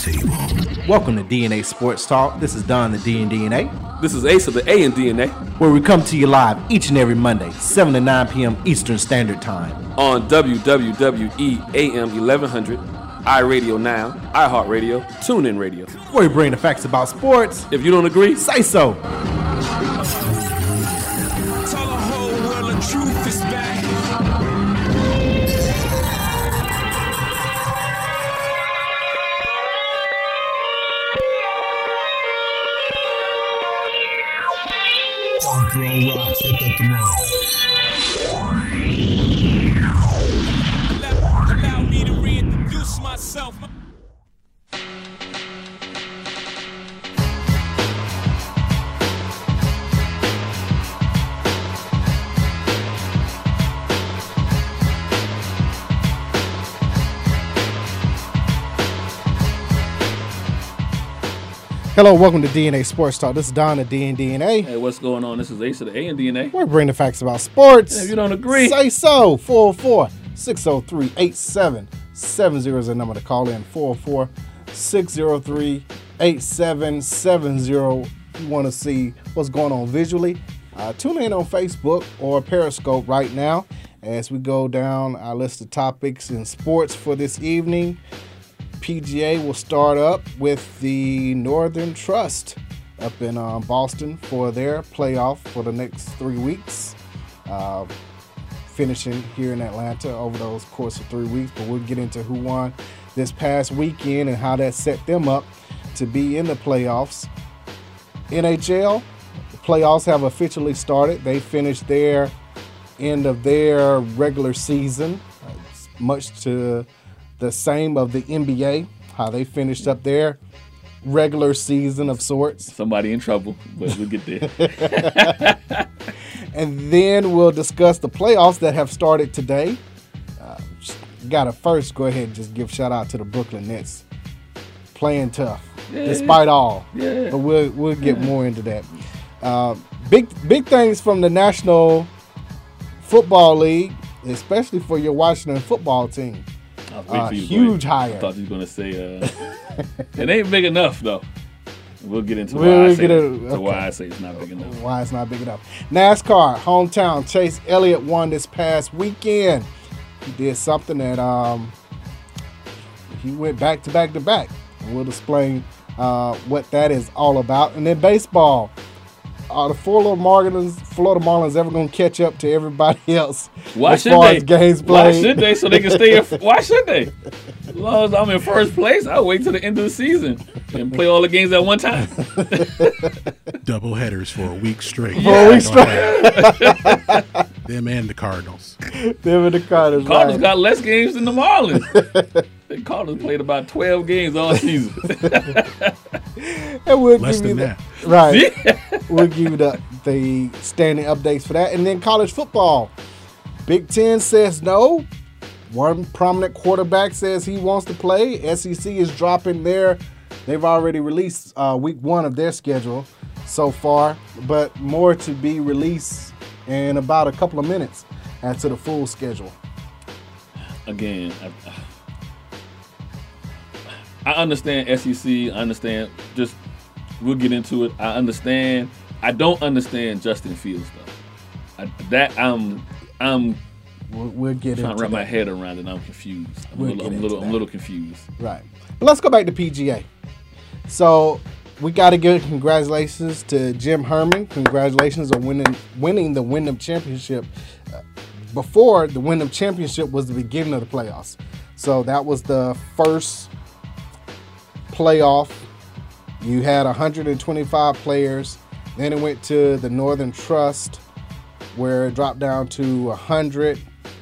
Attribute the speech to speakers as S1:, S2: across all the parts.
S1: table.
S2: Welcome to DNA Sports Talk. This is Don the D and DNA,
S3: This is Ace of the A in DNA
S2: where we come to you live each and every Monday, 7 to 9 p.m. Eastern Standard Time.
S3: on E WWWE AM 1100, iRadio Now, iHeartRadio, TuneIn Radio.
S2: Where we bring the facts about sports.
S3: If you don't agree,
S2: Say so.
S4: Tell the whole world the truth is back.
S1: Funk Roll Rocks hit the throne.
S4: Allow, allow me to reintroduce myself.
S5: Hello, welcome to DNA Sports Talk. This is Don at DNA.
S3: hey, what's going on? This is Ace of the A in DNA.
S5: We're bringing the facts about sports.
S3: If you don't agree,
S5: Say so. 404 603 8770 is the number to call in. 404 603 8770. You want to oh. see what's going on visually? Uh, tune in on Facebook or Periscope right now as we go down our list of topics in sports for this evening. PGA will start up with the Northern Trust up in uh, Boston for their playoff for the next three weeks Uh, finishing here in Atlanta over those course of three weeks. But we'll get into who won this past weekend and how that set them up to be in the playoffs. NHL the playoffs have officially started. They finished their end of their regular season, uh, much to the same of the NBA, how they finished up their regular season of sorts.
S3: somebody in trouble, but we'll get there.
S5: and then we'll discuss the playoffs that have started today. Uh, gotta first go ahead and just give shout out to the Brooklyn Nets, playing tough despite all.
S3: Yeah.
S5: But we'll we'll get more into that. Uh, big big things from the National Football League, especially for your Washington football team.
S3: I was waiting
S5: Uh,
S3: for you to go
S5: huge
S3: in.
S5: hire.
S3: I thought you was going to say, uh, it ain't big enough, though. We'll get into
S5: We'll
S3: why, I, say
S5: get
S3: it-
S5: it-
S3: to why
S5: okay.
S3: I say it's not big enough.
S5: why it's not big enough. NASCAR hometown Chase Elliott won this past weekend. He did something that um he went back to back to back. We'll explain uh, what that is all about. And then baseball. Are the Florida Marlins, Florida Marlins ever going to catch up to everybody else
S3: Why
S5: as
S3: should
S5: far
S3: they?
S5: as games
S3: why
S5: played?
S3: should they? So they can stay. In, why should they? As long as I'm in first place, I'll wait till the end of the season and play all the games at one time.
S1: Double headers for a week straight.
S5: For a week
S1: straight. Them and the Cardinals.
S5: Them and the Cardinals,
S3: Cardinals
S5: right.
S3: got less games than the Marlins. the Cardinals played about 12 games all season.
S5: And we'll
S1: Less
S5: give you
S1: than
S5: the-
S1: that.
S5: Right. we'll give you the, the standing updates for that. And then college football. Big Ten says no. One prominent quarterback says he wants to play. SEC is dropping their, they've already released uh, week one of their schedule so far, but more to be released in about a couple of minutes as to the full schedule.
S3: Again, I, I understand SEC. I understand. Just we'll get into it. I understand. I don't understand Justin Fields though. I, that I'm I'm
S5: We'll, we'll get
S3: trying to
S5: into
S3: wrap my
S5: that.
S3: head around it. I'm confused. I'm,
S5: We'll
S3: a, little,
S5: get
S3: I'm, a
S5: into
S3: little, I'm a
S5: that.
S3: little confused.
S5: Right. But let's go back to PGA. So we got to give congratulations to Jim Herman. Congratulations on winning winning the Wyndham Championship. Uh, Before the Wyndham Championship was the beginning of the playoffs, so that was the first playoff. You had 125 players. Then it went to the Northern Trust, where it dropped down to 100,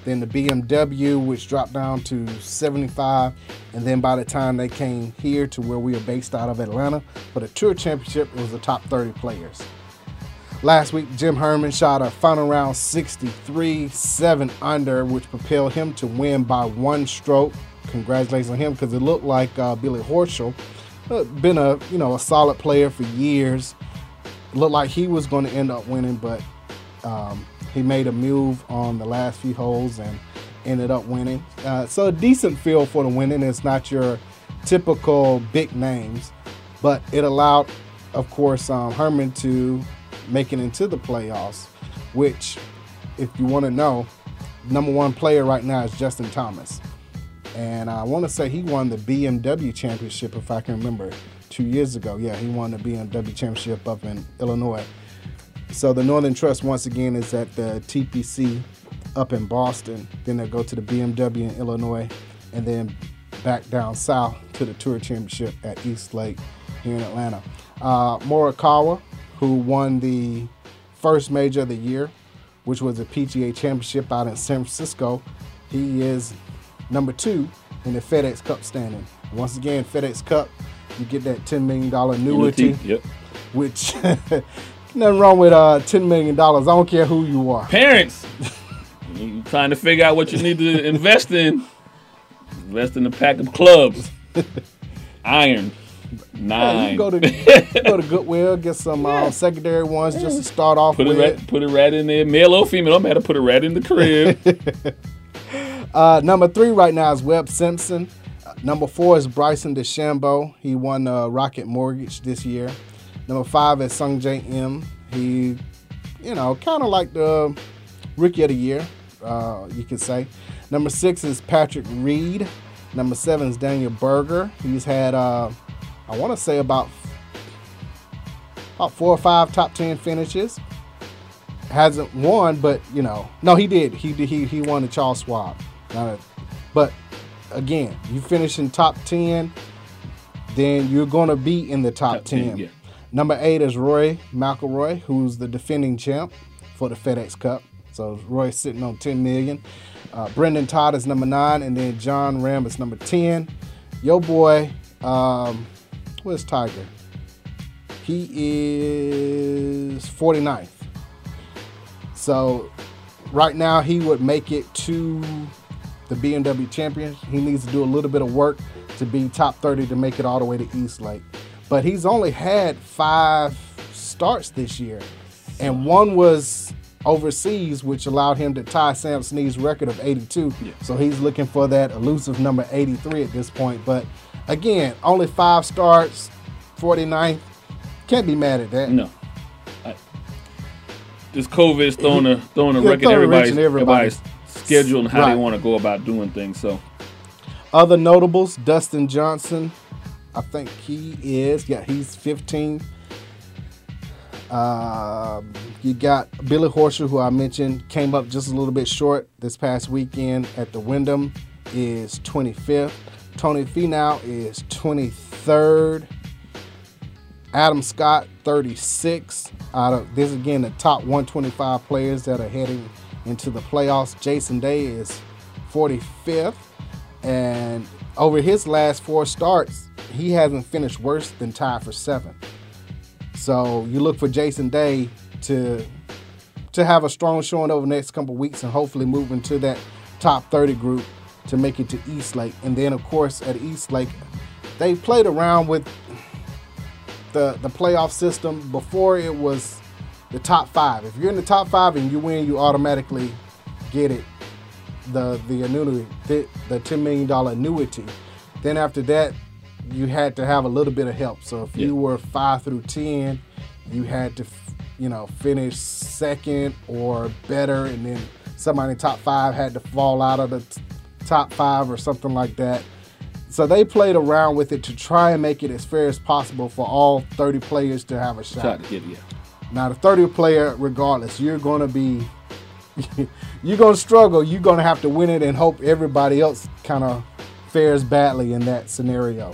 S5: then the BMW, which dropped down to 75, and then by the time they came here to where we are based out of Atlanta for the Tour Championship, it was the top 30 players. Last week, Jim Herman shot a final round 63, 7 under, which propelled him to win by one stroke. Congratulations on him because it looked like uh, Billy Horschel, uh, been a you know a solid player for years, looked like he was going to end up winning, but he made a move on the last few holes and ended up winning. Uh, so a decent field for the winning. It's not your typical big names, but it allowed, of course, um, Herman to make it into the playoffs. Which, if you want to know, number one player right now is Justin Thomas, and I want to say he won the BMW championship, if I can remember, two years ago. Yeah, he won the BMW championship up in Illinois. So the Northern Trust once again is at the TPC up in Boston. Then they'll go to the BMW in Illinois, and then back down south to the Tour Championship at East Lake here in Atlanta. Uh, Morikawa, who won the first major of the year, which was the PGA Championship out in San Francisco, he is number two in the FedEx Cup standing. Once again, FedEx Cup, you get that $10 million annuity
S3: Yep.
S5: which nothing wrong with uh ten million dollars. I don't care who you are.
S3: Parents, you trying to figure out what you need to invest in. Invest in a pack of clubs. Iron.
S5: You
S3: Nine.
S5: can go to you go to Goodwill, get some uh, secondary ones just to start off
S3: put, it
S5: with.
S3: right, put it right in there. Male or female, I'm going to put it right in the crib.
S5: Uh, number three right now is Webb Simpson. Uh, Number four is Bryson DeChambeau. He won uh, Rocket Mortgage this year. Number five is Sung J M. He, you know, kind of like the Rookie of the Year, uh, you could say. Number six is Patrick Reed. Number seven is Daniel Berger. He's had, uh, I want to say, about about four or five top ten finishes hasn't won, but you know, no, he did. He did. He he won the Charles Schwab. Not a- but again, you finish in top ten, then you're gonna be in the top,
S3: Top 10,
S5: ten.
S3: yeah.
S5: Number eight is Roy McIlroy, who's the defending champ for the FedEx Cup. So Roy's sitting on ten million. Uh, Brendan Todd is number nine, and then John Ram is number ten. Yo, boy, um, where's Tiger? He is 49th. So right now he would make it to the BMW champions. He needs to do a little bit of work to be top 30 to make it all the way to East Lake. But he's only had five starts this year. And one was overseas, which allowed him to tie Sam Snead's record of 82. So he's looking for that elusive number 83 at this point. But again, only five starts, 49th. Can't be mad at that.
S3: No. I- This COVID is throwing a throwing a
S5: Yeah,
S3: wreck at
S5: throwing a wrench
S3: everybody's,
S5: in everybody's-
S3: everybody's schedule and how
S5: Right.
S3: they want to go about doing things. So
S5: Other notables, Dustin Johnson. I think he is. Yeah, he's 15. Um, you got Billy Horsher, who I mentioned, came up just a little bit short this past weekend at the Wyndham, is 25th. Tony Finau is 23rd. Adam Scott, 36 out of this is again the top 125 players that are heading into the playoffs. Jason Day is 45th, and over his last four starts, he hasn't finished worse than tied for seventh. So you look for Jason Day to to have a strong showing over the next couple weeks and hopefully move into that top 30 group to make it to East Lake. And then of course at East Lake, they played around with the the playoff system before it was the top five. If you're in the top five and you win, you automatically get it the the annuity the, the ten million dollar annuity. Then after that, you had to have a little bit of help. So if you
S3: Yeah.
S5: were five through ten, you had to f- you know finish second or better, and then somebody in top five had to fall out of the t- top five or something like that. So they played around with it to try and make it as fair as possible for all 30 players to have a shot.
S3: try to get yeah.
S5: Now the 30 player, regardless, you're gonna be you're gonna struggle. You're gonna have to win it and hope everybody else kind of fares badly in that scenario.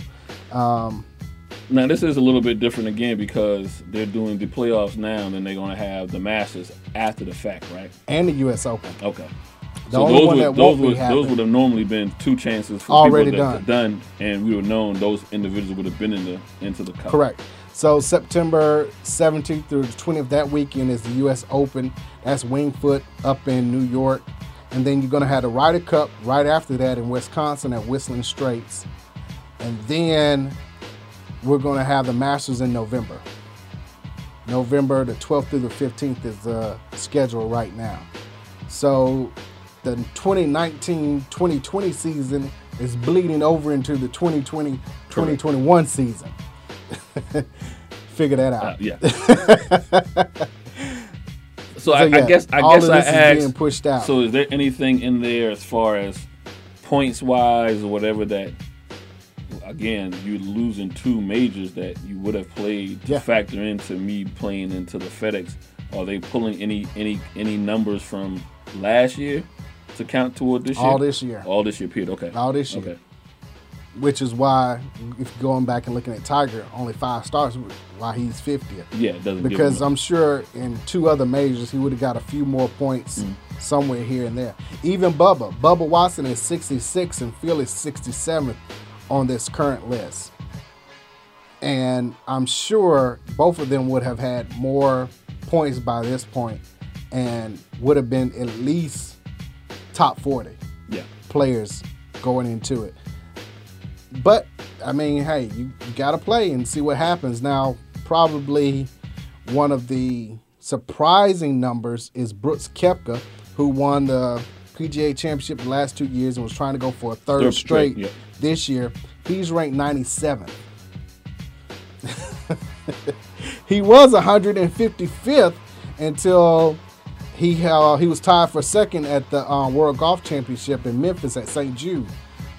S3: Now this is a little bit different again because they're doing the playoffs now and then they're gonna have the Masters after the fact, right?
S5: And the US Open.
S3: Okay.
S5: The only one
S3: would,
S5: that
S3: those
S5: won't be
S3: would those
S5: happening.
S3: would have normally been two chances for
S5: Already
S3: people that done. done, and we would have known those individuals would have been in the into the cup.
S5: Correct. So September 17th through the 20th that weekend is the U.S. Open. That's Wingfoot up in New York, and then you're gonna have the Ryder Cup right after that in Wisconsin at Whistling Straits, and then we're gonna have the Masters in November. November the 12th through the 15th is the schedule right now. So the 2019-2020 season is bleeding over into the 2020 2021 season. Figure that out.
S6: Uh, yeah. so I, I
S5: yeah,
S6: guess I
S5: all
S6: guess
S5: of
S6: I
S5: this
S6: asked.
S5: is being pushed out.
S6: So is there anything in there as far as points wise or whatever that? Again, you're losing two majors that you would have played to
S5: Yeah.
S6: factor into me playing into the FedEx. Are they pulling any any any numbers from last year to count toward this year?
S5: All this year.
S6: All this year, period. Okay.
S5: All this year.
S6: Okay.
S5: which is why if you're going back and looking at Tiger, only five stars why he's 50th.
S6: Yeah, it doesn't give
S5: Because
S6: them-
S5: I'm sure in two other majors he would have got a few more points somewhere here and there. Even Bubba, Bubba Watson is 66 and Phil is 67th on this current list. And I'm sure both of them would have had more points by this point and would have been at least top 40
S6: yeah.
S5: players going into it. But I mean, hey, you, you got to play and see what happens. Now, probably one of the surprising numbers is Brooks Kepka, who won the PGA Championship the last two years and was trying to go for a third,
S6: Third straight,
S5: straight
S6: yeah.
S5: this year. He's ranked 97th. he was 155th until he uh, he was tied for second at the uh, World Golf Championship in Memphis at St. Jude.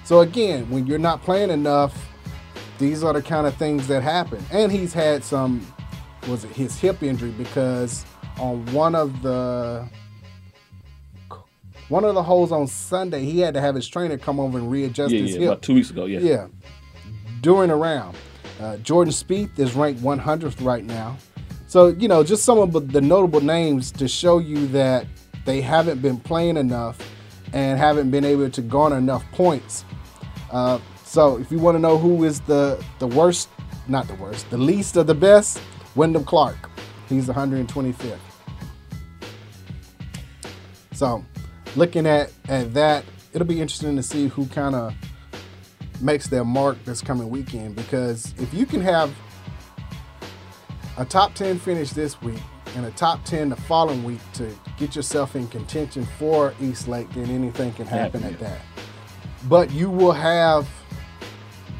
S5: So again, when you're not playing enough, these are the kind of things that happen. And he's had some was it his hip injury because on one of the one of the holes on Sunday, he had to have his trainer come over and readjust
S6: Yeah,
S5: his
S6: yeah.
S5: hip.
S6: About two weeks ago. Yeah.
S5: Yeah. During a round. Uh, Jordan Spieth is ranked 100th right now. So, you know, just some of the notable names to show you that they haven't been playing enough and haven't been able to garner enough points. Uh, so, if you want to know who is the, the worst, not the worst, the least of the best, Wyndham Clark. He's 125th. So, looking at, at that, it'll be interesting to see who kind of makes their mark this coming weekend because if you can have a top 10 finish this week and a top 10 the following week to get yourself in contention for East Lake, then anything can happen at
S6: yeah.
S5: that. But you will have,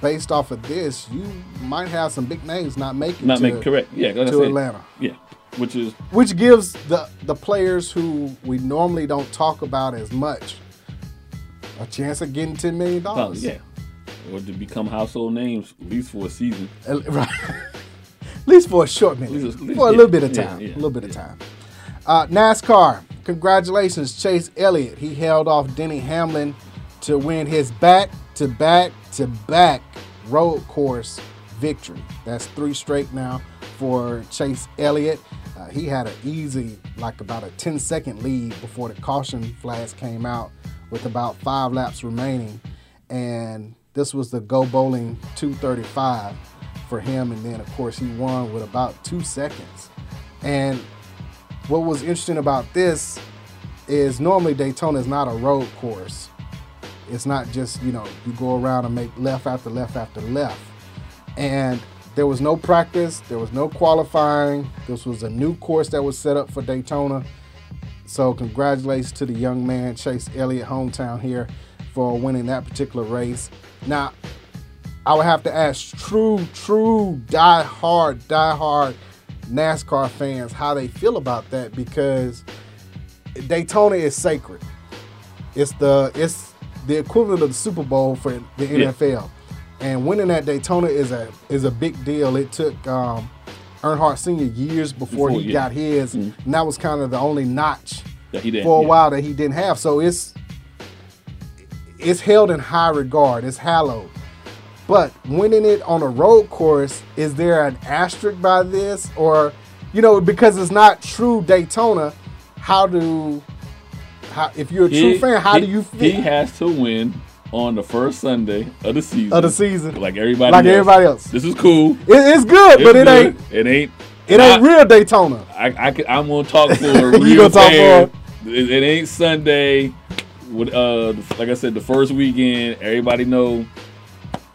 S5: based off of this, you might have some big names not making
S6: Not
S5: to,
S6: make correct. Yeah. like I
S5: to
S6: said,
S5: Atlanta
S6: Yeah. Which is
S5: which gives the the players who we normally don't talk about as much a chance of getting ten million
S6: Oh,
S5: dollars.
S6: yeah. Or to become household names, at least for a season.
S5: right. at least for a short minute,
S6: At least-
S5: for a
S6: yeah,
S5: little bit of
S6: yeah,
S5: time,
S6: yeah,
S5: a little bit of time. Uh, NASCAR, congratulations, Chase Elliott. He held off Denny Hamlin to win his back to back to back road course victory. That's three straight now for Chase Elliott. Uh, he had an easy, like about a 10 second lead before the caution flags came out with about five laps remaining. And this was the Go Bowling 235 for him. And then, of course, he won with about two seconds. And what was interesting about this is normally Daytona is not a road course. It's not just, you know, you go around and make left after left after left. And there was no practice, there was no qualifying. This was a new course that was set up for Daytona. So, congratulations to the young man, Chase Elliott, hometown here, for winning that particular race. Now, I would have to ask true, true, die-hard, die-hard NASCAR fans how they feel about that because Daytona is sacred. It's the it's the equivalent of the Super Bowl for the NFL, and winning at Daytona is a is a big deal. It took um, Earnhardt Sr. years before,
S6: Before,
S5: he
S6: yeah. Mm-hmm.
S5: got his, and that was kind of the only notch
S6: That he didn't,
S5: for a
S6: yeah.
S5: while that he didn't have. So it's it's held in high regard. It's hallowed. But winning it on a road course, is there an asterisk by this? Or, you know, because it's not true Daytona, how do, how, if you're a true fan, how
S6: he-
S5: do you
S6: He
S5: feel?
S6: has to win on the first Sunday of the season.
S5: Of the season.
S6: Like everybody
S5: Like
S6: else.
S5: everybody else.
S6: This is cool.
S5: It- it's good, but it
S6: It's
S5: ain't,
S6: good. It ain't.
S5: it ain't real Daytona.
S6: I, I, I, could- I'm going to talk for a
S5: You
S6: real
S5: gonna talk
S6: fan. It, it ain't Sunday. With, uh, like I said, the first weekend, everybody know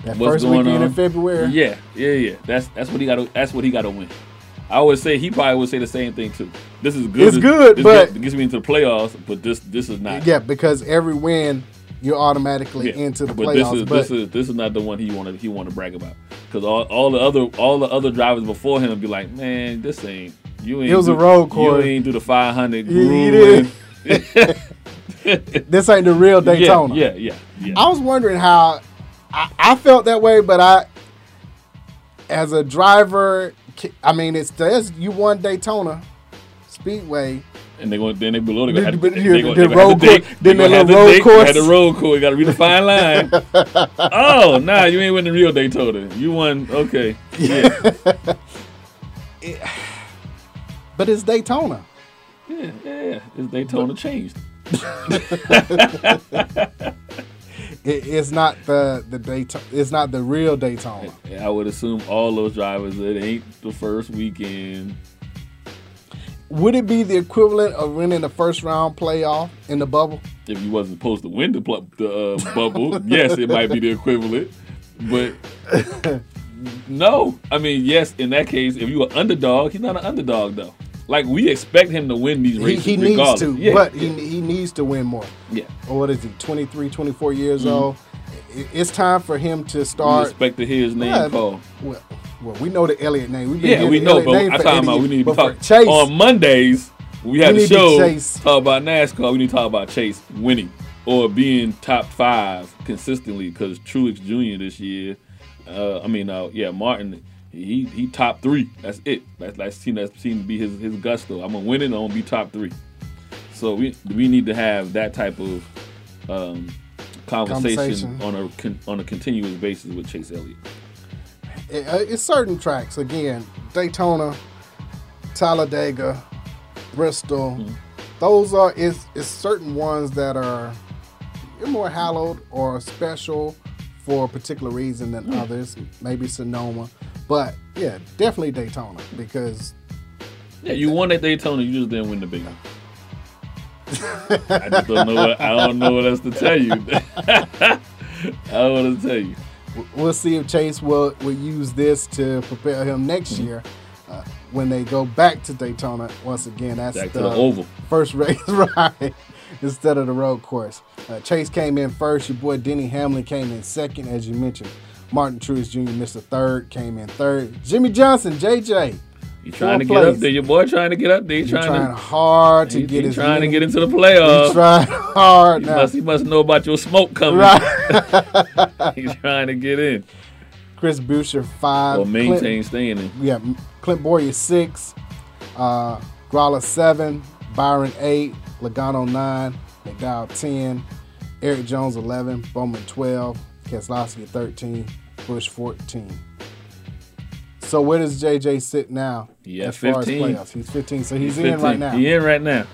S5: That
S6: what's
S5: first
S6: going
S5: weekend
S6: on
S5: in February.
S6: Yeah, yeah, yeah. That's that's what he got. to That's what he got to win. I would say he probably would say the same thing too. This is good.
S5: It's good,
S6: this
S5: but-
S6: gets- gets me into the playoffs. But this this is not.
S5: Yeah, because every win you're automatically
S6: Yeah.
S5: into the
S6: but
S5: playoffs.
S6: This is,
S5: but
S6: this is this is not the one he wanted he wanted to brag about because all, all the other all the other drivers before him be like, man, this ain't you ain't.
S5: was
S6: do,
S5: a road
S6: You
S5: course.
S6: ain't do the five hundred.
S5: You- you didn't. this ain't the real
S6: Yeah,
S5: Daytona.
S6: yeah, yeah, yeah.
S5: I was wondering how I, I felt that way, but I, as a driver, ki- I mean, it's says you won Daytona Speedway.
S6: and they going then they below they gonna have
S5: The-
S6: to
S5: the-
S6: they gonna-
S5: the
S6: they gonna have
S5: road
S6: to dig-
S5: course-
S6: they
S5: then the
S6: gonna have
S5: little
S6: to
S5: road
S6: dig- they had
S5: course.
S6: the road course. You got to read the fine line. oh, nah, you ain't winning real Daytona. You won. Okay, yeah,
S5: But it's Daytona.
S6: yeah, yeah. It's Daytona changed.
S5: It, it's not the the Daytona. It's not the real Daytona.
S6: And I would assume all those drivers. It ain't the first weekend.
S5: Would it be the equivalent of winning the first round playoff in the bubble?
S6: If you wasn't supposed to win the, pl- the uh, bubble, yes, it might be the equivalent. But no, I mean, yes, in that case, if you were underdog, he's not an underdog though. Like we expect him to win these
S5: He,
S6: races.
S5: he needs
S6: regardless.
S5: to,
S6: Yeah,
S5: but
S6: yeah,
S5: he, he needs to win more.
S6: yeah.
S5: Or what is he? 23, 24 years
S6: Mm-hmm.
S5: old. I- It's time for him to
S6: We
S5: start.
S6: expect to hear his name
S5: Yeah,
S6: called.
S5: Well, well, we know the Elliott name. We've been
S6: Yeah,
S5: hearing
S6: we
S5: the
S6: know,
S5: Elliott
S6: but
S5: name
S6: I'm
S5: for
S6: talking about
S5: Elliott,
S6: we need to um,
S5: but
S6: be
S5: for
S6: talking
S5: Chase.
S6: on Mondays. We had
S5: We
S6: a
S5: need to
S6: show
S5: chase.
S6: talk about NASCAR. We need to talk about Chase winning or being top five consistently because Truex Jr. this year, uh, I mean, uh, yeah, Martin, he he top three. That's it. That's that seemed that seemed to be his his gusto. I'm gonna win it. I'm gonna be top three. So we we need to have that type of um, conversation,
S5: Conversation.
S6: on a con, on a continuous basis with Chase Elliott.
S5: It- uh, it's certain tracks again daytona talladega bristol
S6: Mm-hmm.
S5: those are it's, it's certain ones that are they're more hallowed or special for a particular reason
S6: Hmm.
S5: than others maybe sonoma but yeah definitely daytona because
S6: Yeah, you won at Daytona. You just didn't win the big one. I just don't know. What, I don't know what else to tell you. I don't want to tell you.
S5: w- we'll see if chase will, will use this to prepare him next year uh, when they go back to daytona once again that's
S6: Back to the oval.
S5: first race right instead of the road course. Uh, Chase came in first. Your boy Denny Hamlin came in second, as you mentioned. Martin Truex Jr., Mr. Third, came in third. Jimmy Johnson, JJ,
S6: You trying to
S5: Four
S6: get up
S5: plays.
S6: there? Your boy trying to get up there. He
S5: trying,
S6: trying, to.
S5: hard to
S6: He,
S5: get
S6: he
S5: his
S6: trying to
S5: lead.
S6: get into the
S5: He
S6: playoffs.
S5: tried hard
S6: he,
S5: now.
S6: must, he must know about your smoke coming.
S5: Right.
S6: He's trying to get in
S5: Chris Boucher five.
S6: or
S5: Clint-
S6: maintain staying in.
S5: we have Clint Boyer six, uh, Gralla seven, Byron eight, Logano nine, McDowell ten, Eric Jones eleven, Bowman twelve, Keselowski thirteen, Bush fourteen. So where does JJ sit now?
S6: Yeah,
S5: as far as
S6: 15.
S5: playoffs, he's fifteen. So he's, in
S6: 15.
S5: right now.
S6: He in right now.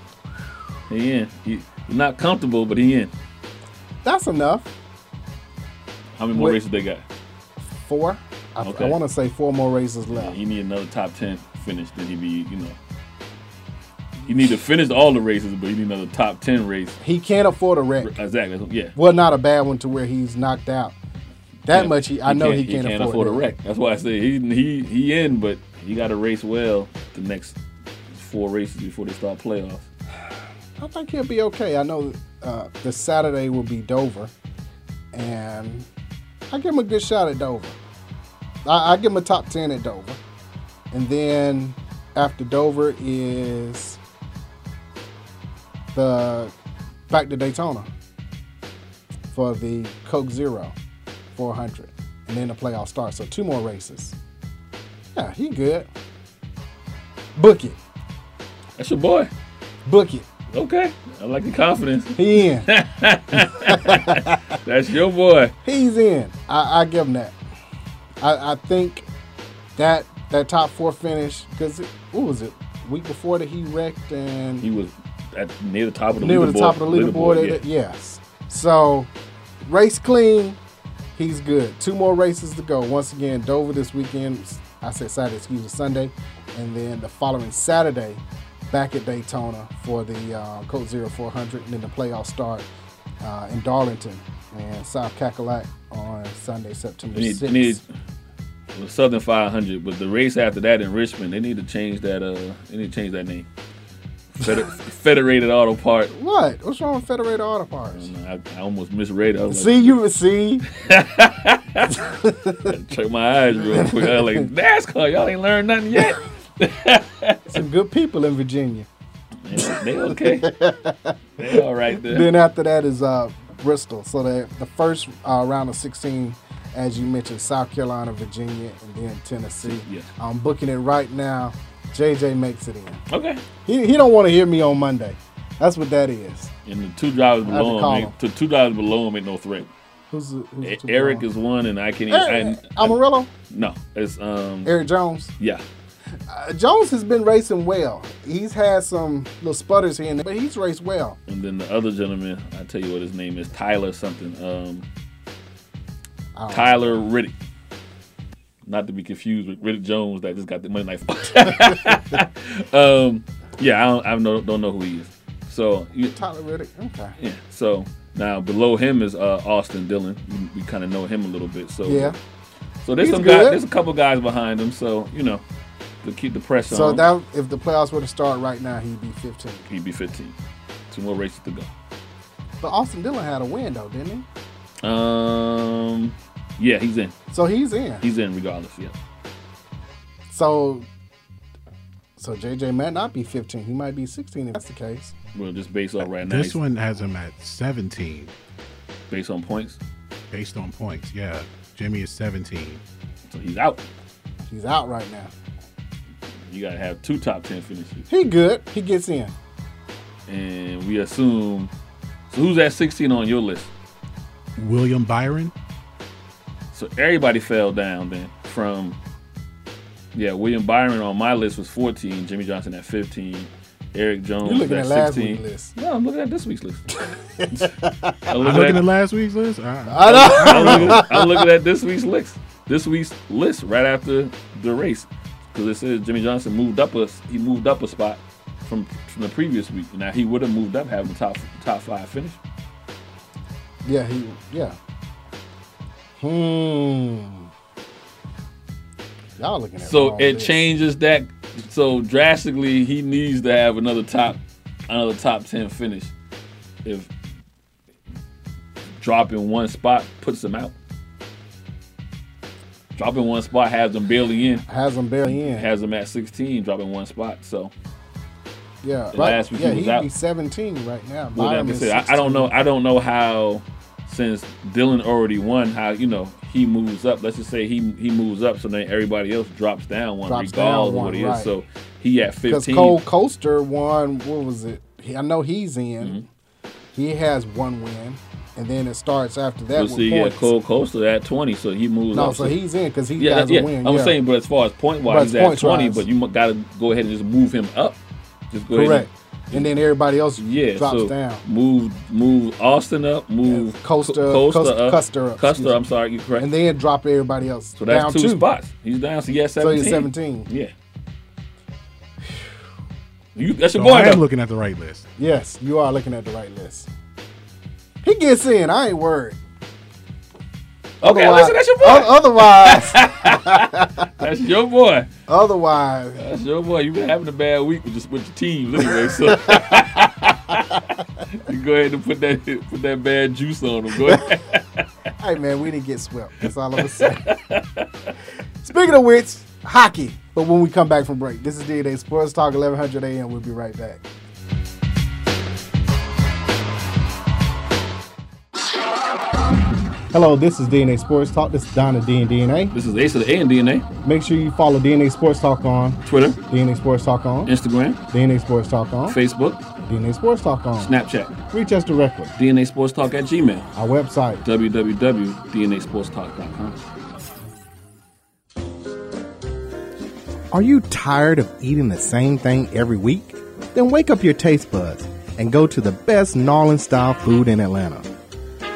S6: He in. He, he's not comfortable, but he in.
S5: That's enough.
S6: How many more
S5: Wait.
S6: races they got?
S5: Four. I,
S6: Okay.
S5: I want to say four more races left.
S6: He need another top ten finish. Then he be, you know, he need to finish all the races, but he need another top ten race.
S5: He can't afford a wreck.
S6: Exactly. that's- Yeah.
S5: Well, not a bad one to where he's knocked out. That
S6: Yeah.
S5: much he, I know he can't, afford,
S6: a
S5: it.
S6: wreck. That's why I say he he he in, but he got to race well the next four races before they start playoffs.
S5: I think he'll be okay. I know uh, the Saturday will be Dover, and I give him a good shot at Dover. I, I give him a top ten at Dover, and then after Dover is the back to Daytona for the Coke Zero 400, and then the playoff starts. So two more races. Yeah, he good. Book it,
S6: That's your boy.
S5: book it.
S6: Okay, I like your confidence.
S5: He in.
S6: That's your boy.
S5: he's in. I, I give him that. I, I think that that top four finish because what was it week before that he wrecked and
S6: He was at near the top of the
S5: near
S6: leaderboard.
S5: the top of the leaderboard. at- Yes. So race clean. He's good. Two more races to go. Once again, Dover this weekend. I said Saturday, excuse me, Sunday, and then the following Saturday, back at Daytona for the uh, Coat Zero 400, and then the playoff start uh, in Darlington and South Cackalack on Sunday, September
S6: They need, they
S5: 6th.
S6: need the Southern 500, but the race after that in Richmond, they need to change that. Uh, they need to change that name. Feder- Federated Auto Part.
S5: What? What's wrong with Federated Auto Parts?
S6: I, I almost misread it. I was
S5: See you see
S6: like, check my eyes real quick. I was like, NASCAR, y'all ain't learned nothing yet.
S5: some good people in Virginia.
S6: Yeah, they okay. They all right there.
S5: Then after that is uh, Bristol. So the the first uh, round of 16, as you mentioned, South Carolina, Virginia, and then Tennessee.
S6: Yes.
S5: I'm booking it right now. JJ makes it in.
S6: Okay.
S5: He, he don't want to hear me on Monday. That's what that is.
S6: And the two drivers
S5: have to
S6: below
S5: call
S6: him, ain't, the two drivers below him ain't no threat.
S5: Who's, the- who's
S6: E-
S5: the two
S6: Eric
S5: going?
S6: is one, and I can.
S5: Hey,
S6: not I, I,
S5: Amarillo.
S6: no, it's um.
S5: Eric Jones.
S6: Yeah,
S5: Uh, Jones has been racing well. He's had some little sputters here and there, but he's raced well.
S6: and then the other gentleman, I tell you what his name is, Tyler something. Um,
S5: I don't-
S6: Tyler Riddick. Not to be confused with Riddick Jones that just got the Monday Night Fight. um, yeah, I don't, I don't, don't know who he is. So you,
S5: Tyler Riddick. Okay.
S6: yeah, so now below him is uh, Austin Dillon. We, we kind of know him a little bit. So
S5: Yeah.
S6: so there's
S5: He's
S6: some guys,
S5: good.
S6: there's a couple guys behind him. So you know, to keep the pressure
S5: So
S6: on,
S5: that if the playoffs were to start right now, he'd be 15.
S6: he'd be 15. Two more races to go.
S5: But Austin Dillon had a win though, didn't
S6: Um, yeah, he's in.
S5: he? So he's in.
S6: He's in regardless. Yeah.
S5: So so JJ might not be 15. He might be 16 if that's the case.
S6: Well, just based off right now,
S7: This
S6: he's
S7: one has him at 17
S6: based on points,
S7: based on points. Yeah. Jimmy is 17.
S6: so he's out.
S5: He's out right now.
S6: You gotta have two top ten finishes,
S5: He good. He gets in.
S6: and we assume. So who's at 16 on your list?
S7: William Byron,
S6: So everybody fell down then from. Yeah, William Byron on my list was 14. Jimmy Johnson at 15. Eric Jones
S5: You're looking
S6: at
S5: at last
S6: 16.
S5: week's list.
S6: No, I'm looking at this week's list. I'm
S7: I'm
S6: looking,
S7: looking
S6: at,
S7: at last week's list. I,
S5: I know.
S6: I'm looking- I'm looking at this week's list. This week's list right after the race, because it says Jimmy Johnson moved up us. He moved up a spot from from the previous week. Now he would have moved up having top top five finish.
S5: Yeah, he yeah. Hmm. Y'all looking at
S6: So
S5: wrong
S6: it
S5: list.
S6: changes that so drastically. He needs to have another top, another top ten finish. If dropping one spot puts him out, dropping one spot has him barely in.
S5: Has him barely in.
S6: Has him at 16, dropping one spot. So,
S5: yeah, right.
S6: last week he
S5: yeah,
S6: was
S5: he'd be
S6: out.
S5: 17 right now.
S6: well, like
S5: Byron
S6: I
S5: is
S6: said, I, I don't
S5: 16.
S6: know. I don't know how since Dylan already won, how you know he moves up. Let's just say he he moves up, so then everybody else drops down one,
S5: Drops
S6: regardless
S5: down
S6: of
S5: one,
S6: what he
S5: right.
S6: is. So he at
S5: Because
S6: 15.
S5: Cole Coaster won, what was it? He, I know he's in.
S6: Mm-hmm.
S5: He has one win, and then it starts after that
S6: So
S5: with
S6: see, yeah,
S5: points.
S6: Cole Coaster at 20, so he moves
S5: no,
S6: up.
S5: so
S6: to-
S5: he's in because he
S6: yeah,
S5: has
S6: that- yeah.
S5: a win.
S6: I'm
S5: yeah.
S6: saying, but as far as point
S5: But
S6: wise, he's
S5: it's
S6: at
S5: point
S6: 20,
S5: wise.
S6: but you mu- gotta go ahead and just move him up. Just go
S5: correct. And then everybody else
S6: ahead. And, yeah,
S5: drops
S6: so
S5: down.
S6: move move Austin up, move
S5: And Coaster-
S6: Co- Coaster
S5: Cus-
S6: up,
S5: Custer up, excuse
S6: Custer,
S5: me.
S6: I'm sorry, you're correct.
S5: And then drop everybody else
S6: so that's
S5: down
S6: two,
S5: two.
S6: spots. He's down, so he at
S5: So
S6: 17.
S5: he's 17.
S6: Yeah. You, that's your
S7: so I
S6: boy,
S7: am
S6: though.
S7: looking at the right list.
S5: Yes, you are looking at the right list. He gets in. I ain't worried.
S6: Okay, uh, listen, that's your boy.
S5: o- otherwise,
S6: That's your boy.
S5: otherwise,
S6: That's your boy. You've been having a bad week with, just, with your teams anyway, so you go ahead and put that put that bad juice on them. Go ahead.
S5: hey man, we didn't get swept. That's all I'm gonna say. Speaking of which, hockey. But when we come back from break, this is D-Day Sports Talk 1100 AM. We'll be right back. Hello, this is DNA Sports Talk. This is Donna D and DNA.
S6: This is Ace of the A and DNA.
S5: Make sure you follow DNA Sports Talk on
S6: Twitter,
S5: DNA Sports Talk on
S6: Instagram,
S5: DNA Sports Talk on
S6: Facebook,
S5: DNA Sports Talk on.
S6: Snapchat,
S5: Reach us directly.
S6: DNA Sports Talk at Gmail,
S5: Our website
S6: www.dnasportstalk.com.
S8: Are you tired of eating the same thing every week? Then wake up your taste buds and go to the best gnarling style food in Atlanta.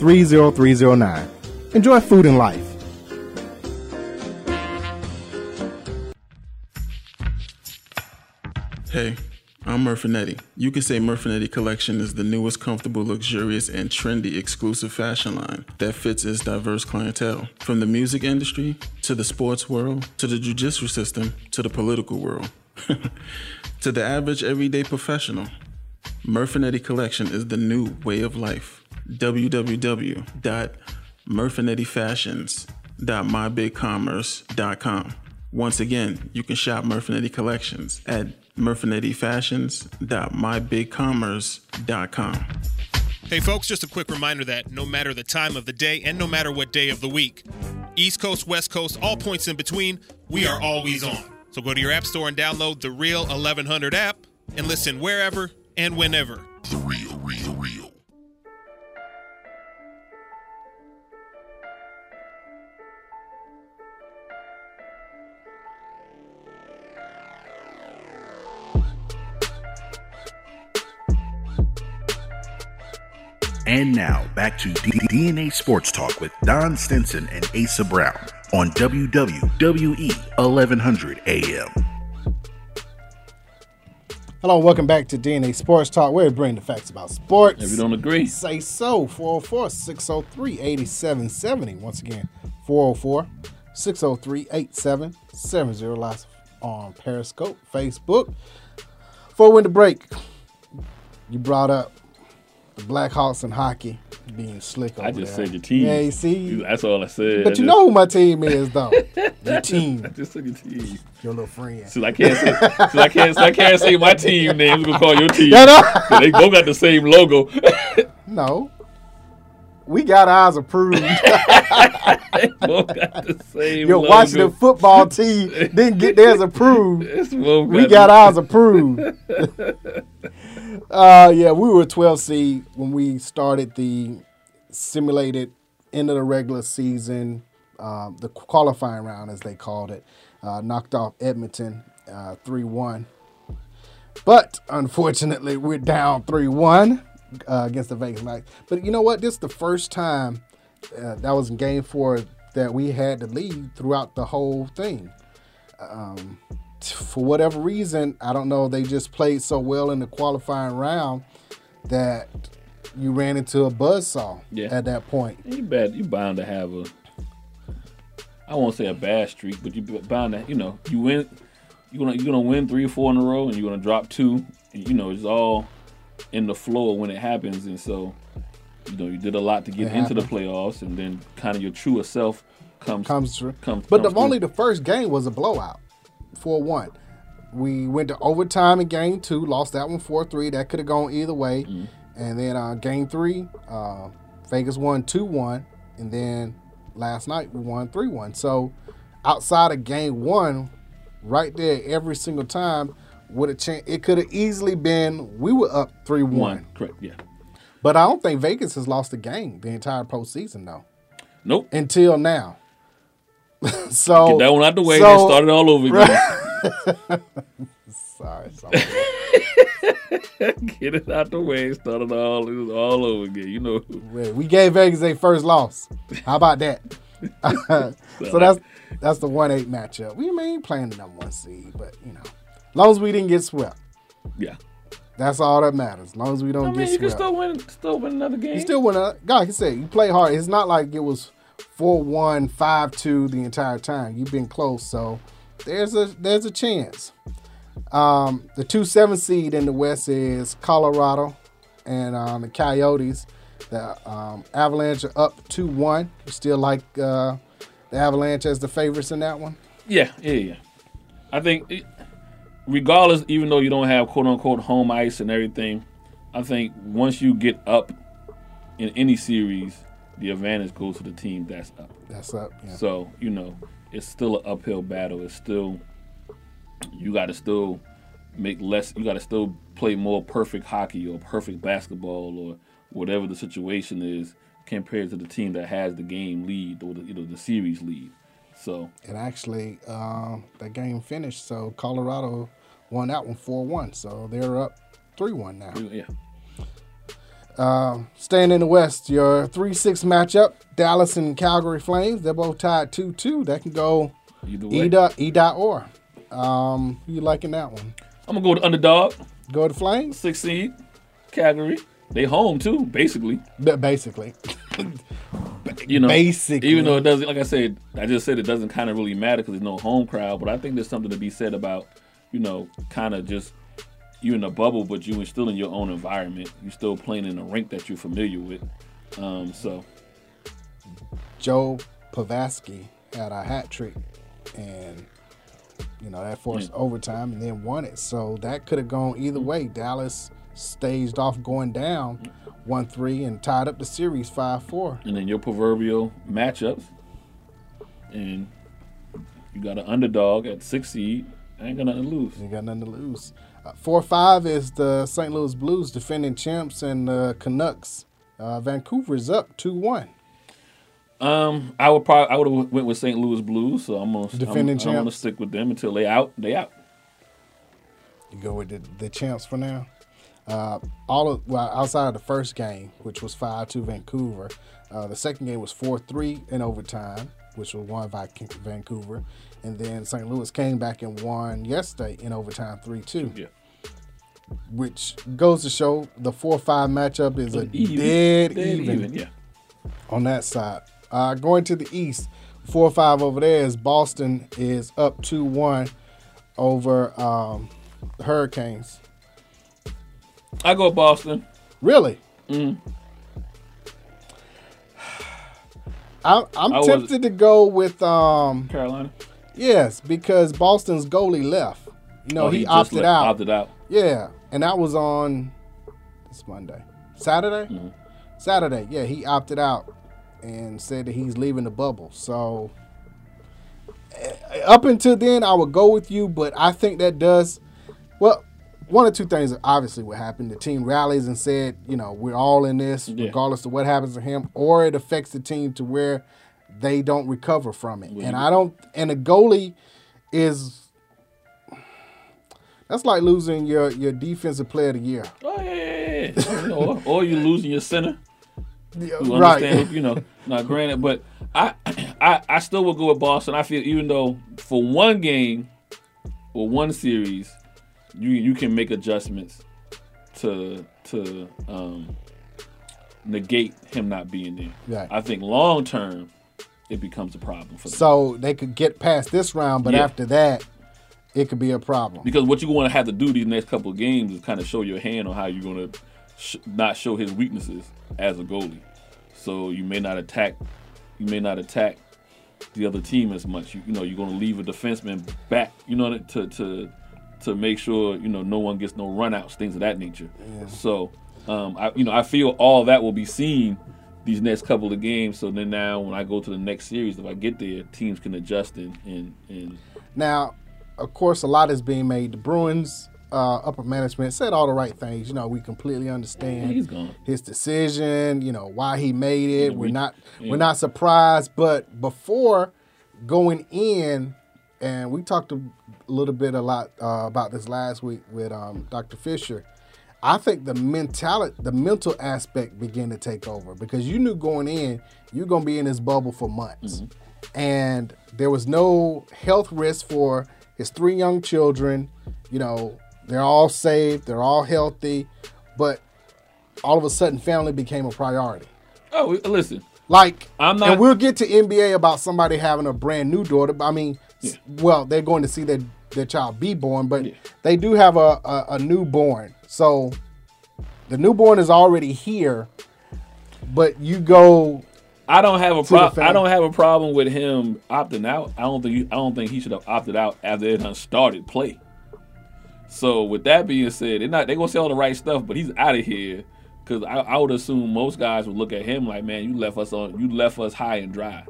S9: 30309. Enjoy food and life.
S10: Hey, I'm Murfinetti. You can say Murfinetti Collection is the newest, comfortable, luxurious, and trendy exclusive fashion line that fits its diverse clientele. From the music industry, to the sports world, to the judicial system, to the political world, to the average everyday professional, Murfinetti Collection is the new way of life. www.murfinettifashions.mybigcommerce.com. Once again, you can shop Murfinetti Collections at murfinettifashions.mybigcommerce.com.
S11: Hey, folks, just a quick reminder that no matter the time of the day and no matter what day of the week, East Coast, West Coast, all points in between, we are always on. So go to your App Store and download the Real 1100 app and listen wherever and whenever.
S12: And now back to D- D- DNA Sports Talk with Don Stinson and Asa Brown on E WWE 1100 AM.
S5: Hello, welcome back to DNA Sports Talk, where we bring the facts about sports.
S6: If you don't agree,
S5: Say so, 404 603 8770. oh. Once again, 404 603 8770. oh. Live on Periscope, Facebook. Before winter break, you brought up the Blackhawks and hockey being slick over
S6: I just
S5: there.
S6: said your team.
S5: Yeah, you see.
S6: That's all I said. I
S5: But you
S6: just-
S5: know who my team is, though. Your team,
S6: I just said your team.
S5: your little friend.
S6: Since I can't say, since I can't, since I can't say my team name, we're gonna call your team. Cause they both got the same logo.
S5: No. We got ours approved.
S6: both got the same
S5: Your
S6: logo.
S5: Washington football team didn't get theirs approved.
S6: It's both
S5: We
S6: got
S5: got ours approved. uh, yeah, we were 12 seed when we started the simulated end of the regular season, um, the qualifying round, as they called it. Uh, knocked off Edmonton 3 1. But unfortunately, we're down 3 1 uh, against the Vegas Knights. But you know what? This is the first time uh, that was in game four that we had to lead throughout the whole thing Um, for whatever reason, I don't know, they just played so well in the qualifying round that you ran into a buzzsaw
S6: Yeah.
S5: at that point.
S6: You bad. You bound to have a. I won't say a bad streak, but you bound to. You know, you win. You gonna you gonna win three or four in a row, and you're gonna drop two. And, you know, it's all in the flow when it happens, and so you know you did a lot to get
S5: It
S6: into the playoffs, and then kind of your truer self comes
S5: Comes through.
S6: comes-
S5: but the,
S6: comes
S5: only
S6: through.
S5: the first game was a blowout, 4 1. We went to overtime in game two, lost that one 4 3. That could have gone either way. And then uh, game three, uh, Vegas won 2 1. And then last night, we won 3 1. So outside of game one, right there every single time with a chance. It could have easily been we were up three
S6: one
S5: one,
S6: correct yeah.
S5: but I don't think Vegas has lost a game the entire postseason though
S6: Nope.
S5: until now. so
S6: Get that one out the way
S5: so-
S6: and start it all over again.
S5: Sorry, sorry.
S6: Get it out the way and start it all it was all over again. You know,
S5: we we gave Vegas their first loss. How about that? so that's that's the one eight matchup. We may ain't playing the number one seed, but you know, as long as we didn't get swept,
S6: yeah.
S5: that's all that matters. As long as we don't
S6: I
S5: get
S6: mean, you
S5: swept,
S6: can still win, still win another game.
S5: You still went up. God, like I said, you play hard. It's not like it was 4 1, 5 2 the entire time. You've been close, so there's a there's a chance. Um, the 2 7 seed in the West is Colorado and um, the Coyotes. The um, Avalanche are up 2 1. You still like uh, the Avalanche as the favorites in that one?
S6: Yeah, yeah, yeah. I think, it, regardless, even though you don't have quote unquote home ice and everything, I think once you get up in any series, the advantage goes to the team that's up.
S5: That's up. Yeah.
S6: So you know, it's still an uphill battle. It's still you got to still make less. You got to still play more perfect hockey or perfect basketball or whatever the situation is compared to the team that has the game lead or the, you know the series lead. So
S5: And actually, um, that game finished, so Colorado won that one 4 1. So they're up 3 1 now.
S6: yeah,
S5: Um, staying in the West, your 3 6 matchup Dallas and Calgary Flames. They're both tied 2 2. That can go
S6: Either way.
S5: E dot E dot or. Um, who you liking that one?
S6: I'm gonna go with underdog,
S5: Go to Flames?
S6: six seed, Calgary. They home too, basically.
S5: Ba- Basically.
S6: You know,
S5: Basically.
S6: Even though it doesn't, like I said, I just said it doesn't kind of really matter because there's no home crowd. But I think there's something to be said about, you know, kind of just you in a bubble, but you are still in your own environment. You're still playing in a rink that you're familiar with. Um, so
S5: Joe Pavaski had a hat trick and you know that forced overtime and then won it. So that could have gone either way. Dallas staged off going down one three and tied up the series five four.
S6: and then your proverbial matchups. And you got an underdog at six seed. I ain't gonna lose.
S5: You got nothing to lose. Uh, four five is the St. Louis Blues defending champs and the Canucks. Uh, Vancouver's up two one.
S6: Um, I would probably I would have went with St. Louis Blues, so I'm gonna
S5: Defending
S6: I'm, I'm gonna
S5: champs.
S6: stick with them until they out. They out.
S5: You go with the, the champs for now. Uh, all of well, outside of the first game, which was five two Vancouver, uh, the second game was four three in overtime, which was won by Can- Vancouver, and then St. Louis came back and won yesterday in overtime three two.
S6: Yeah.
S5: Which goes to show the four five matchup is a
S6: Even.
S5: dead, even
S6: Yeah.
S5: on that side. Uh, going to the east, four or five over there is Boston is up two one over um, the Hurricanes.
S6: I go Boston.
S5: Really?
S6: Mm-hmm.
S5: I, I'm
S6: I was-
S5: tempted to go with um
S6: Carolina.
S5: yes because Boston's goalie left. You know
S6: Oh,
S5: he,
S6: just
S5: opted
S6: let-
S5: out.
S6: Opted out.
S5: Yeah, and that was on this Monday, Saturday, Saturday. Yeah, he opted out and said that he's leaving the bubble. So eh, up until then, I would go with you, but I think that does well. One or two things obviously would happen. The team rallies and said, you know, we're all in this,
S6: Yeah.
S5: regardless of what happens to him, or it affects the team to where they don't recover from it. and I don't. And a goalie is that's like losing your your defensive player of the year.
S6: Oh yeah, yeah, yeah, yeah. or, or you losing your center. who
S5: right.
S6: understand, you know. Now, granted, but I, I, I still will go with Boston. I feel even though for one game or one series, you you can make adjustments to to um, negate him not being there.
S5: Right.
S6: I think long term, it becomes a problem for them.
S5: So they could get past this round, but
S6: Yeah.
S5: after that, it could be a problem.
S6: because what you're going to have to do these next couple of games is kind of show your hand on how you're going to sh- not show his weaknesses as a goalie. So you may not attack, you may not attack the other team as much. You, you know, you're going to leave a defenseman back. You know, to to to make sure you know no one gets no runouts, things of that nature. So, um, I you know I feel all that will be seen these next couple of games. So then now when I go to the next series, if I get there, teams can adjust and and, and
S5: Now, of course, a lot is being made. The Bruins uh, upper management said all the right things. You know, we completely understand
S6: he's gone.
S5: his decision. You know why he made it. we're not we're not surprised. But before going in, and we talked a little bit a lot uh, about this last week with um, Dr. Fisher. I think the mentality, the mental aspect began to take over because you knew going in, you're going to be in this bubble for months. And there was no health risk for his three young children. You know, they're all safe, they're all healthy, but all of a sudden, family became a priority.
S6: oh listen.
S5: Like,
S6: I'm
S5: And
S6: not-
S5: we'll get to NBA about somebody having a brand new daughter. But I mean, s- well, they're going to see their their child be born, but they do have a, a a newborn. So the newborn is already here, but you go
S6: I don't have a
S5: the
S6: problem. I
S5: fan.
S6: don't have a problem with him opting out. I don't think. I don't think he should have opted out after it done started play. So with that being said, they're not. They gonna say all the right stuff, but he's out of here. Cause I, I would assume most guys would look at him like, man, you left us on. You left us high and dry.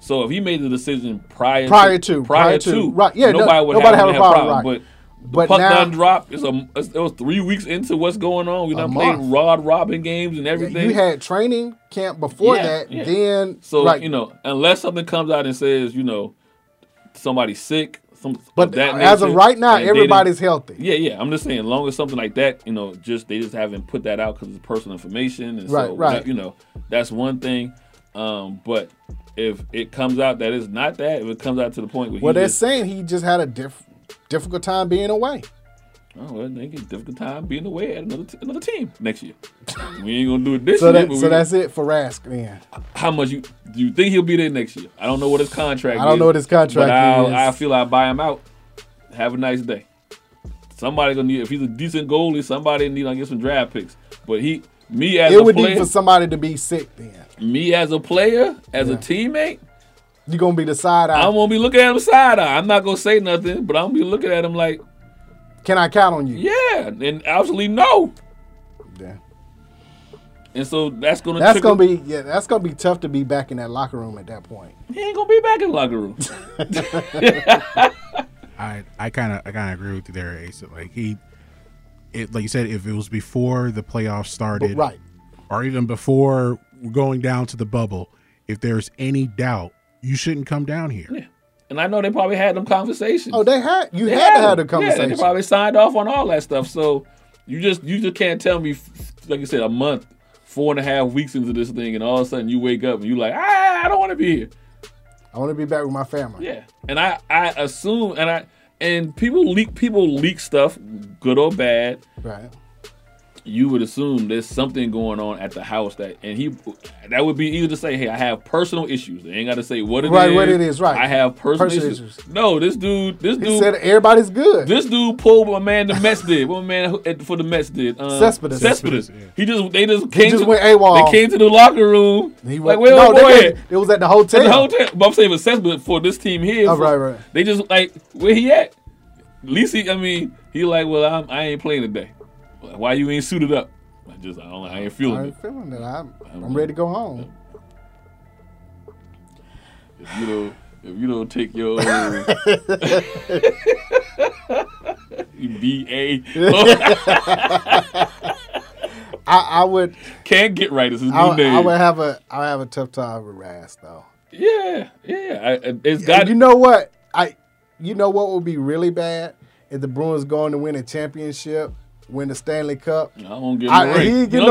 S6: So if he made the decision prior
S5: Mm-hmm. Prior to,
S6: prior,
S5: prior
S6: to,
S5: to, right, yeah, no-
S6: nobody would
S5: nobody
S6: have,
S5: have a
S6: problem.
S5: problem,
S6: But
S5: right.
S6: the
S5: But
S6: puck
S5: now-
S6: done dropped. It's a. It's, it was three weeks into what's going on. We done played
S5: month.
S6: Rod Robin games and everything.
S5: You had training camp before
S6: Yeah,
S5: that.
S6: yeah.
S5: Then
S6: So
S5: right,
S6: you know, unless something comes out and says you know somebody's sick, some
S5: But
S6: that
S5: as of
S6: nature,
S5: right now,
S6: and they didn't-
S5: everybody's healthy.
S6: Yeah, yeah. I'm just saying, as long as something like that, you know, just they just haven't put that out because it's personal information, and
S5: Right,
S6: so
S5: right.
S6: that- you know, that's one thing. Um, but if it comes out that it's not that, if it comes out to the point where
S5: Well,
S6: he
S5: they're
S6: just,
S5: saying he just had a diff- difficult time being away.
S6: oh, well, they get difficult time being away at another t- another team next year. we ain't gonna do it this
S5: So
S6: year.
S5: that
S6: but
S5: so
S6: we-
S5: that's it for Rask then.
S6: how much you do you think he'll be there next year? I don't know what his contract.
S5: I don't
S6: is,
S5: know what his contract
S6: but I'll-
S5: is.
S6: I feel I buy him out. Have a nice day. Somebody gonna need if he's a decent goalie. Somebody need to get some draft picks. But he, me as
S5: It
S6: a
S5: would
S6: player,
S5: be for somebody to be sick then.
S6: me as a player, as a teammate,
S5: You're gonna be the side eye.
S6: I'm gonna be looking at him side eye. I'm not gonna say nothing, but I'm gonna be looking at him like,
S5: Can I count on you?
S6: yeah, and absolutely no.
S5: Yeah.
S6: And so that's gonna
S5: That's
S6: trickle-
S5: gonna be yeah, that's gonna be tough to be back in that locker room at that point.
S6: he ain't gonna be back in the locker room.
S7: I I kind of I kind of agree with you there, Ace. Like he, it like you said, if it was before the playoffs started,
S5: right.
S7: or even before going down to the bubble, if there's any doubt, you shouldn't come down here.
S6: and I know they probably had them conversations.
S5: Oh, they had you
S6: They
S5: had to
S6: them.
S5: have the
S6: Yeah,
S5: conversation.
S6: they probably signed off on all that stuff. So you just you just can't tell me, like you said, a month, four and a half weeks into this thing, and all of a sudden you wake up and you like, ah, I don't want to be here.
S5: I want to be back with my family.
S6: Yeah, and I I assume and I and people leak people leak stuff, good or bad.
S5: Right.
S6: You would assume there's something going on at the house that, and he that would be easy to say, hey, I have personal issues. They ain't got to say what it is.
S5: Right, what it is, right.
S6: I have personal,
S5: Personal
S6: issues.
S5: issues.
S6: No, this dude, this
S5: He
S6: dude
S5: said everybody's good.
S6: This dude pulled what my man the Mets did. What my man who- at- for the Mets did. Um,
S5: Cespedes.
S6: Cespedes.
S7: Cespedes, yeah.
S6: He just they just came
S5: just
S6: to,
S5: went AWOL.
S6: They came to the locker room.
S5: he
S6: like
S5: went,
S6: where
S5: no,
S6: no,
S5: they
S6: boy at?
S5: went- it was at the hotel.
S6: The hotel. But I'm saying with Cespedes for this team here.
S5: Oh,
S6: for-
S5: right, right.
S6: They just like where he at? At least he. I mean, he like well I'm, I ain't playing today. Like, why you ain't suited up? I just I don't I ain't feeling
S5: I
S6: it.
S5: ain't feeling that. I'm, I'm ready to go home.
S6: If you don't if you don't take your uh, BA
S5: I, I would
S6: can't get right. This is his new
S5: I, I
S6: name.
S5: would have a I would have a tough time with Raz though.
S6: Yeah, yeah. I, I- it's
S5: And
S6: got
S5: you know what? I you know what would be really bad if the Bruins going to win a championship, win the Stanley Cup.
S6: I don't get no
S5: I,
S6: ring.
S5: he ain't
S6: You
S5: get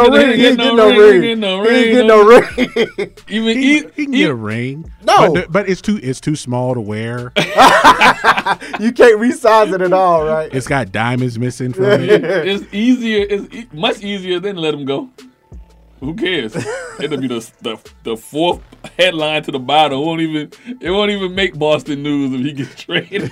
S5: no
S6: don't
S5: ring. He ain't get no ring.
S6: He ain't get no
S5: He ain't
S6: ring.
S5: get no
S6: no-
S5: ring.
S6: Even
S7: He,
S6: e-
S7: he can
S6: e-
S7: get a ring.
S5: No.
S7: but, but it's too it's too small to wear.
S5: You can't resize it at all, right?
S7: It's got diamonds missing from it.
S6: it's easier. It's e- much easier than let him go. Who cares? It'll be the, the the fourth headline to the bottom. It won't even it won't even make Boston news if he gets traded.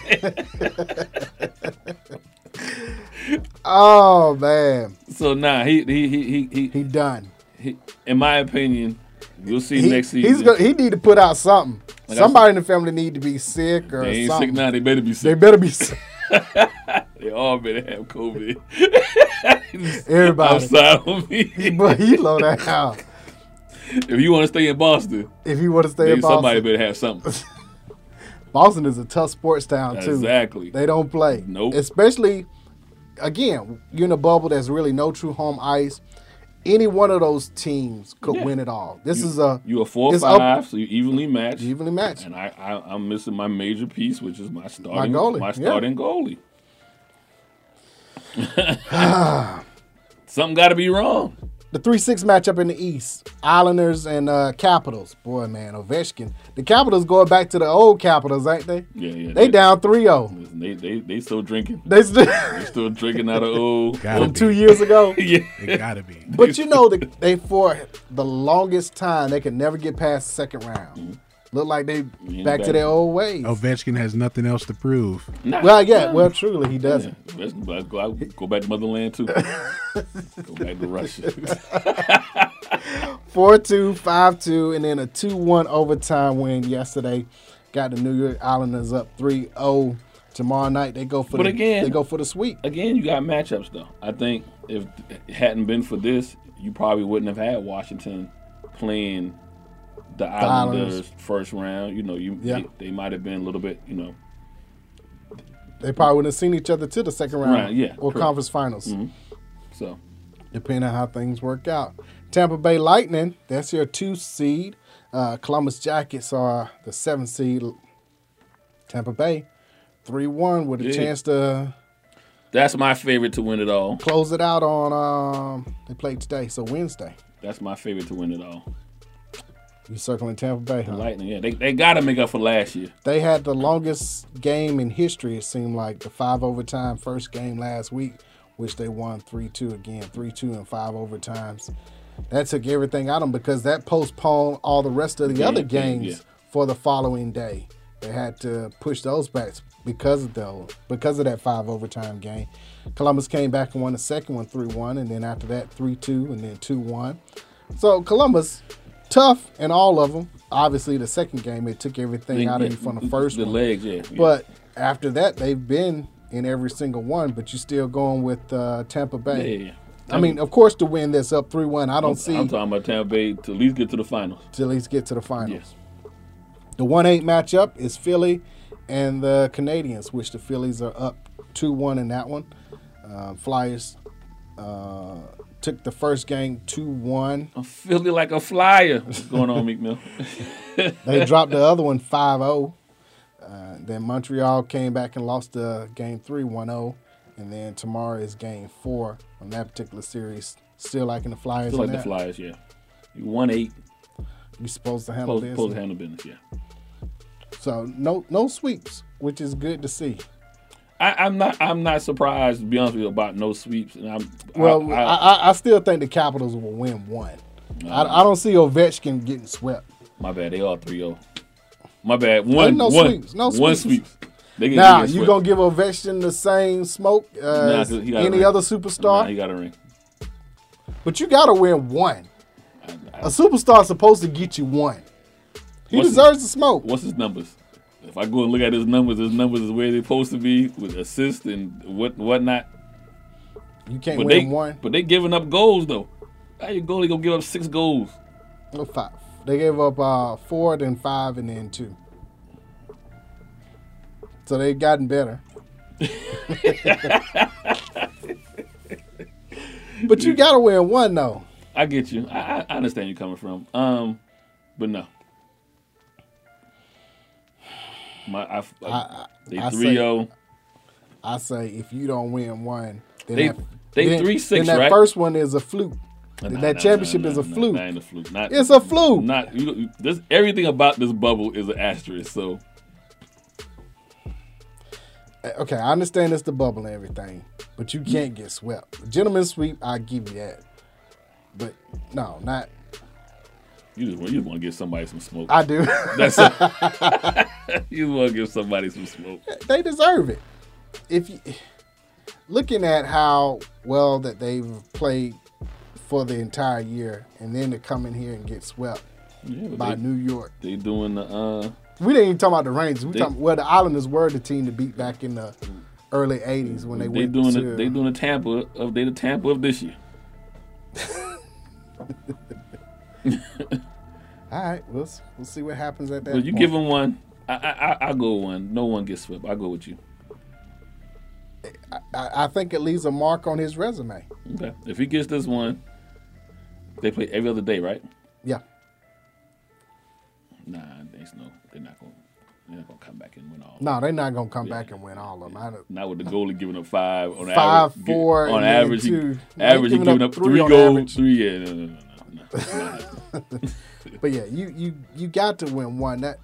S5: Oh man,
S6: so nah, he he he he, he,
S5: he done.
S6: he in my opinion, we'll see
S5: He,
S6: next season.
S5: he's gonna, he need to put out something.
S6: Like I
S5: Somebody in the family need to be sick or
S6: they ain't
S5: something.
S6: sick now. They better be
S5: They
S6: sick.
S5: better be sick.
S6: They all better have COVID.
S5: Everybody.
S6: Outside on me.
S5: but he low down.
S6: If you want to stay in Boston,
S5: If you want to stay
S6: then
S5: in Boston,
S6: somebody better have something.
S5: Boston is a tough sports town too.
S6: Exactly.
S5: They don't play.
S6: Nope.
S5: Especially, again, you're in a bubble that's really no true home ice. Any one of those teams could
S6: Yeah.
S5: win it all. This is a
S6: You are four
S5: it's
S6: five,
S5: up-
S6: so you evenly matched.
S5: evenly matched.
S6: And I, I, I'm missing my major piece, which is my starting my,
S5: goalie, yeah.
S6: starting goalie. Something got to be wrong.
S5: The three six matchup in the East, Islanders and uh, Capitals. Boy, man, Ovechkin. The Capitals going back to the old Capitals, ain't they?
S6: Yeah, yeah.
S5: They down 3-0.
S6: They, they, they still drinking.
S5: They still
S6: They still drinking out of old.
S7: Gotta be.
S5: two years ago.
S6: yeah.
S7: It gotta be.
S5: But you know, the, they for the longest time they could never get past the second round. Look like they back to
S6: back.
S5: their old ways.
S7: Ovechkin has nothing else to prove.
S6: Nah,
S5: Well, yeah, well, truly he doesn't.
S6: Let's, let's go, out- go back to motherland too. go back to Russia.
S5: Four two five two, and then a two one overtime win yesterday. Got the New York Islanders up 3-0. Tomorrow night they go for
S6: But
S5: the
S6: again-
S5: they go for the sweep.
S6: Again, you got matchups though. I think if it hadn't been for this, you probably wouldn't have had Washington playing the Islanders,
S5: Islanders.
S6: first round. You know, you
S5: Yeah.
S6: they, they might have been a little bit, you know,
S5: They probably wouldn't have seen each other to the second round,
S6: Right, yeah,
S5: or
S6: correct. Mm-hmm.
S5: conference finals,
S6: so
S5: depending on how things work out. Tampa Bay Lightning, that's your two seed. Uh, Columbus Jackets are the seven seed. Tampa Bay, three one with a
S6: Yeah.
S5: chance to
S6: That's my favorite to win it all.
S5: close it out on. Um, they played today, so Wednesday.
S6: That's my favorite to win it all.
S5: You circling Tampa Bay? Huh?
S6: Lightning, yeah, they, they gotta make up for last year.
S5: They had the longest game in history, it seemed like, the five overtime first game last week, which they won 3 2 again, 3 2 and five overtimes. That took everything out of them because that postponed all the rest of the other
S6: game,
S5: games
S6: yeah.
S5: for the following day. They had to push those back because of those, because of that five overtime game. Columbus came back and won the second one 3 1, and then after that 3 2, and then 2 1. So Columbus, tough in all of them. Obviously, the second game it took everything out of you from the first
S6: the
S5: one.
S6: legs, yeah. yeah.
S5: But after that, they've been in every single one. But you're still going with uh, Tampa
S6: yeah,
S5: Bay.
S6: yeah, yeah.
S5: I mean, of course, to win this up three one, I don't see
S6: I'm talking about Tampa Bay to at least get to the finals.
S5: to at least get to the finals.
S6: Yes.
S5: The one eight matchup is Philly and the Canadians, which the Phillies are up two one in that one. Uh, Flyers uh, took the first game two one.
S6: I'm feeling like a flyer. What's going on, Meek Mill?
S5: They dropped the other one 5 0. Uh, then Montreal came back and lost the game 3 1 0. And then tomorrow is game four on that particular series. Still liking the Flyers.
S6: Feel like
S5: in
S6: the
S5: that.
S6: Flyers, yeah. You won eight,
S5: You're supposed to handle
S6: post,
S5: this.
S6: post handle business, yeah.
S5: So no no sweeps, which is good to see.
S6: I, I'm not I'm not surprised to be honest with you about no sweeps and I'm
S5: Well, I, I, I, still think the Capitals will win one. I, I don't see Ovechkin getting swept.
S6: my bad, they all 3-0. My bad. One
S5: no
S6: one,
S5: sweeps, no
S6: one
S5: sweeps.
S6: sweeps. They get,
S5: Now,
S6: they get
S5: you
S6: swept.
S5: going to give Ovechkin the same smoke
S6: Nah,
S5: as
S6: 'cause he got a
S5: any
S6: ring.
S5: other
S6: Nah,
S5: superstar?
S6: he got a ring.
S5: But you gotta win one. A superstar's supposed to get you one. He
S6: What's-
S5: deserves the smoke.
S6: What's his numbers? If I go and look at his numbers, his numbers is where they're supposed to be with assists and what whatnot.
S5: You can't win
S6: But they
S5: one.
S6: but they giving up goals though. How you goalie gonna give up six goals?
S5: No, five. They gave up uh, four, then five, and then two. So they've gotten better. but you gotta win one though.
S6: I get you. I, I- I understand you coming from. Um, but no. My, I, I, they
S5: I
S6: three oh. zero.
S5: I say if you don't win one, then
S6: They-
S5: that,
S6: they
S5: then-
S6: 3-6,
S5: Then that
S6: right?
S5: first one is a fluke. Then that championship is a fluke.
S6: Nah, ain't a fluke. Not,
S5: It's a fluke.
S6: Not you, you- this. Everything about this bubble is an asterisk. So
S5: Uh, okay, I understand it's the bubble and everything, but you can't get swept. Gentlemen sweep, I give you that. But no, not
S6: you just want you just want to give somebody some smoke.
S5: I do.
S6: That's it. you want to give somebody some smoke.
S5: they deserve it. If you looking at how well that they've played for the entire year, and then to come in here and get swept
S6: Yeah, but
S5: by
S6: they,
S5: New York,
S6: they doing the uh.
S5: we didn't even talk about the Rangers. We
S6: They-
S5: talking well, the Islanders were the team to beat back in the early '80s when they,
S6: They,
S5: went
S6: doing
S5: to uh,
S6: the, they doing the Tampa of they the Tampa of this year.
S5: All right, we'll s- we'll see what happens at that.
S6: But you
S5: point.
S6: give them one. I I I I'll go one. No one gets swept. I go with you.
S5: I, I think it leaves a mark on his resume.
S6: Okay. If he gets this one, they play every other day, right?
S5: Yeah.
S6: Nah, there's no. They're not going. They're not going to come back and win all.
S5: No, they're not gonna come back and win all of them. I don't-
S6: Not with the goalie giving up five on
S5: Five,
S6: average.
S5: four, and
S6: on
S5: then
S6: average. he-
S5: two. They
S6: average, he
S5: giving
S6: giving
S5: up
S6: up
S5: three
S6: three,
S5: on
S6: goals.
S5: average.
S6: Three. Yeah, no, no, no, no, no. It's not happening.
S5: But yeah, you you you got to win one. That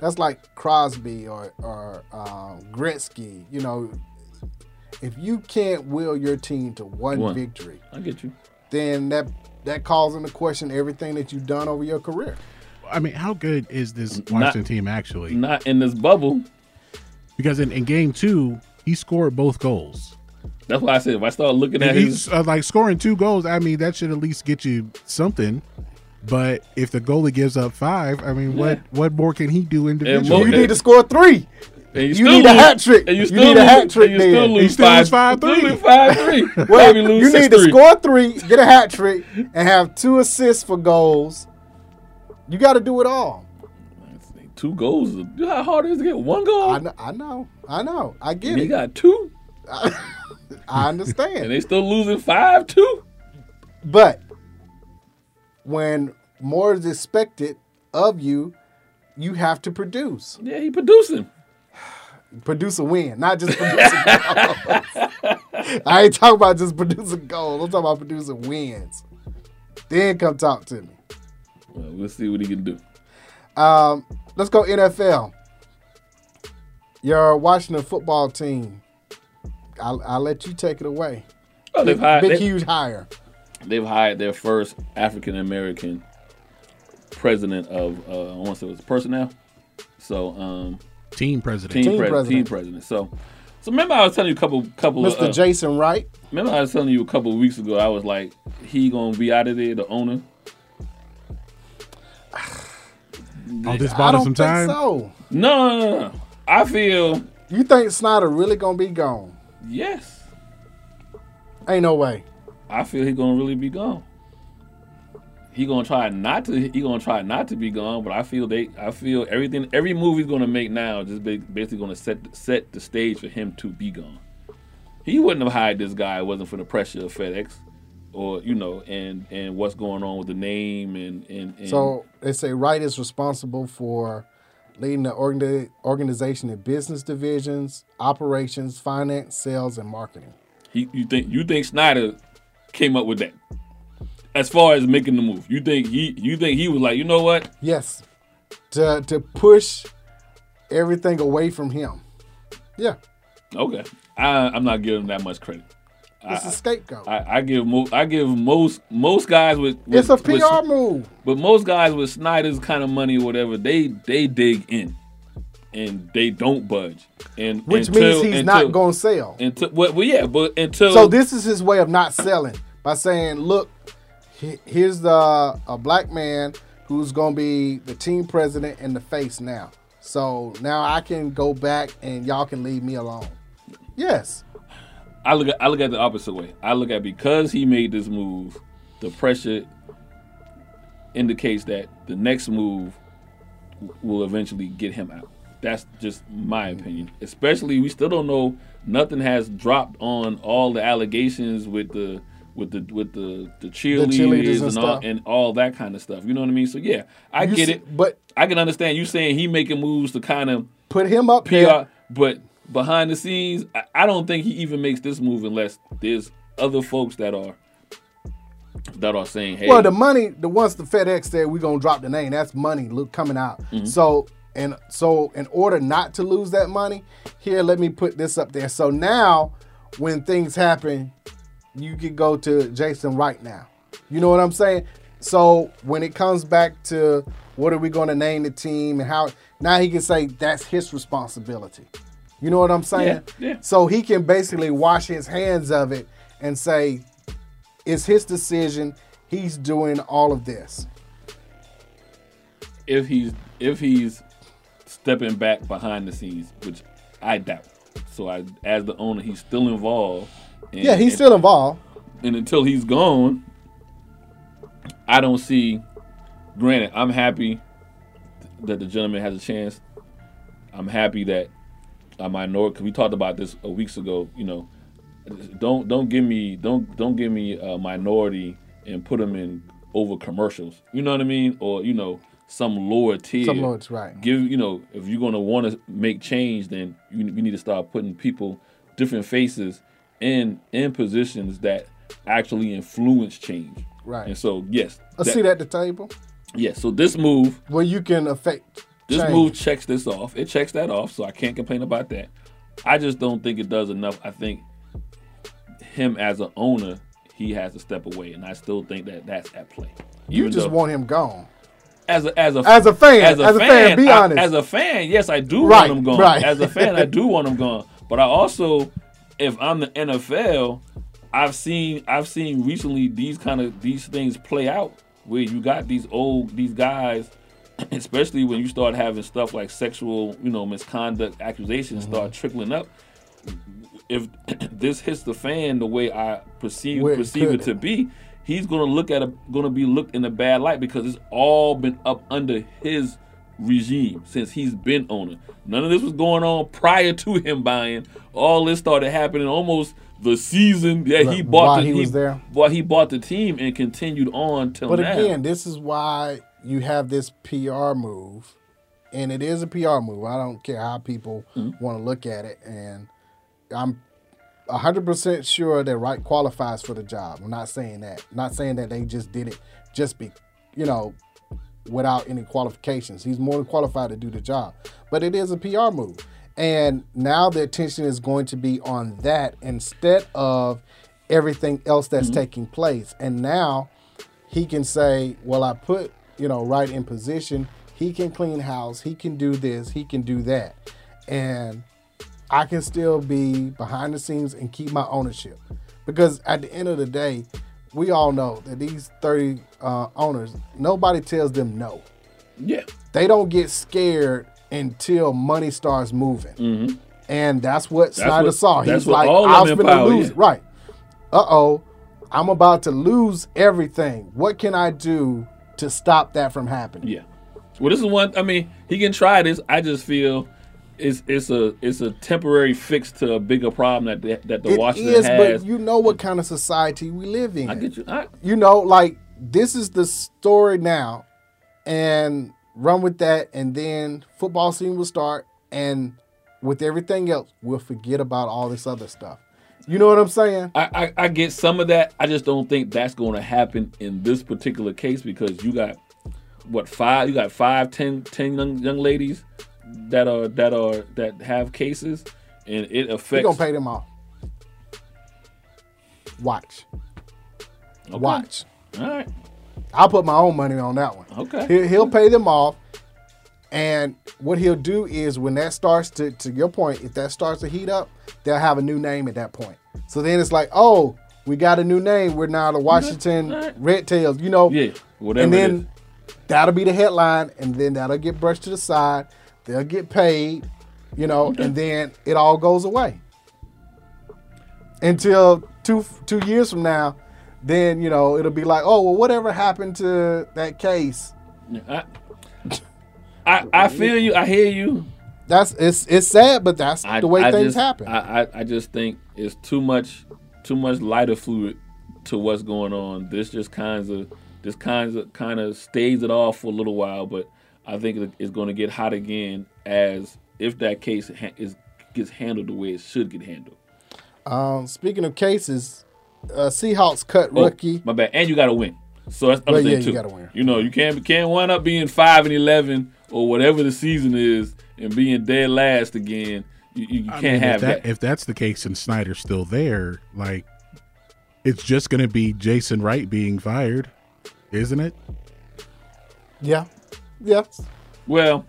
S5: that's like Crosby or or um, Gretzky. You know, if you can't will your team to one,
S6: One.
S5: victory,
S6: I get you.
S5: then that that calls into question everything that you've done over your career.
S7: I mean, how good is this Washington team actually?
S6: Not in this bubble.
S7: Because in, in game two, he scored both goals.
S6: That's why I said if I start looking at
S7: And
S6: his
S7: he's uh, like scoring two goals. I mean, that should at least get you something. But if the goalie gives up five, I mean, what
S6: Yeah.
S7: what more can he do
S6: mo-
S7: individually?
S5: You
S6: Okay.
S5: need to score three.
S6: And
S5: You need a hat trick.
S6: And
S5: You
S6: you still
S5: need a
S6: lose-
S5: hat trick
S6: And you still
S5: then.
S6: lose
S7: You still lose
S6: five,
S7: 5-3.
S6: still lose five three.
S5: Well,
S6: Maybe lose
S5: you need to
S6: 6-3.
S5: score three, get a hat trick, and have two assists for goals. You got to do it all.
S6: Two goals. You know how hard it is to get one goal.
S5: I know, I know, I know, I get
S6: And he
S5: it.
S6: got two,
S5: I
S6: and
S5: understand.
S6: they still losing five two.
S5: But when more is expected of you, you have to produce.
S6: Yeah, he producing.
S5: Producer win, not just producer goals. I ain't talking about just producer goals. I'm talking about producer wins. Then come talk to me.
S3: Well, we'll see what he can do.
S5: Um, let's go NFL. Your Washington football team. I'll, I'll let you take it away.
S3: Oh, they've, hired,
S5: Big,
S3: they,
S5: huge hire.
S3: they've hired their first African American president of, uh, I want to say it was personnel. So, um,
S7: Team president.
S3: team,
S5: Team
S3: pres-
S5: president.
S3: team president. So, so remember I was telling you a couple, couple. of,
S5: Mr.
S3: uh,
S5: Jason Wright.
S3: Remember I was telling you a couple of weeks ago. I was like, he gonna be out of there, the owner.
S7: Oh, this
S5: I
S7: bought us
S5: don't
S7: some
S5: think
S7: time.
S5: so.
S3: No, no, no, no. I feel
S5: You think Snyder really gonna be gone?
S3: yes.
S5: Ain't no way.
S3: I feel he gonna really be gone. He gonna try not to. He gonna try not to be gone. But I feel they. I feel everything. Every move he's gonna make now is just ba- basically gonna set set the stage for him to be gone. He wouldn't have hired this guy. if It wasn't for the pressure of FedEx, or you know, and and what's going on with the name and and, and
S5: So they say Wright is responsible for leading the organ- organization in business divisions, operations, finance, sales, and marketing.
S3: He, you think you think Snyder came up with that? As far as making the move, you think he you think he was like, you know what?
S5: Yes, to to push everything away from him. Yeah,
S3: Okay, I, I'm not giving him that much credit.
S5: it's a scapegoat.
S3: I, I give mo- I give most most guys with, with
S5: it's a
S3: with-
S5: PR move.
S3: but most guys with Snyder's kind of money or whatever, they they dig in, and they don't budge, and
S5: Which
S3: until-
S5: means he's
S3: until-
S5: not going to sell.
S3: Until well, well, yeah, but until
S5: so this is his way of not selling by saying, "Look, he- here's the a black man who's going to be the team president and the face now. So now I can go back and y'all can leave me alone." Yes,
S3: I look at I look at the opposite way. I look at because he made this move, the pressure indicates that the next move w- will eventually get him out. That's just my opinion. Especially we still don't know nothing has dropped on all the allegations with the with the with the the cheerleaders,
S5: cheerleaders and
S3: and, all,
S5: stuff.
S3: and all that kind of stuff. You know what I mean? So yeah, I
S5: You
S3: get
S5: see-
S3: it.
S5: But
S3: I can understand you saying he making moves to kind of
S5: put him up
S3: PR,
S5: there.
S3: but behind the scenes, I, I don't think he even makes this move unless there's other folks that are that are saying, "Hey,
S5: Well, the money, the once the FedEx said we're gonna drop the name, that's money look coming out.
S3: Mm-hmm.
S5: So and so in order not to lose that money, here let me put this up there. So now when things happen, you could go to Jason right now. You know what I'm saying? So when it comes back to what are we gonna name the team and how now he can say that's his responsibility. You know what I'm saying?
S3: Yeah, yeah.
S5: So he can basically wash his hands of it and say it's his decision. He's doing all of this.
S3: if he's if he's stepping back behind the scenes, which I doubt." So I, as the owner, he's still involved. And,
S5: Yeah, he's
S3: and-
S5: still involved.
S3: and until he's gone, I don't see. Granted, I'm happy that the gentleman has a chance. I'm happy that a minority. Cause we talked about this a weeks ago. You know, don't don't give me don't don't give me a minority and put them in over commercials. You know what I mean? Or you know some lower tier.
S5: Some lower- right.
S3: Give you know if you're gonna want to make change, then you, we need to start putting people, different faces, in in positions that actually influence change.
S5: Right.
S3: And so yes,
S5: A seat at the table
S3: yes. So this move
S5: where you can affect.
S3: this
S5: change.
S3: move checks this off. It checks that off, so I can't complain about that. I just don't think it does enough. I think him as an owner, he has to step away, and I still think that that's at play.
S5: You
S3: Even
S5: just
S3: though-
S5: want him gone.
S3: as a as a
S5: As a fan, as a fan, be
S3: I-
S5: honest.
S3: as a fan, yes, I do
S5: Right,
S3: want him gone.
S5: right.
S3: As a fan, I do want him gone. But I also, if I'm the NFL, I've seen I've seen recently these kind of these things play out where you got these old these guys, especially when you start having stuff like sexual you know misconduct accusations
S5: Mm-hmm.
S3: start trickling up. If this hits the fan the way I perceive
S5: Where it
S3: perceive
S5: could.
S3: it to be, he's gonna look at a gonna be looked in a bad light because it's all been up under his regime since he's been owner. None of this was going on prior to him buying. All this started happening almost the season that he
S5: Right,
S3: bought.
S5: while
S3: the,
S5: he was there.
S3: While he bought the team and continued on till
S5: But
S3: now.
S5: again, this is why you have this PR move and it is a PR move. I don't care how people want to look at it, and I'm 100% sure that Wright qualifies for the job. I'm not saying that. not saying that they just did it just be, you know, without any qualifications. He's more than qualified to do the job. But it is a PR move. And now the attention is going to be on that instead of everything else that's taking place. And now he can say, well, I put, you know, right in position. He can clean house. He can do this. He can do that. And I can still be behind the scenes and keep my ownership. Because at the end of the day, we all know that these 30 uh, owners, nobody tells them no.
S6: Yeah.
S5: They don't get scared until money starts moving. And that's what Snyder
S6: what-
S5: saw.
S6: Mm-hmm. that's
S5: He's
S6: what
S5: like,
S6: all
S5: I'm
S6: them
S5: going to
S6: power
S5: lose.
S6: is."
S5: Right. Uh oh. I'm about to lose everything. What can I do to stop that from happening?
S6: Yeah. Well, this is one. I mean, he can try this. I just feel it's it's a it's a temporary fix to a bigger problem that the, that the
S5: It
S6: Washington
S5: is,
S6: has.
S5: but you know what kind of society we live in.
S6: I get you. I,
S5: you know, like this is the story now, and run with that, and then football season will start, and with everything else, we'll forget about all this other stuff. You know what I'm saying?
S6: I, I, I get some of that. I just don't think that's going to happen in this particular case because you got what five? You got five, ten, ten young young ladies that are that are that have cases, and it
S5: We're
S6: affects.
S5: gonna pay them off. Watch,
S6: Okay.
S5: watch.
S6: All right.
S5: I'll put my own money on that one.
S6: Okay.
S5: He, he'll pay them off. And what he'll do is when that starts to, to your point, if that starts to heat up, they'll have a new name at that point. So then it's like, oh, we got a new name. We're now the Washington
S6: Alright.
S5: Red Tails, you know?
S6: Yeah. Whatever.
S5: and
S6: it is.
S5: then that'll be the headline, and then that'll get brushed to the side. They'll get paid, you know, and then it all goes away until two two years from now. Then you know it'll be like, oh well, whatever happened to that case?
S6: I, I I feel you. I hear you.
S5: That's it's it's sad, but that's
S6: I,
S5: the way
S6: I
S5: things
S6: just,
S5: happen.
S6: I, I I just think it's too much too much lighter fluid to what's going on. This just kinds of this kinds of kind of stays it off for a little while, but I think it- it's going to get hot again as if that case ha- is gets handled the way it should get handled.
S5: um, speaking of cases, uh, Seahawks cut
S6: Oh,
S5: rookie.
S6: my bad. And you got to win. So that's the other
S5: Well,
S6: thing
S5: yeah, you
S6: too.
S5: gotta win.
S6: You know, you can't can't wind up being five and eleven or whatever the season is and being dead last again. You, you, you
S7: I
S6: can't
S7: mean,
S6: have
S7: if that,
S6: that.
S7: If that's the case and Snyder's still there, like it's just going to be Jason Wright being fired, isn't it?
S5: Yeah, yeah.
S6: Well,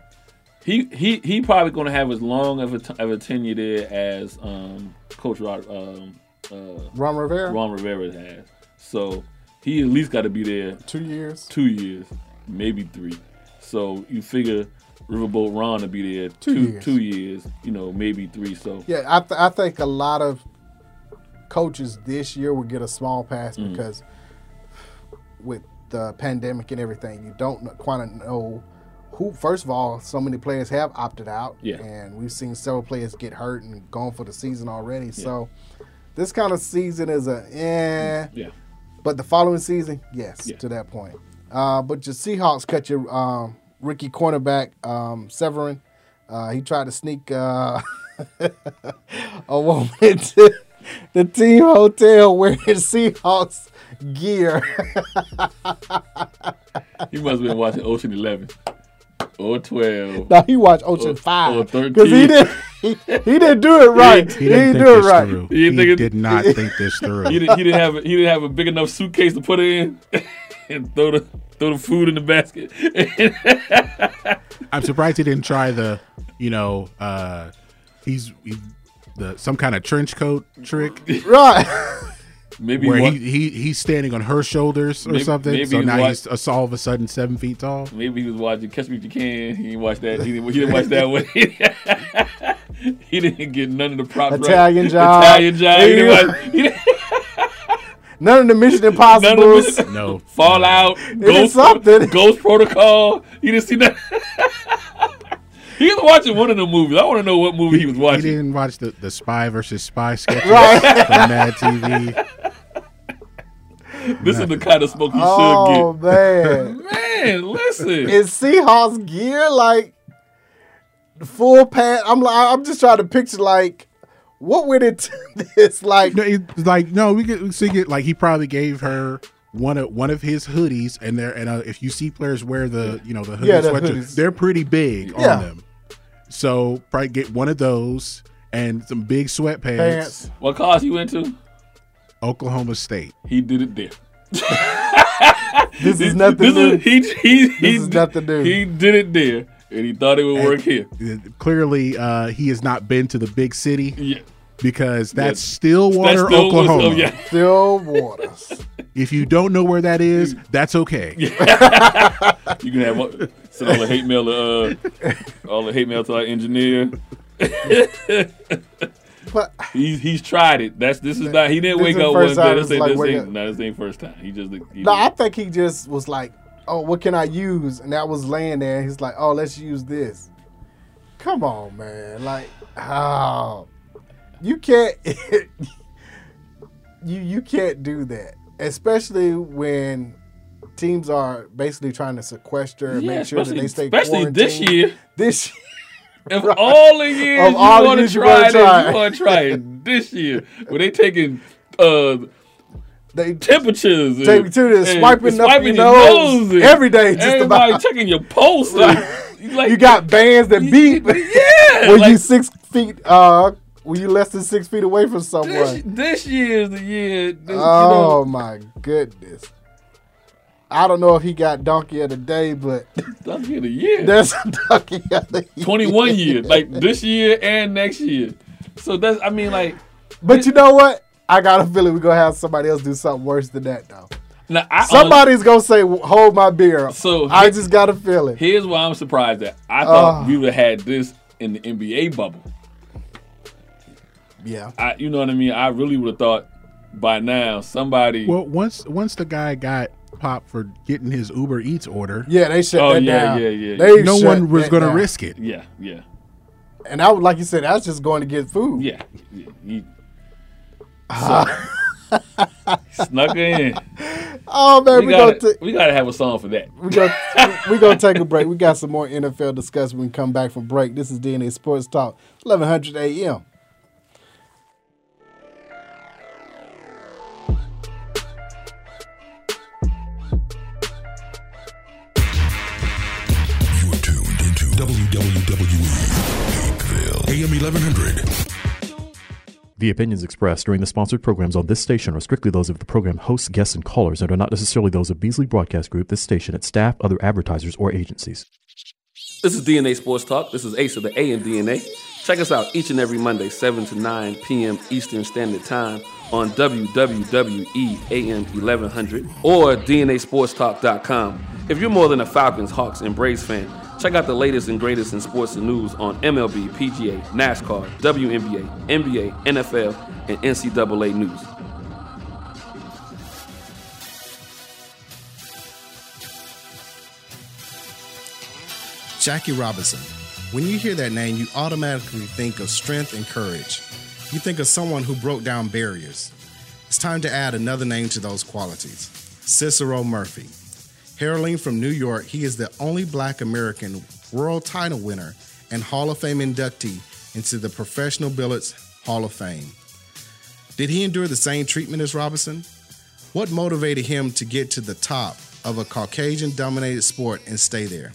S6: he he he probably gonna have as long of a t- of a tenure there as um, Coach Rod, um, uh,
S5: Ron Rivera,
S6: Ron Rivera has. So he at least got to be there
S5: two years,
S6: two years, maybe three. So you figure Riverboat Ron to be there
S5: Two
S6: two
S5: years.
S6: two years, you know, maybe three. So
S5: Yeah, I, th- I think a lot of coaches this year will get a small pass because with the pandemic and everything, you don't kn- quite know who. First of all, so many players have opted out,
S6: Yeah.
S5: and we've seen several players get hurt and gone for the season already. So this kind of season is a eh,
S6: yeah,
S5: but the following season, yes,
S6: Yeah.
S5: to that point. Uh, but your Seahawks cut your um, rookie cornerback um, Severin. Uh, he tried to sneak uh, a woman into the team hotel wearing Seahawks gear.
S6: you must have been watching Ocean Eleven or Twelve.
S5: now he watched Ocean
S6: Or- or
S5: Five
S6: 13.
S5: because he didn't he, he didn't do it right. He, didn't, do it right.
S7: through.
S6: He
S7: He,
S6: didn't think it-
S7: did not think this through.
S6: He didn't, he didn't have a, he didn't have a big enough suitcase to put it in and throw the throw the food in the basket.
S7: I'm surprised he didn't try the, you know, uh he's he, the some kind of trench coat trick
S5: Right.
S6: maybe
S7: where
S6: wa-
S7: he, he he's standing on her shoulders or
S6: Maybe-
S7: something.
S6: maybe
S7: so
S6: he's
S7: now
S6: wa-
S7: he's uh, all of a sudden seven feet tall.
S6: Maybe he was watching Catch Me If You Can. He didn't watch that. He didn't, he didn't watch that one. he didn't get none of the props. right.
S5: Italian Job.
S6: Italian job. He didn't watch, he didn't,
S5: None of the Mission
S6: none of
S5: Impossibles.
S6: it.
S7: No
S6: Fallout. Ghost,
S5: something.
S6: Ghost Protocol. He didn't see that. he was watching one of the movies. I want to know what movie he was
S7: He
S6: watching.
S7: didn't watch the, the spy versus spy sketch right. from Mad TV.
S6: This is the kind of smoke he
S5: Oh
S6: should
S5: man,
S6: get. Man, listen.
S5: is Seahawks gear like? the full pad. I'm like, I'm just trying to picture like what went into this. Like,
S7: No, it's like no, we could see it. Like he probably gave her one of one of his hoodies, and there and uh, if you see players wear the you know the hoodies,
S5: Yeah, the
S7: sweatshirt,
S5: hoodies.
S7: they're pretty big
S5: Yeah.
S7: on them. So probably get one of those and some big sweatpants.
S5: Pants.
S6: What college you went to?
S7: Oklahoma State.
S6: He did it there.
S5: this is nothing new.
S6: This is, he, he, he,
S5: is nothing new.
S6: He did it there, and he thought it would work here.
S7: Uh, Clearly, uh, he has not been to the big city
S6: Yeah.
S7: because that's
S6: Yeah.
S7: Stillwater,
S6: still was-
S7: Oklahoma.
S6: oh, yeah.
S5: Still waters.
S7: If you don't know where that is,
S5: Mm.
S7: that's okay.
S6: You can have one- send all the hate mail to uh, all the hate mail to our engineer.
S5: But
S6: He's he's tried it. That's this is not. He didn't
S5: This
S6: wake
S5: is
S6: up one day.
S5: first time,
S6: This
S5: it's
S6: ain't
S5: like,
S6: this
S5: wake
S6: ain't
S5: up.
S6: no, this ain't first time. He just he
S5: no, I
S6: just-
S5: think he just was like, oh, what can I use? And that was laying there. He's like, oh, let's use this. Come on, man. Like, oh, you can't. you you can't do that, especially when teams are basically trying to sequester and
S6: Yeah,
S5: make sure that
S6: especially-
S5: they stay
S6: especially this
S5: quarantined.
S6: year.
S5: This year.
S6: If all the years
S5: Of
S6: you
S5: all the
S6: want to
S5: years you
S6: try
S5: wanna
S6: it,
S5: try.
S6: you want to try it this year. Where they taking uh,
S5: They
S6: temperatures, and-
S5: Take me to this,
S6: and
S5: swiping up your nose
S6: and
S5: every day, just
S6: everybody
S5: about.
S6: checking your pulse. and, like,
S5: you got bands that beep.
S6: yeah.
S5: when
S6: like,
S5: you six feet, uh, when you less than six feet away from someone.
S6: this, this year is the year. This,
S5: Oh my goodness. I don't know if he got donkey of the day, but
S6: you know, donkey of the year.
S5: that's a donkey of the year.
S6: 21 year, like this year and next year. So that's, I mean, like,
S5: But you know what? I got a feeling we're gonna have somebody else do something worse than that though.
S6: now I honestly-
S5: Somebody's gonna say, "Hold my beer." up."
S6: So-
S5: I just Ah. got a feeling.
S6: Here's why I'm surprised that I thought we would have had this in the NBA bubble.
S5: yeah,
S6: I, you know what I mean? I really would have thought by now somebody.
S7: Well, once once the guy got popped for getting his Uber Eats order,
S5: yeah, they shut
S6: Oh,
S5: that
S6: yeah,
S5: down.
S6: yeah, yeah,
S5: They
S7: no
S5: shut
S7: one was
S5: that
S7: going to
S5: down.
S7: risk it.
S6: yeah, yeah,
S5: And I would, like you said, I was just going to get food.
S6: yeah. yeah you-
S5: Ah.
S6: so, snuck her in.
S5: Oh man,
S6: We,
S5: we,
S6: gotta,
S5: gonna t-
S6: we gotta have a song for that.
S5: we gonna we gonna take a break. We got some more NFL discussion when we come back from break. This is DNA Sports Talk, eleven hundred a.m.
S13: You are tuned into WWE Hapeville. AM 1100.
S3: The opinions expressed during the sponsored programs on this station are strictly those of the program hosts, guests, and callers and are not necessarily those of Beasley Broadcast Group, this station, its staff, other advertisers, or agencies.
S12: This is DNA Sports Talk. This is Ace of the A and DNA. Check us out each and every Monday, 7 to 9 p.m. Eastern Standard Time on E WWE AM 1100 or DNASportsTalk.com. If you're more than a Falcons, Hawks, and Braves fan, check out the latest and greatest in sports and news on MLB, PGA, NASCAR, WNBA, NBA, NFL, and NCAA news.
S14: Jackie Robinson. When you hear that name, you automatically think of strength and courage. You think of someone who broke down barriers. It's time to add another name to those qualities Cicero Murphy. Hailing from New York, he is the only black American world title winner and Hall of Fame inductee into the Professional Billiards Hall of Fame. Did he endure the same treatment as Robinson? What motivated him to get to the top of a Caucasian dominated sport and stay there?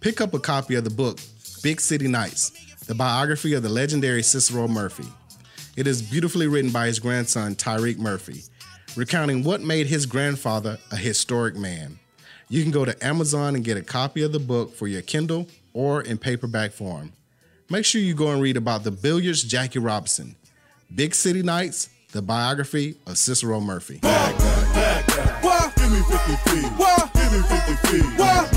S14: pick up a copy of the book Big City Nights, the biography of the legendary Cicero Murphy. It is beautifully written by his grandson, Tyreek Murphy, recounting what made his grandfather a historic man. You can go to Amazon and get a copy of the book for your Kindle or in paperback form. Make sure you go and read about the billiards Jackie Robinson, Big City Nights, the biography of Cicero Murphy.
S13: Give me 50 feet. Give me 50 feet. Give me 50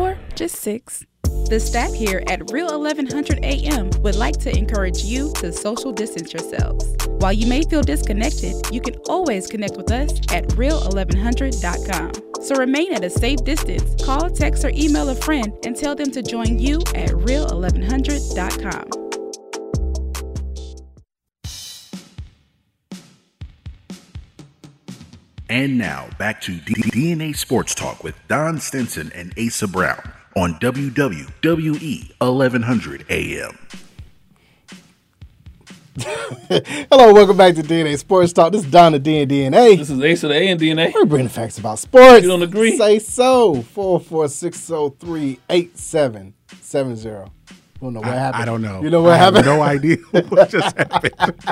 S12: Or just six. The staff here at Real 1100 AM would like to encourage you to social distance yourselves. While you may feel disconnected, you can always connect with us at real1100.com. So remain at a safe distance. Call, text, or email a friend and tell them to join you at real1100.com.
S15: And now back to D- DNA Sports Talk with Don Stinson and Asa Brown
S16: on E WWE 1100 AM.
S5: Hello, welcome back to DNA Sports Talk. This is Don the D and DNA. This
S3: is Ace of the A and DNA.
S5: We're bringing facts about sports.
S3: You don't agree?
S5: Say so. 446038770. Don't know what
S7: I-
S5: happened.
S7: I don't know.
S5: You know what
S7: I have
S5: happened?
S7: no idea what just happened.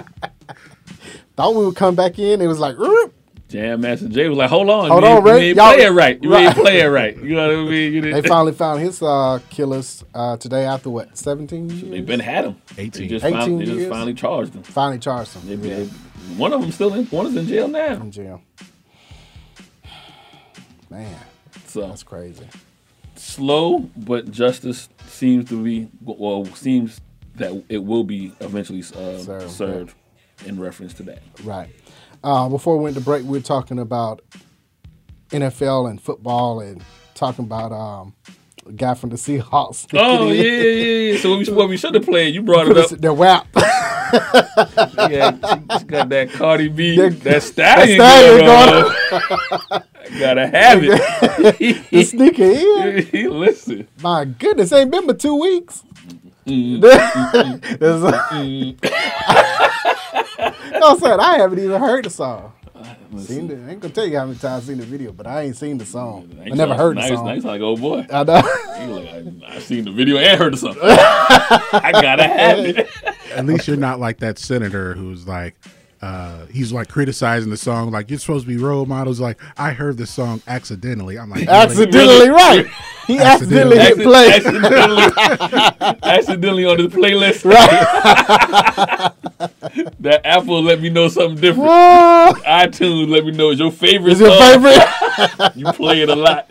S5: Thought we would come back in. It was like, "Roop."
S3: Jam Master Jay was like, "Hold on,
S5: Hold
S3: you
S5: on,
S3: ain't,
S5: Rick.
S3: you ain't
S5: Y'all-
S3: play it right. You ain't
S5: Right.
S3: play it right. You know what I mean? You
S5: they
S3: didn't-
S5: finally found his uh, killers uh, today after what, 17 years?
S3: They've been had him. 18. They just, fin-
S5: 18
S3: they just
S5: years?
S3: finally charged him.
S5: Finally charged him.
S3: They- they- one of them still in. One is in jail now.
S5: In jail. Man,
S3: so
S5: that's crazy.
S3: Slow, but justice seems to be well seems that it will be eventually uh,
S5: Served,
S3: served in reference to that.
S5: Right. Uh, before we went to break, we were talking about NFL and football and talking about um, a guy from the Seahawks.
S3: Oh yeah, yeah, yeah. So what we, what we should have played, you brought it up.
S5: The rap.
S3: Yeah, she got that Cardi B,
S5: That-
S3: that, stallion,
S5: that stallion
S3: going on. Gotta have it.
S5: the sneaker in.
S3: Listen,
S5: My goodness, ain't been but two weeks. There's a- no, I'm saying I haven't even heard the song. Seen the, I ain't gonna tell you how many times I've seen the video, but I ain't seen the song. I never heard the
S3: nice,
S5: song.
S3: Nice, like old boy.
S5: I know.
S3: You like, I, I seen the video and heard the song. I gotta have it.
S7: At least you're not like that senator who's like, uh, he's like criticizing the song, like you're supposed to be role models. Like I heard this song accidentally. I'm like, really?
S5: Accidentally, right? He accidentally hit play.
S3: Accidentally, accidentally on this playlist. Right. that Apple let me know something different. iTunes let me know it's your favorite.
S5: Is your
S3: song.
S5: favorite?
S3: you play it a lot.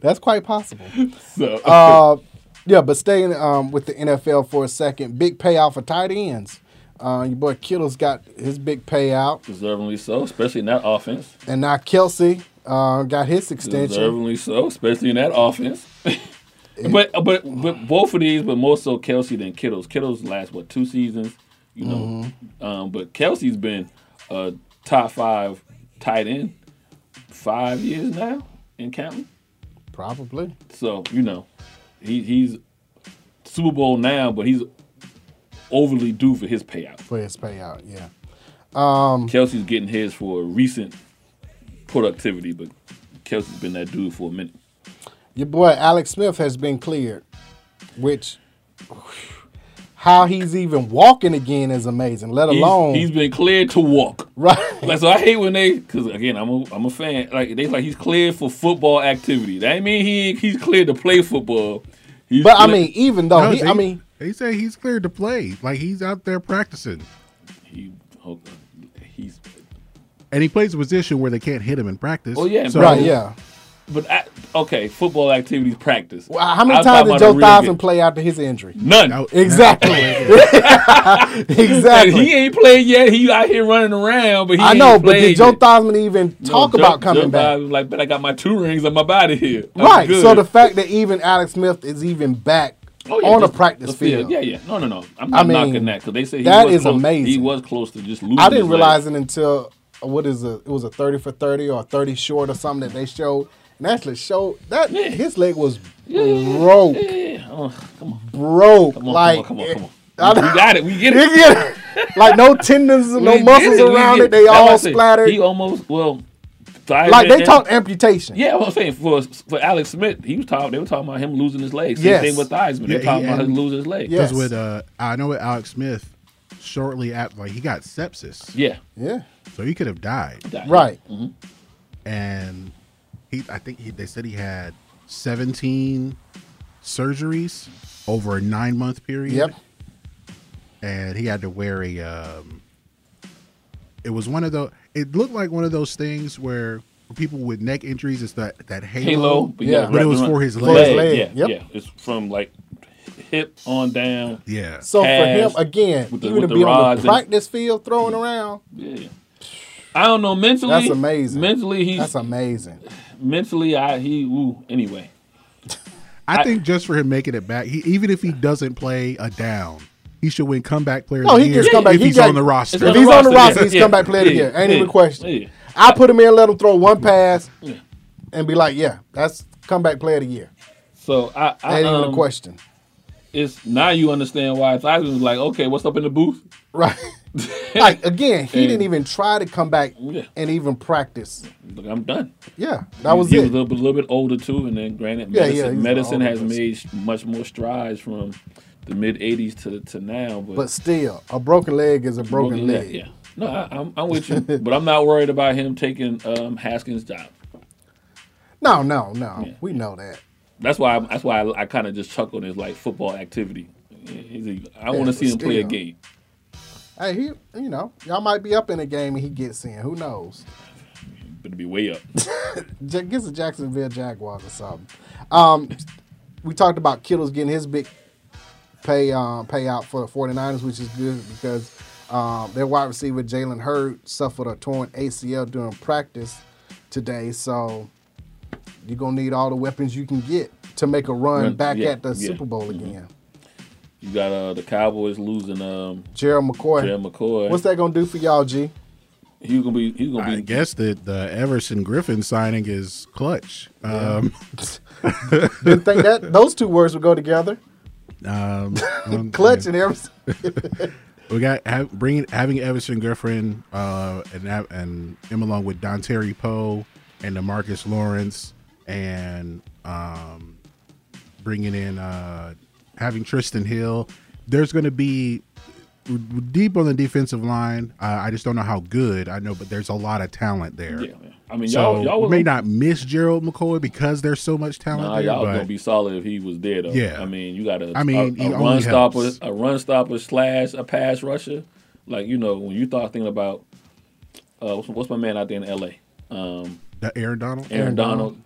S5: That's quite possible.
S3: So
S5: Uh, yeah, but staying um, with the NFL for a second, big payout for tight ends. Uh, your boy Kittle's got his big payout,
S3: deservingly so, especially in that offense.
S5: and now Kelsey uh, got his extension.
S3: Deservingly so, especially in that offense. but uh, but but both of these, but more so Kelsey than Kittle's. Kittle's last what two seasons, you know. Um, but Kelsey's been a top five tight end five years now and counting.
S5: Probably.
S3: So you know, he, he's Super Bowl now, but he's overly due for his payout.
S5: For his payout, yeah. Um,
S3: Kelsey's getting his for recent productivity, but Kelsey's been that dude for a minute.
S5: Your boy Alex Smith has been cleared, which how he's even walking again is amazing. Let
S3: He's-
S5: alone
S3: he's been cleared to walk.
S5: right.
S3: Like, so I hate when they, because again, I'm a, I'm a fan. Like they like he's cleared for football activity. That ain't mean he he's cleared to play football. He's
S5: But I
S3: clear-
S5: mean, even though
S7: No,
S5: he,
S7: they,
S5: I mean,
S7: they say he's cleared to play. Like he's out there practicing,
S3: he, hold on. he's
S7: and he plays a position where they can't hit him in practice.
S3: oh yeah,
S7: So-
S5: right, yeah.
S3: But I, okay, football activities practice.
S5: Well, how many times
S3: I'm talking
S5: did
S3: about a
S5: Joe
S3: real
S5: Thousand
S3: game.
S5: play after his injury?
S3: None.
S7: Out-
S5: Exactly.
S3: And
S5: exactly.
S3: he ain't played yet. He out here running around, but he
S5: I
S3: ain't
S5: know, but
S3: played
S5: did Joe
S3: yet.
S5: Thousand even
S3: No,
S5: talk
S3: Joe-
S5: about coming
S3: Joe
S5: back?
S3: Thousand was like, but I got my two rings on my body here. I'm
S5: Right.
S3: good.
S5: So the fact that even Alex Smith is even back
S3: Oh, yeah,
S5: on a
S3: just
S5: practice
S3: the
S5: field.
S3: Yeah, yeah. No, no, no. I'm
S5: I
S3: not knocking
S5: mean,
S3: that because they say he
S5: that
S3: was
S5: is
S3: close, He
S5: amazing.
S3: was close to just losing.
S5: I didn't
S3: his
S5: realize
S3: leg.
S5: it until uh, what is it? It was a thirty for thirty or thirty short or something that they showed. And actually showed that his leg was broke,
S3: Yeah, oh, come on,
S5: broke.
S3: come on,
S5: like eh,
S3: come on, come on.
S5: I
S3: Come on. We got it. We get
S5: You
S3: it.
S5: get it? like no tendons,
S3: We
S5: no
S3: get
S5: muscles
S3: it, we
S5: around
S3: get
S5: it. They
S3: That's why I
S5: all
S3: said
S5: splattered.
S3: He almost well.
S5: Like they
S3: talked.
S5: talked amputation.
S3: Yeah, what I'm saying for for Alex Smith, he was talking. They were talking about him losing his leg. Same
S5: Yes.
S3: thing with Theismann.
S7: Yeah,
S3: They're talking
S7: he-
S3: about him
S7: and-
S3: losing his leg.
S5: Yeah.
S7: Because
S5: Yes.
S7: with uh, I know with Alex Smith, shortly after, like he got sepsis,
S3: Yeah,
S5: Yeah.
S7: so he could have died.
S3: That-
S5: Right.
S7: And he, I think he, they said he had 17 surgeries over a nine month period.
S5: Yep.
S7: And he had to wear a. Um, it was one of the. It looked like one of those things where people with neck injuries, it's that that halo.
S3: Halo. But, you gotta
S5: Yeah.
S7: But it
S3: wrap
S7: was
S3: around-
S7: for his
S5: leg.
S3: Yeah,
S5: Yep.
S3: yeah. It's from like hip on down.
S7: Yeah.
S5: So
S3: Pass
S5: for him again,
S3: with the-
S5: even
S3: with
S5: to
S3: the
S5: be on
S3: rods
S5: the
S3: and-
S5: practice field throwing around,
S3: Yeah. I don't know mentally.
S5: that's amazing.
S3: Mentally, he's
S5: That's amazing.
S3: mentally. I he ooh. Anyway,
S7: I, think just for him making it back, he, even if he doesn't play a down, he should win comeback player
S5: No,
S7: of the
S5: he
S7: year
S5: just come back.
S7: if
S5: He
S7: he's
S5: got-
S7: on the
S3: it's
S7: roster.
S5: If he's on the roster, he's
S3: yeah,
S5: come back player of the
S3: yeah,
S5: year. Ain't
S3: yeah,
S5: even question.
S3: yeah.
S5: I put him in, let him throw one pass, and be like, yeah, that's comeback player of the year.
S3: So I, I
S5: Ain't even a
S3: um,
S5: question.
S3: It's now you understand why Tyson was like, okay, what's up in the booth?
S5: Right. like again, he
S3: And-
S5: didn't even try to come back and even practice.
S3: Look, I'm done.
S5: Yeah, that was
S3: he
S5: it.
S3: was a little, a little bit older too, and then granted,
S5: Yeah, yeah,
S3: medicine,
S5: he's
S3: medicine
S5: older
S3: has
S5: person.
S3: made sh- much more strides from the mid '80s to, to now. But,
S5: But still, a broken leg is a broken
S3: yeah,
S5: leg.
S3: yeah. No, I, I'm, I'm with you, but I'm not worried about him taking um, Haskins' job.
S5: No, no, no. We know that.
S3: That's why. I, that's why I, I kind of just chuckled at his like football activity. He's a- I
S5: Yeah,
S3: want to
S5: but
S3: see him play a
S5: still.
S3: game.
S5: Hey, he, you know, y'all might be up in a game and he gets in. Who knows?
S3: It'll be way up.
S5: Ja- Gets the Jacksonville Jaguars or something. Um, we talked about Kittle's getting his big pay um, payout for the 49ers, which is good because um, their wide receiver Jalen Hurd suffered a torn ACL during practice today. So you're gonna need all the weapons you can get to make a run,
S3: Run-
S5: back
S3: yeah,
S5: at the
S3: yeah. Mm-hmm.
S5: Super Bowl again.
S3: You got uh, the Cowboys losing um,
S5: Gerald McCoy.
S3: Gerald McCoy.
S5: What's that gonna do for y'all, G?
S3: He's gonna be. He's gonna
S7: I
S3: be.
S7: guess that the Everson Griffin signing is clutch. Um,
S5: Didn't think that those two words would go together.
S7: um, um,
S5: Clutch and everything.
S7: We got have, bringing having Everson Griffin uh, and have- and him along with Don Terry Poe and Demarcus Lawrence and um, bringing in uh, having Tristan Hill. There's going to be we're deep on the defensive line. Uh, I just don't know how good. I know, but there's a lot of talent there.
S3: Yeah, man. I mean,
S7: so
S3: y'all- y'all
S7: we
S3: was-
S7: may not miss Gerald McCoy because there's so much talent
S3: Nah,
S7: there.
S3: y'all
S7: but
S3: gonna be solid if he was there though.
S7: Yeah.
S3: I mean, you got a,
S7: I mean,
S3: a,
S7: he
S3: a
S7: only
S3: run stopper,
S7: helps.
S3: a run stopper slash a pass rusher. Like you know, when you start thinking about uh, what's, what's my man out there in L.A. Um,
S7: the Aaron Donald,
S3: Aaron,
S5: uh,
S3: Donald,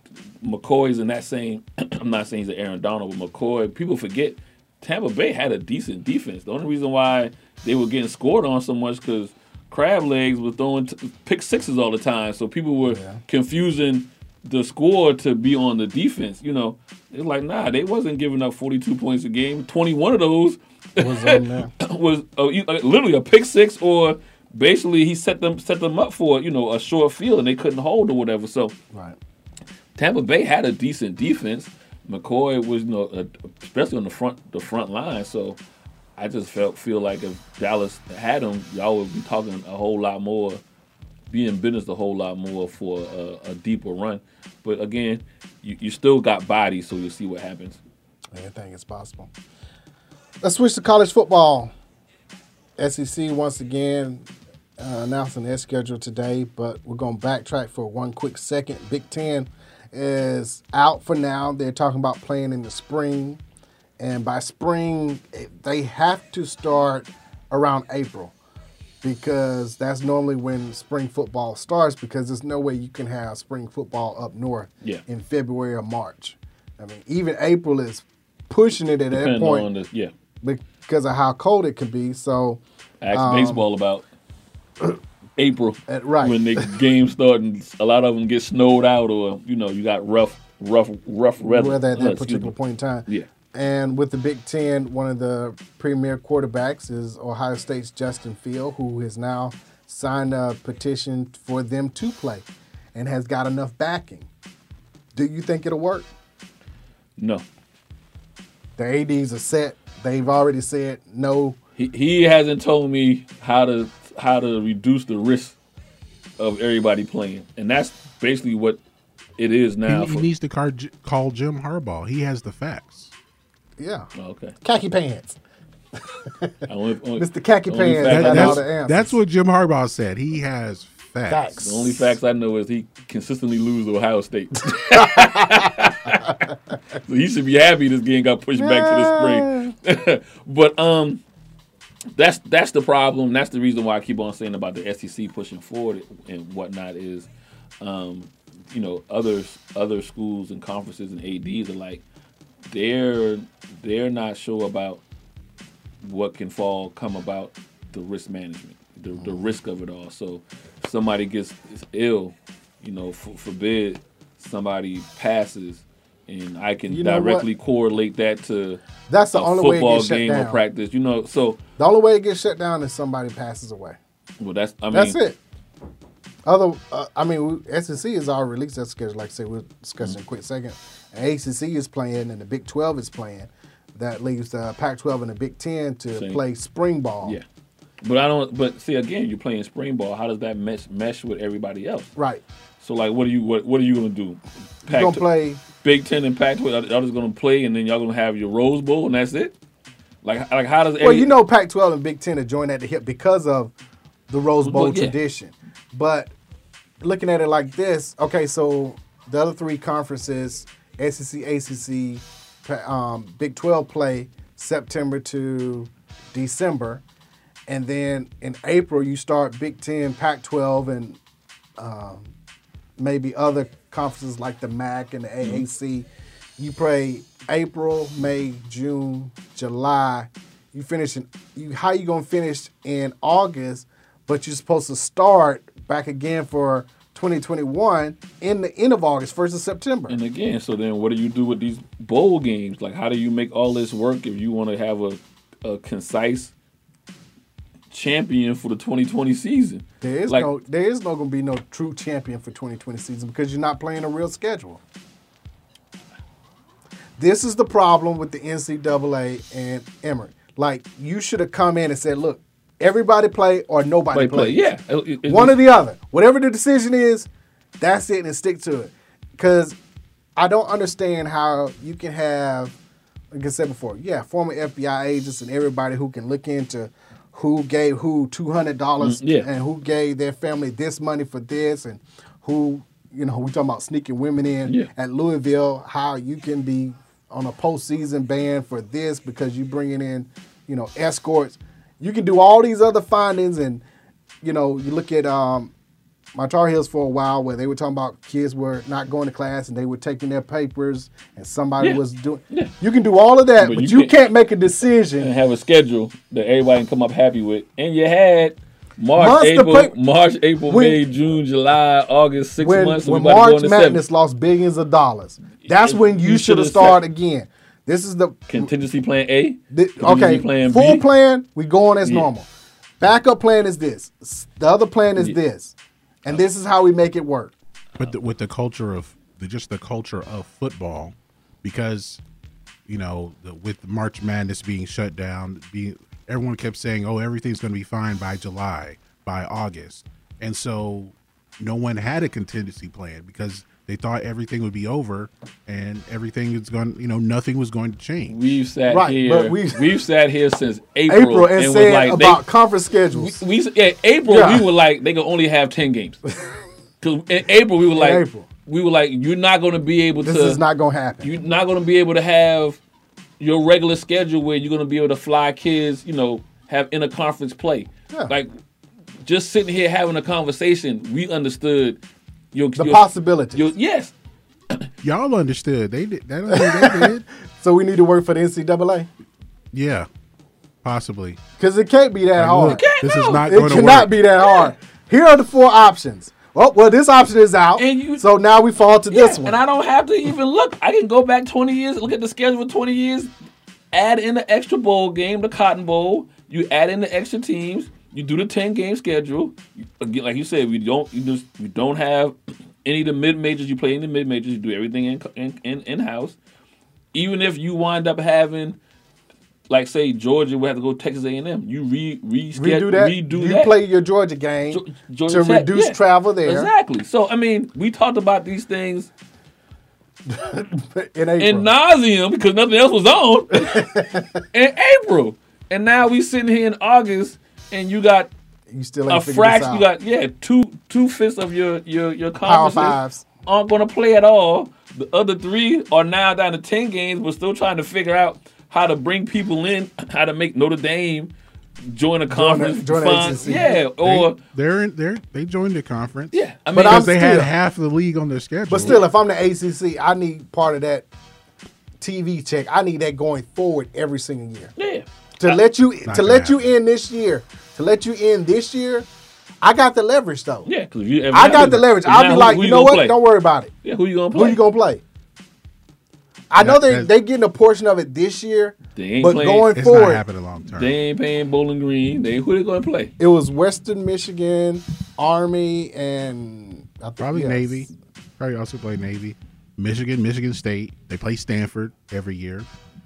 S3: McCoy's in that same. I'm not saying he's an Aaron Donald, but McCoy. People forget Tampa Bay had a decent defense. The only reason why they were getting scored on so much because Crab Legs was throwing t- pick sixes all the time, so people were confusing the score to be on the defense. You know, it's like nah, they wasn't giving up 42 points a game. 21 of those
S5: was on there.
S3: was uh, e- like, literally a pick six or basically he set them set them up for you know a short field and they couldn't hold or whatever. So
S5: Right.
S3: Tampa Bay had a decent defense. McCoy was you know uh, especially on the front the front line. So I just felt feel like if Dallas had him, y'all would be talking a whole lot more, be in business a whole lot more for a, a deeper run. But again, you, you still got bodies, so you'll see what happens.
S5: Anything is possible. Let's switch to college football. SEC once again uh, announcing their schedule today, but we're going to backtrack for one quick second. Big Ten is out for now. They're talking about playing in the spring, and by spring, it- they have to start around April because that's normally when spring football starts because there's no way you can have spring football up north
S3: Yeah.
S5: in February or March. I mean, even April is pushing it at that
S3: Depending on
S5: point
S3: the yeah,
S5: because of how cold it could be. So,
S3: ask
S5: Um,
S3: baseball about April,
S5: Uh, right.
S3: When the games start and a lot of them get snowed out, or you know you got rough, rough, rough weather.
S5: whether at
S3: Uh,
S5: that
S3: excuse
S5: particular
S3: me.
S5: point in time.
S3: Yeah.
S5: And with the Big Ten, one of the premier quarterbacks is Ohio State's Justin Field, who has now signed a petition for them to play and has got enough backing. Do you think it'll work?
S3: No,
S5: The ADs are set. They've already said no.
S3: he, he hasn't told me how to how to reduce the risk of everybody playing, and that's basically what it is now.
S7: he, he
S3: for-
S7: needs to car, call Jim Harbaugh. He has the facts.
S5: Yeah.
S3: okay,
S5: Khaki pants.
S3: I only- only-
S5: Mr. Khaki
S3: only
S5: Pants
S3: fact
S5: got
S3: I know-
S5: all the answers.
S7: That's what Jim Harbaugh said. He has facts.
S5: Facts.
S3: the only facts I know is he consistently lose to Ohio State. so he should be happy this game got pushed back to the spring. but um that's that's the problem that's the reason why i keep on saying about the sec pushing forward and whatnot is um you know other other schools and conferences and ads are like they're they're not sure about what can fall come about the risk management the, the
S5: Mm-hmm.
S3: risk of it all so if somebody gets is ill you know for, forbid somebody passes and i can
S5: You know what?
S3: directly correlate that to
S5: That's the
S3: a
S5: only way it
S3: football
S5: gets shut
S3: game or
S5: down.
S3: practice. You know, so
S5: The only way it gets shut down is somebody passes away.
S3: Hmm. well, that's I mean,
S5: That's it. Other, uh, I mean, we- SEC is all released that schedule. Like I said, we'll discuss
S3: Hmm.
S5: in a quick second. And ACC is playing, and the Big Twelve is playing. That leaves the Pac-12 and the Big Ten to
S3: Same.
S5: play spring ball.
S3: Yeah. But I don't. But see, again, you're playing spring ball. How does that mesh mesh with everybody else?
S5: Right.
S3: So like, what are you what What are you gonna do?
S5: You're gonna
S3: Pac-
S5: play.
S3: Big Ten and Pac 12. Y'all just gonna play, and then y'all gonna have your Rose Bowl, and that's it. Like, like how does
S5: Well, you know, Pac-12 and Big Ten are joined at the hip because of the Rose
S3: Well,
S5: Bowl
S3: yeah.
S5: tradition. But looking at it like this, okay, so the other three conferences, E SEC, ACC, pa- um, Big 12 play September to December, and then in April you start Big Ten, Pac-12, and um, maybe other conferences like the MAC and the AAC. You play April, May, June, July. You finish in you how you gonna finish in August, but you're supposed to start back again for 2021 in the end of August, first of September.
S3: And again, so then what do you do with these bowl games? Like, how do you make all this work if you want to have a, a concise champion for the 2020 season?
S5: There is
S3: like,
S5: no there is no gonna be no true champion for 2020 season because you're not playing a real schedule. This is the problem with the NCAA and Emory. Like you should have come in and said, look, everybody play or nobody
S3: Play,
S5: play.
S3: play. Yeah. It- it-
S5: One
S3: it-
S5: or the other. Whatever the decision is, that's it and stick to it. Cause I don't understand how you can have like I said before, yeah, former FBI agents and everybody who can look into who gave who two hundred dollars
S3: Mm, yeah.
S5: and who gave their family this money for this and who you know we talking about sneaking women in
S3: Yeah.
S5: at Louisville, how you can be on a postseason ban for this because you bringing in you know escorts. You can do all these other findings and you know you look at um, my Tar Heels for a while where they were talking about kids were not going to class and they were taking their papers and somebody
S3: Yeah.
S5: was doing. You can do all of that, but,
S3: But
S5: you,
S3: you
S5: can't, make a decision.
S3: and have a schedule that everybody can come up happy with. And you had March,
S5: Months to
S3: April,
S5: play-
S3: March, April,
S5: When-
S3: May, June, July, August, six
S5: When,
S3: months. and
S5: when
S3: we about to go
S5: March
S3: into
S5: Madness
S3: seven.
S5: lost billions of dollars, that's
S3: You-
S5: when you,
S3: you
S5: should have
S3: should've
S5: started
S3: said-
S5: again. This is the
S3: contingency plan A.
S5: Th-
S3: contingency
S5: okay,
S3: plan
S5: full
S3: B.
S5: plan, we going as
S3: Yeah.
S5: normal. Backup plan is this. S- The other plan is
S7: Yeah.
S5: this. And this is how we make it work.
S7: But the, with the culture of the, just the culture of football, because you know the, with March Madness being shut down, being everyone kept saying, "Oh, everything's going to be fine by July, by August," and so no one had a contingency plan because they thought everything would be over and everything is going, you know, nothing was going to change.
S3: We've sat
S7: Right,
S3: here.
S7: but
S3: We've,
S7: we've-
S3: sat here since April,
S7: April and
S3: was
S7: said
S3: like, they-
S5: About conference schedules.
S3: we yeah, April
S5: Yeah.
S3: we were like they could only have ten games. Cause in April we were like
S5: April.
S3: we were like you're not gonna be able
S5: This
S3: to
S5: is not gonna happen.
S3: you're not gonna be able to have your regular schedule where you're gonna be able to fly kids you know have interconference play
S5: Yeah.
S3: like just sitting here having a conversation we understood your
S5: The
S3: your-
S5: possibilities.
S3: your- yes
S7: Y'all understood? They did. That, they did.
S5: So we need to work for the NCAA.
S7: Yeah, possibly.
S5: Because it can't be that
S7: Like,
S5: hard.
S7: look, It can't, this is no. not
S5: It
S7: gonna
S5: cannot
S7: work.
S5: be that hard. Here are the four options. Oh well, this option is out. so now we fall to this
S3: Yeah,
S5: one.
S3: And I don't have to even look. I can go back 20 years, look at the schedule for 20 years, add in the extra bowl game, the Cotton Bowl. You add in the extra teams. You do the 10 game schedule. You- again, like you said, we don't you just we don't have any of the mid majors. You play in the mid majors. You do everything in in in in house. Even if you wind up having, like say Georgia, we have to go Texas A and M. You re re
S5: redo that.
S3: Redo
S5: you
S3: that.
S5: play your Georgia game
S3: Georgia
S5: to
S3: Tech,
S5: reduce
S3: yeah.
S5: travel there.
S3: Exactly. So I mean, we talked about these things
S5: in April.
S3: in nauseum because nothing else was on in April, and now we sitting here in August, and you got
S5: You still
S3: a
S5: ain't figured this
S3: fraction.
S5: out.
S3: You got yeah, two two fifths of your your your conferences
S5: fives.
S3: aren't going to play at all. The other three are now down to ten games. We're still trying to figure out how to bring people in, how to make Notre Dame join a conference.
S5: join a
S3: fund.
S5: ACC.
S3: yeah, or
S7: they, are in, they're they joined the conference. Yeah,
S3: I mean-
S5: But
S7: because
S5: I'm
S7: they had
S5: still-
S7: half the league on their schedule.
S5: But still, if I'm the ACC, I need part of that TV check. I need that going forward every single year.
S3: Yeah.
S5: To let you
S3: Not
S5: to
S3: gonna
S5: let you in this year, to let you in this year, I got the leverage though.
S3: yeah, because you if
S5: I
S3: now-
S5: got the leverage.
S3: if now
S5: I'll be
S3: who-
S5: like,
S3: who
S5: you know
S3: gonna
S5: what?
S3: play?
S5: Don't worry about it.
S3: Yeah, who you gonna
S5: Who
S3: play?
S5: you gonna play? I know
S3: That-
S5: they
S3: that's-
S5: they getting a portion of it this year,
S3: They ain't
S5: but
S3: playing.
S5: going forward,
S7: long
S3: They ain't paying Bowling Green. They who they gonna play?
S5: it was Western Michigan, Army and I think,
S7: Probably
S5: yes.
S7: Navy. Probably also play Navy. Michigan, Michigan State. They play Stanford every year.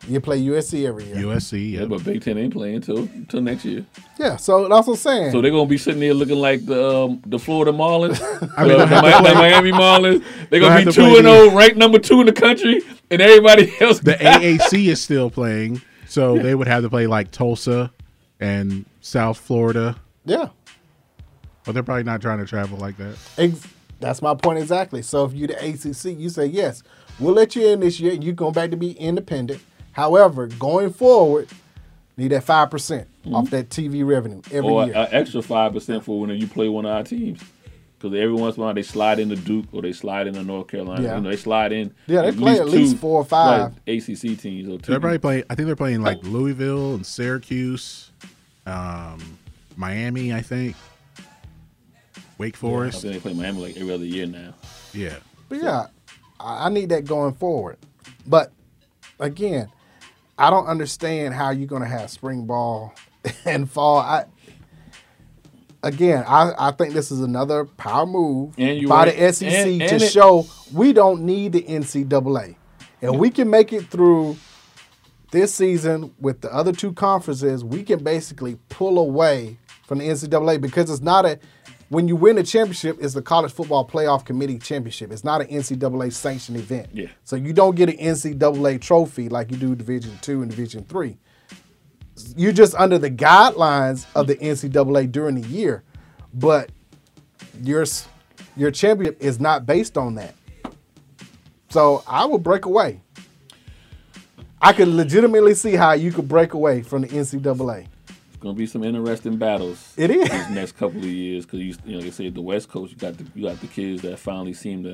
S5: You play USC every year.
S7: USC.
S3: Yeah, but Big Ten ain't playing till till next year.
S5: Yeah, so that's what I'm saying.
S3: So they're gonna be sitting there looking like the um, the Florida Marlins,
S7: I mean,
S3: the,
S7: they'll have to
S3: Mi- the
S7: play-
S3: Miami Marlins. They're
S7: They'll
S3: gonna
S7: have
S3: be
S7: to
S3: two
S7: play
S3: and
S7: the-
S3: zero, ranked number two in the country, and everybody else.
S7: The AAC is still playing, so they would have to play like Tulsa and South Florida.
S5: Yeah.
S7: But they're probably not trying to travel like that.
S5: Ex- that's my point exactly. So if you the ACC, you say yes, we'll let you in this year. You go back to be independent. However, going forward, need that five percent off that TV revenue every
S3: Mm-hmm. or
S5: year.
S3: an extra five percent for when you play one of our teams. Because every once in a while they slide into Duke or they slide into North Carolina.
S5: Yeah.
S3: You know, they slide in.
S5: Yeah, they play at least four or five.
S3: like, ACC teams or two.
S7: They're probably playing. I think they're playing
S3: Oh.
S7: like Louisville and Syracuse, um, Miami. I think Wake
S3: Yeah, I
S7: Forest.
S3: think they play Miami like every other year now.
S7: Yeah.
S5: but yeah, I, I need that going forward. But again, I don't understand how you're gonna have spring ball and fall. I again, I, I think this is another power move
S3: And you
S5: by
S3: right.
S5: the SEC
S3: And-
S5: to
S3: and it-
S5: show we don't need the NCAA, and we can make it through this season with the other two conferences. We can basically pull away from the NCAA because it's not a when you win a championship, it's the College Football Playoff Committee championship. It's not an NCAA sanctioned event.
S3: Yeah.
S5: So you don't get an NCAA trophy like you do Division Two and Division Three you're just under the guidelines of the NCAA during the year, but your s- your championship is not based on that. So I would break away. I could legitimately see how you could break away from the
S3: Um,
S5: NCAA.
S3: It's gonna be some interesting battles.
S5: It is.
S3: these next couple of years because you, you know, like I said, the West Coast. You got the you got the kids that finally seem to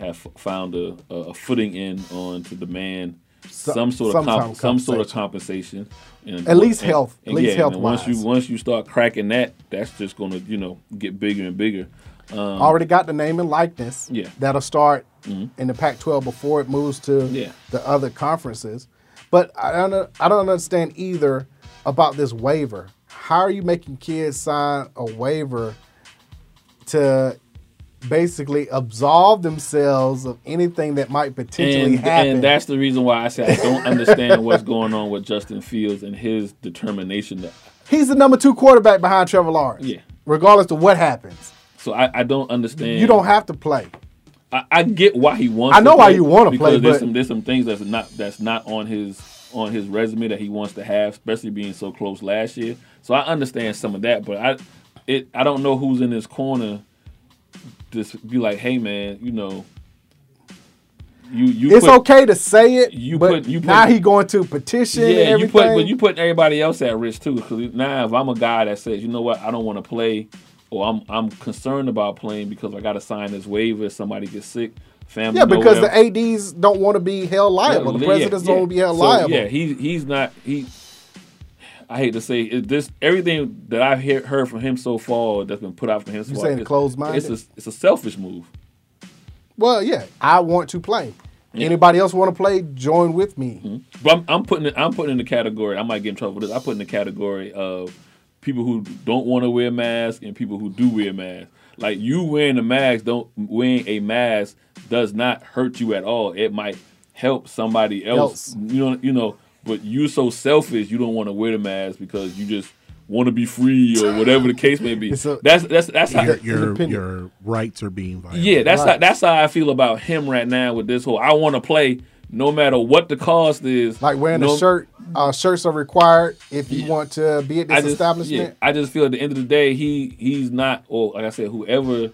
S3: have f- found a, a a footing in on to demand
S5: So-
S3: some sort
S5: some
S3: of
S5: kind
S3: comp-
S5: of
S3: some sort of compensation. And,
S5: At least health- at least
S3: and Once
S5: health-wise.
S3: you once you start cracking that, that's just gonna you know get bigger and bigger. Um,
S5: Already got the name and likeness.
S3: Yeah. Mm-hmm.
S5: That'll start in the Pac-12 before it moves to
S3: Yeah.
S5: the other conferences. But I don't I don't understand either about this waiver. How are you making kids sign a waiver to basically absolve themselves of anything that might potentially
S3: and,
S5: happen?
S3: and that's the reason why I say I don't understand what's going on with Justin Fields and his determination. To,
S5: He's the number two quarterback behind Trevor Lawrence.
S3: Yeah.
S5: Regardless of what happens.
S3: so I, I don't understand.
S5: You don't have to play.
S3: I, I get why he wants.
S5: I know
S3: to
S5: why
S3: play,
S5: you wanna play,
S3: because there's
S5: but-
S3: some there's some things that's not that's not on his on his resume that he wants to have, especially being so close last year. So I understand some of that, but I it I don't know who's in his corner. Just be like, hey man, you know, you you
S5: It's
S3: put,
S5: okay to say it,
S3: you
S5: but
S3: put- you put-
S5: now he going to petition and
S3: Yeah,
S5: everything.
S3: you put but you put everybody else at risk too. Because now if I'm a guy that says, you know what, I don't want to play, or I'm I'm concerned about playing because I got to sign this waiver. If somebody gets sick, family.
S5: Yeah, because
S3: whatever.
S5: the ADs don't want to be held liable. the
S3: Yeah,
S5: presidents
S3: yeah,
S5: don't want to be held
S3: so,
S5: liable.
S3: Yeah, he he's not he. I hate to say it, this. Everything that I've hear, heard from him so far that's been put out from him. So
S5: You
S3: far,
S5: saying
S3: it's-
S5: closed-minded?
S3: It's a it's a selfish move.
S5: Well, yeah, I want to play. Anybody else want to play? Join with me.
S3: But I'm, I'm putting it, I'm putting in the category. I might get in trouble with this. I put in the category of people who don't want to wear masks and people who do wear masks. Like you wearing a mask, don't wearing a mask does not hurt you at all. It might help somebody else.
S5: Else.
S3: You know, you know. But you're so selfish. You don't want to wear the mask because you just want to be free or whatever the case may be.
S5: It's a-
S3: that's that's that's how
S7: Your your,
S5: Independent.
S7: your rights are being violated.
S3: yeah, that's how
S5: Right.
S3: that's how I feel about him right now with this whole. I want to play no matter what the cost is.
S5: Like wearing
S3: no,
S5: a shirt. Uh, shirts are required if you want to be at this
S3: I just,
S5: establishment.
S3: Yeah, I just feel at the end of the day, he he's not. Or like I said, whoever,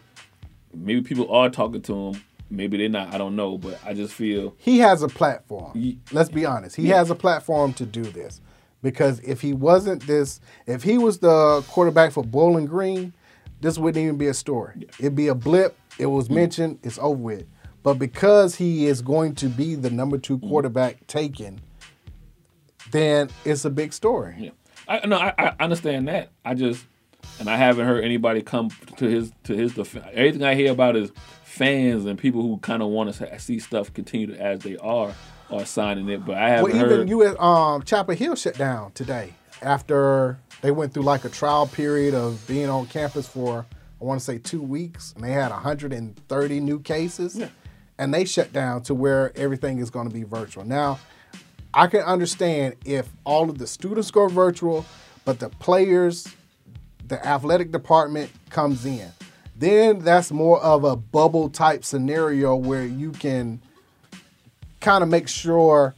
S3: maybe people are talking to him. Maybe they're not. I don't know. But I just feel
S5: He has a platform.
S3: Ye-
S5: Let's be honest. He has a platform to do this because if he wasn't this, if he was the quarterback for Bowling Green, this wouldn't even be a story. It'd be a blip. It was mentioned. It's over with. But because he is going to be the number two quarterback taken, then it's a big story.
S3: Yeah, I no, I, I understand that. I just and I haven't heard anybody come to his to his defense. Everything I hear about is fans and people who kind of want to see stuff continue as they are are signing it. But I haven't
S5: Well, even
S3: heard.
S5: you at um, Chapel Hill shut down today after they went through like a trial period of being on campus for I want to say two weeks, and they had 130 new cases, and they shut down to where everything is going to be virtual. Now, I can understand if all of the students go virtual, but the players, the athletic department comes in. Then that's more of a bubble type scenario where you can kind of make sure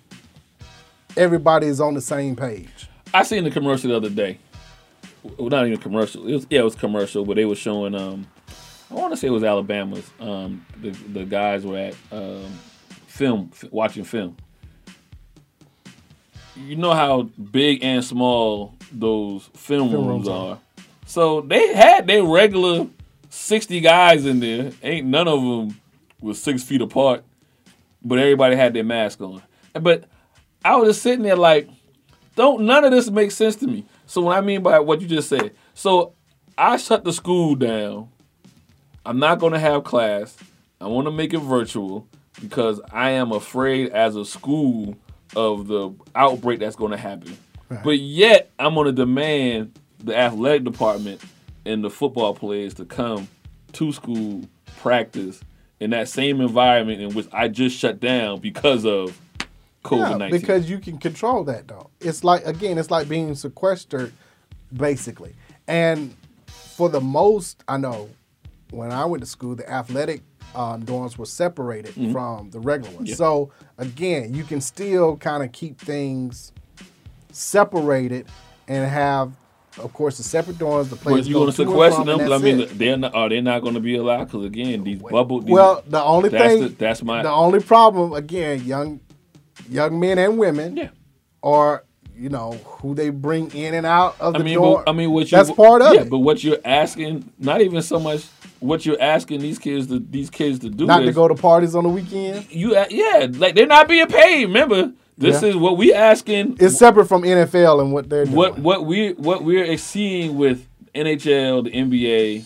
S5: everybody is on the same page.
S3: I seen the commercial the other day. Well, not even commercial. It was yeah, it was commercial, but they were showing um, I want to say it was Alabama's. Um, the the guys were at um, film f- watching film. You know how big and small those film,
S5: Film
S3: rooms
S5: rooms
S3: are.
S5: are.
S3: So they had their regular sixty guys in there. Ain't none of them was six feet apart, but everybody had their mask on. But I was just sitting there like, don't none of this make sense to me. So what I mean by what you just said, so I shut the school down. I'm not gonna have class. I want to make it virtual because I am afraid as a school of the outbreak that's gonna happen. But yet I'm gonna demand the athletic department and the football players to come to school practice in that same environment in which I just shut down because of COVID
S5: Yeah,
S3: nineteen.
S5: because you can control that though. It's like again, it's like being sequestered, basically. And for the most, I know when I went to school, the athletic um, dorms were separated from the regular ones.
S3: Mm-hmm. Yeah.
S5: So again, you can still kind of keep things separated and have, of course, the separate dorms. The
S3: Well,
S5: players.
S3: you
S5: go
S3: going to
S5: to and
S3: sequester
S5: from,
S3: them?
S5: and
S3: 'Cause I
S5: that's
S3: mean,
S5: it.
S3: they're not, are they not going to be allowed? Because again, these bubble. These,
S5: Well, the only
S3: that's
S5: thing
S3: the, that's my
S5: the only problem again, young young men and women
S3: Yeah.
S5: are you know who they bring in and out of
S3: I
S5: the
S3: mean,
S5: door.
S3: but, I mean, what you
S5: that's part of
S3: yeah,
S5: it.
S3: But what you're asking, not even so much what you're asking these kids to these kids to do
S5: Not
S3: is
S5: to go to parties on the weekend.
S3: you a- yeah, like they're not being paid. Remember, this
S5: Yeah.
S3: is what we asking.
S5: It's separate from NFL and what they're doing.
S3: what what we what we're seeing with NHL, the NBA,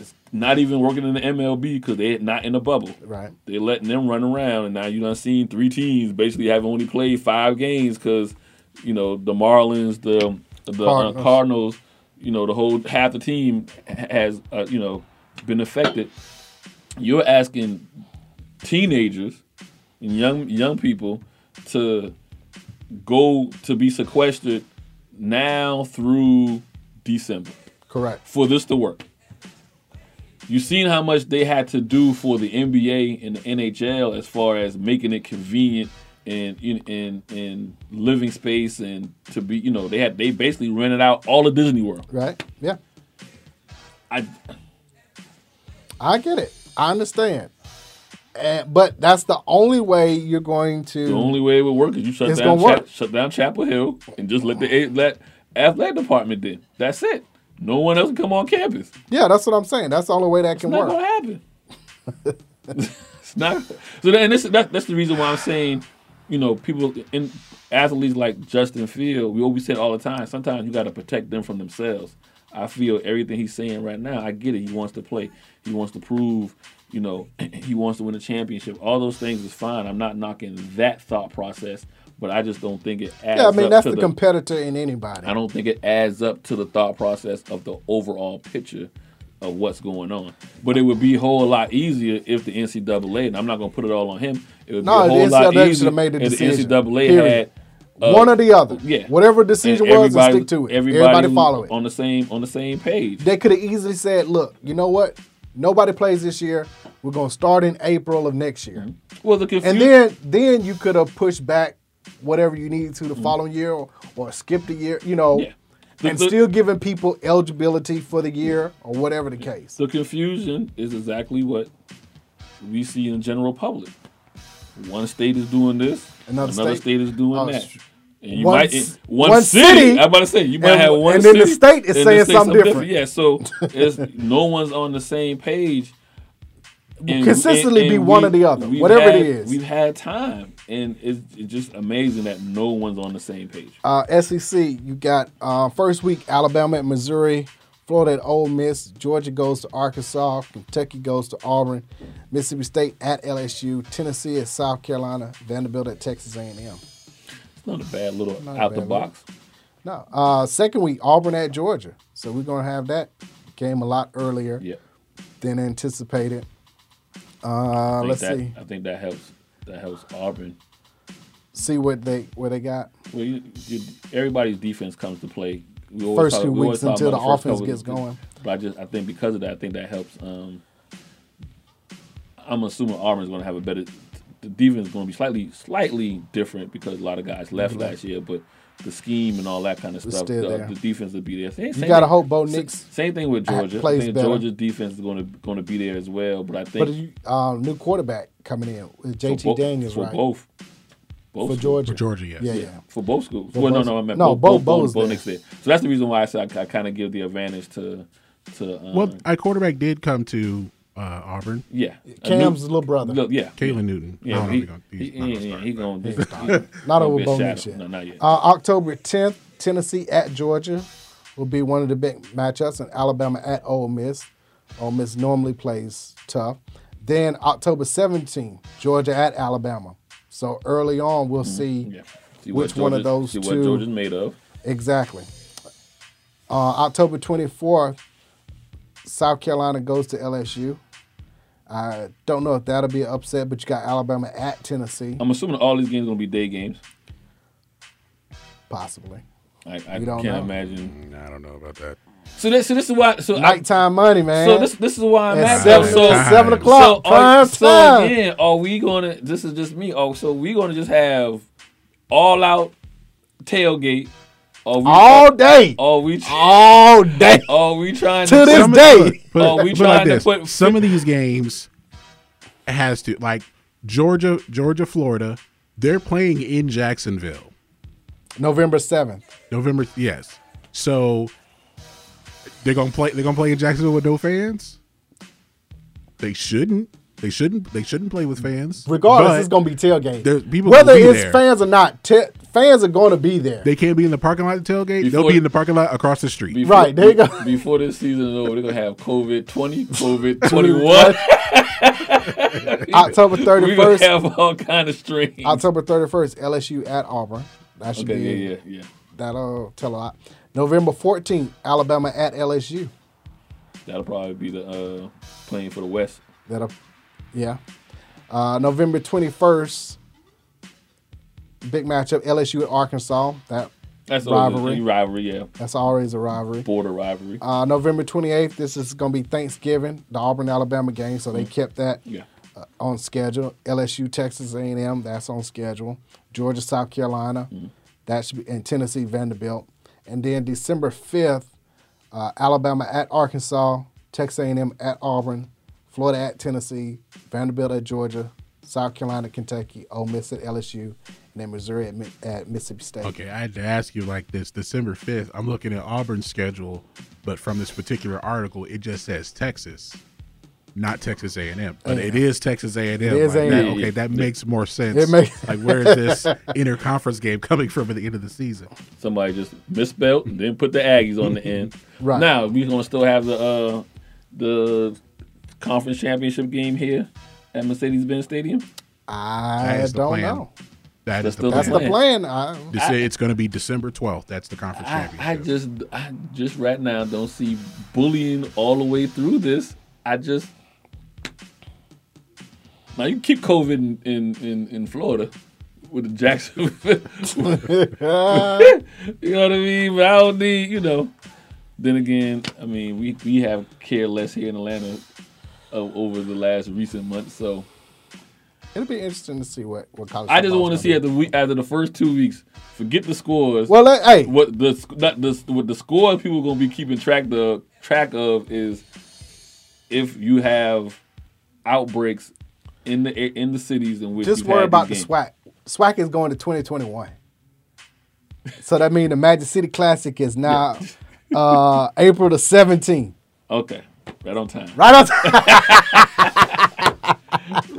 S3: it's not even working in the MLB because they're not in a bubble.
S5: right.
S3: They're letting them run around, and now you done seen three teams basically have only played five games because you know the Marlins, the the Cardinals,
S5: Cardinals.
S3: uh, Cardinals you know the whole half the team ha- has uh, you know been affected. You're asking teenagers and young young people to go to be sequestered now through December
S5: Correct.
S3: for this to work. You've seen how much they had to do for the NBA and the NHL as far as making it convenient and in and, and living space and to be you know they had they basically rented out all of Disney World.
S5: Right. Yeah.
S3: I
S5: I get it. I understand. And, but that's the only way you're going to.
S3: the only way it would work is you shut
S5: It's
S3: down
S5: gonna
S3: Cha-
S5: work.
S3: shut down Chapel Hill and just let the a- let athletic department in. That's it. No one else can come on campus.
S5: yeah, that's what I'm saying. That's the only way that can
S3: It's
S5: work.
S3: not gonna happen. it's not. So then this that, that's the reason why I'm saying, you know, people in athletes like Justin Field, we always said all the time. Sometimes you got to protect them from themselves. I feel everything he's saying right now. I get it. He wants to play. He wants to prove. You know, he wants to win a championship. All those things is fine. I'm not knocking that thought process, but I just don't think it adds.
S5: Yeah, I mean
S3: up
S5: that's
S3: to
S5: the competitor in anybody.
S3: I don't think it adds up to the thought process of the overall picture of what's going on. But it would be a whole lot easier if the NCAA, and I'm not going to put it all on him, it would
S5: No,
S3: be a
S5: the
S3: whole lot
S5: NCAA
S3: easier
S5: should've made the
S3: if
S5: decision,
S3: the NCAA
S5: period.
S3: had uh,
S5: One or the other.
S3: yeah.
S5: Whatever decision
S3: and
S5: was, and stick to it. Everybody, follow it.
S3: on the same on the same page.
S5: They could have easily said, "Look, you know what? Nobody plays this year. We're going to start in April of next year."
S3: Well, the confusion,
S5: And then then you could have pushed back whatever you needed to the following year or, or skipped a year, you know,
S3: Yeah. The-
S5: and
S3: the-
S5: still giving people eligibility for the year or whatever the case.
S3: The confusion is exactly what we see in the general public. One state is doing this, another,
S5: Another
S3: state,
S5: state-
S3: is doing
S5: oh,
S3: that.
S5: str-
S3: And you
S5: one
S3: might
S5: c-
S3: one,
S5: one
S3: city,
S5: city,
S3: I'm about to say you might
S5: and-
S3: have one
S5: and
S3: city.
S5: then the state is
S3: and the
S5: saying something different.
S3: Yeah, so it's no one's on the same page. And-
S5: Consistently be one or the other,
S3: we've
S5: whatever it
S3: had-
S5: is.
S3: We've had time, and it's, it's just amazing that no one's on the same page.
S5: Uh, SEC, you got uh, first week Alabama at Missouri, Florida at Ole Miss, Georgia goes to Arkansas, Kentucky goes to Auburn, Mississippi State at LSU, Tennessee at South Carolina, Vanderbilt at Texas A&M.
S3: It's not a bad little
S5: Not a
S3: out the
S5: bad
S3: box.
S5: No, uh, second week Auburn at Georgia, so we're gonna have that Came a lot earlier
S3: Yeah.
S5: than anticipated. Uh,
S3: I think
S5: let's
S3: that,
S5: see.
S3: I think that helps. That helps Auburn.
S5: See what they what they got.
S3: Well, you, you, everybody's defense comes to play. We always
S5: First few
S3: we always
S5: weeks
S3: talk
S5: until
S3: about
S5: the
S3: first
S5: offense
S3: couple-
S5: gets going.
S3: But I just I think because of that, I think that helps. Um, I'm assuming Auburn's going to have a better. The defense is going to be slightly slightly different because a lot of guys left
S5: Mhm.
S3: last year, but. The scheme and all that kind of
S5: It's
S3: stuff.
S5: still
S3: the,
S5: there.
S3: the defense will be there. Same,
S5: You
S3: same
S5: gotta
S3: thing-
S5: hope Bo
S3: sa-
S5: Nix
S3: Same thing with
S5: ha-
S3: Georgia.
S5: plays
S3: I think
S5: better.
S3: Georgia's defense is going to going to be there as well. But I think
S5: But you, uh, new quarterback coming in with
S3: for
S5: JT
S3: bo-
S5: Daniels,
S3: for
S5: right?
S3: both. Both
S5: For
S3: schools.
S5: Georgia. For Georgia, yes. Yeah, yeah.
S3: For both schools.
S5: For
S3: well,
S5: both-
S3: no, no, I meant
S5: no,
S3: both.
S5: Bo-
S3: Both, both,
S5: Bo's
S3: both
S5: there.
S3: Nick's there. So that's the reason why I said I, kind of give the advantage to to. Um,
S7: Well, our quarterback did come to uh, Auburn.
S3: yeah,
S5: Cam's little brother.
S3: Look, yeah,
S7: Kalen
S3: yeah.
S7: Newton. I
S3: Yeah,
S7: don't know
S3: he,
S7: if he gonna-
S3: he,
S7: he's
S3: he,
S7: not gonna
S3: yeah, he gonna
S5: He's
S3: just-
S5: not.
S3: he-
S5: Not
S3: gonna
S5: over
S3: be a
S5: Bo
S3: shadow.
S5: Nix yet.
S3: No, not yet.
S5: Uh, October 10th, Tennessee at Georgia will be one of the big matchups, and Alabama at Ole Miss. Ole Miss normally plays tough. Then October 17th, Georgia at Alabama. So early on, we'll see,
S3: Mm-hmm. Yeah. See what
S5: which one of
S3: Georgia-
S5: those
S3: see
S5: two.
S3: what Georgia's made of.
S5: Exactly. Uh, October 24th, South Carolina goes to LSU. I don't know if that'll be an upset, but you got Alabama at Tennessee,
S3: I'm assuming all these games gonna be day games.
S5: possibly.
S3: I, I
S5: You
S3: can't
S5: don't know. Mm,
S3: imagine.
S7: I don't know about that.
S3: So this, so this is why. So I-
S5: Nighttime money, man.
S3: So this this is why I'm
S5: At
S3: at
S5: seven-
S3: though. so
S5: at seven o'clock,
S3: So, are,
S5: prime
S3: so
S5: time.
S3: again, are we gonna? This is just me. Oh, so we gonna just have all out tailgate? Are we,
S5: All day.
S3: Are we?
S5: All day.
S3: Are we trying
S5: To this
S3: to
S5: day.
S7: Put, put,
S3: Are Oh, we
S7: put it like
S3: trying to
S7: this.
S3: put?
S7: some of these games has to like Georgia, Georgia, Florida. They're playing in Jacksonville,
S5: November 7th.
S7: November. Yes, so they're gonna play. They're gonna play in Jacksonville with no fans. They shouldn't. They shouldn't. They shouldn't play with fans.
S5: Regardless,
S7: But
S5: it's going to be tailgate.
S7: there's people
S5: Whether
S7: gonna be
S5: it's
S7: there.
S5: fans or not, te- fans are going to be there.
S7: They can't be in the parking lot to tailgate. They'll
S3: Before-
S7: be in the parking lot across the street.
S3: Before,
S5: Right, there you go.
S3: Before this season is over, they're gonna have COVID twenty, COVID twenty one.
S5: October
S3: We're gonna
S5: 31st.
S3: have all kind of strings.
S5: October 31st, LSU at Auburn. That should
S3: Okay,
S5: be
S3: yeah, yeah, yeah.
S5: that'll tell a lot. November 14th, Alabama at LSU.
S3: That'll probably be the uh, playing for the West.
S5: That'll, yeah. Uh, November 21st, big matchup LSU at Arkansas. That
S3: That's
S5: rivalry.
S3: always a rivalry, yeah,
S5: That's always a rivalry.
S3: border rivalry.
S5: Uh, November 28th, this is going to be Thanksgiving, the Auburn Alabama game, so they kept that
S3: Yeah.
S5: uh, on schedule. LSU Texas A&M, that's on schedule. Georgia South Carolina, that should be and Tennessee Vanderbilt. And then December 5th, uh, Alabama at Arkansas, Texas A&M at Auburn, Florida at Tennessee, Vanderbilt at Georgia, South Carolina, Kentucky, Ole Miss at LSU, and then Missouri at, Mi- at Mississippi State.
S7: Okay, I had to ask you like this. December 5th, I'm looking at Auburn's schedule, but from this particular article, it just says Texas, not Texas A&M. But it is Texas
S5: It
S7: A&M.
S5: is
S7: Like, that-
S5: A&M.
S7: okay, that makes more sense.
S5: It makes-
S7: like, where is this interconference game coming from at the end of the season?
S3: Somebody just misspelled, and then put the Aggies on the end.
S5: Right.
S3: Now we're gonna still have the uh, the conference championship game here at Mercedes Benz Stadium.
S5: I
S7: That is the
S5: don't
S7: plan.
S5: know.
S7: That
S3: That's
S7: is the
S3: still the
S7: plan.
S5: That's the plan. I,
S7: They say it's going to be December 12th. That's the conference
S3: I,
S7: championship.
S3: I just, I just right now don't see bullying all the way through this. I just now you keep COVID in in, in, in Florida with the Jacksonville. you know what I mean? But I don't need, you know. Then again, I mean, we we have care less here in Atlanta uh, over the last recent months, so.
S5: It'll be interesting to see what what college.
S3: I just
S5: football's gonna
S3: want to see
S5: do.
S3: after week after the first two weeks, forget the scores.
S5: Well, let- hey,
S3: what the sc- not the what the score people gonna be keeping track the track of is if you have outbreaks in the a- in the cities in which
S5: just
S3: you've
S5: worry
S3: had
S5: about the
S3: these
S5: SWAC. SWAC is going to 2021. So that means the Magic City Classic is now uh, April the 17th.
S3: games. Okay, right on time. Right,
S5: Right on time.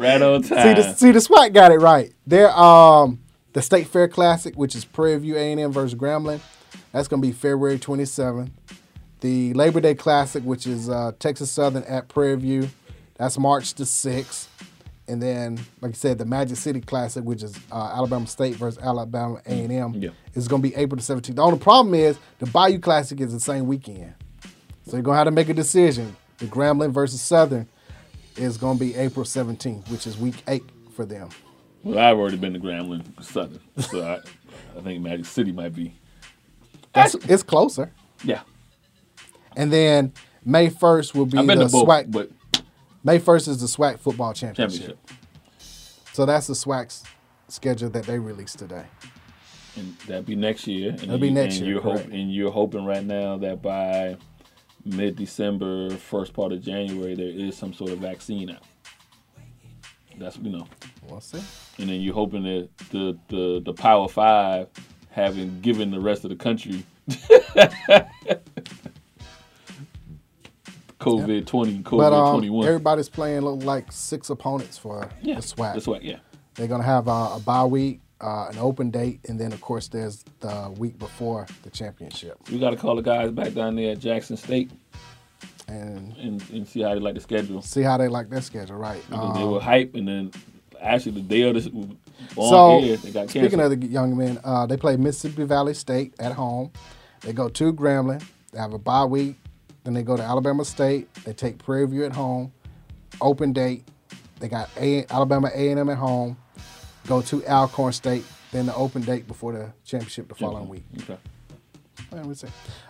S3: on
S5: see,
S3: time.
S5: the, see, the SWAC got it right. They're um, the State Fair Classic, which is Prairie View A&M versus Grambling. That's going to be February 27th. The Labor Day Classic, which is uh, Texas Southern at Prairie View. That's March the 6th. And then, like I said, the Magic City Classic, which is uh, Alabama State versus Alabama A&M,
S3: Yeah.
S5: is going to be April the 17th. The only problem is the Bayou Classic is the same weekend. So you're gonna have to make a decision. The Grambling versus Southern is gonna be April 17th, which is week eight for them.
S3: Well, I've already been to Grambling Southern, so I, I think Magic City might be.
S5: That's, it's closer.
S3: Yeah,
S5: And then May 1st will be
S3: I've
S5: the
S3: been to both,
S5: SWAC.
S3: but
S5: May 1st is the SWAC football championship.
S3: championship.
S5: So that's the SWAC's schedule that they released today.
S3: And that'd be next year. And
S5: That'd be
S3: you-
S5: next
S3: and
S5: year,
S3: You're hope,
S5: correct.
S3: and you're hoping right now that by mid December, first part of January, there is some sort of vaccine out. That's you know.
S5: We'll see.
S3: And then you're hoping that the the, the power five having given the rest of the country COVID twenty,
S5: But
S3: COVID
S5: um,
S3: twenty one.
S5: everybody's playing look like six opponents for
S3: Yeah,
S5: the SWAC.
S3: That's what yeah.
S5: They're gonna have uh, a bye week, uh, an open date, and then of course there's the week before the championship.
S3: We gotta call the guys back down there at Jackson State
S5: And
S3: and, and see how they like the schedule.
S5: see how they like their schedule, right?
S3: Because
S5: Um,
S3: they were hype, and then actually the day of this on
S5: so
S3: air, they Oh, got canceled.
S5: speaking of the young men, uh, they play Mississippi Valley State at home. They go to Grambling. They have a bye week. Then they go to Alabama State. They take Prairie View at home. Open date. They got a- Alabama A and M at home. Go to Alcorn State. Then the open date before the championship the following week.
S3: Okay. Mm-hmm.
S5: Let me see.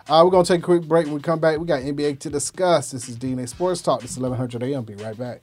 S5: Uh, we're gonna take a quick break. When we come back, we got NBA to discuss. This is DNA Sports Talk. This is 1100 AM. Be right back.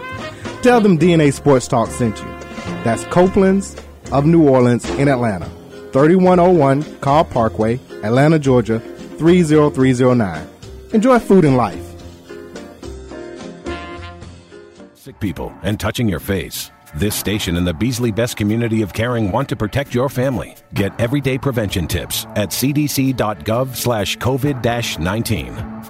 S2: Tell them DNA Sports Talk sent you. That's Copeland's of New Orleans in Atlanta. 3101 Carl Parkway, Atlanta, Georgia 30309. Enjoy food and life.
S17: sick people and touching your face. This station and the Beasley Best community of caring want to protect your family. Get everyday prevention tips at cdc.gov slash COVID-19.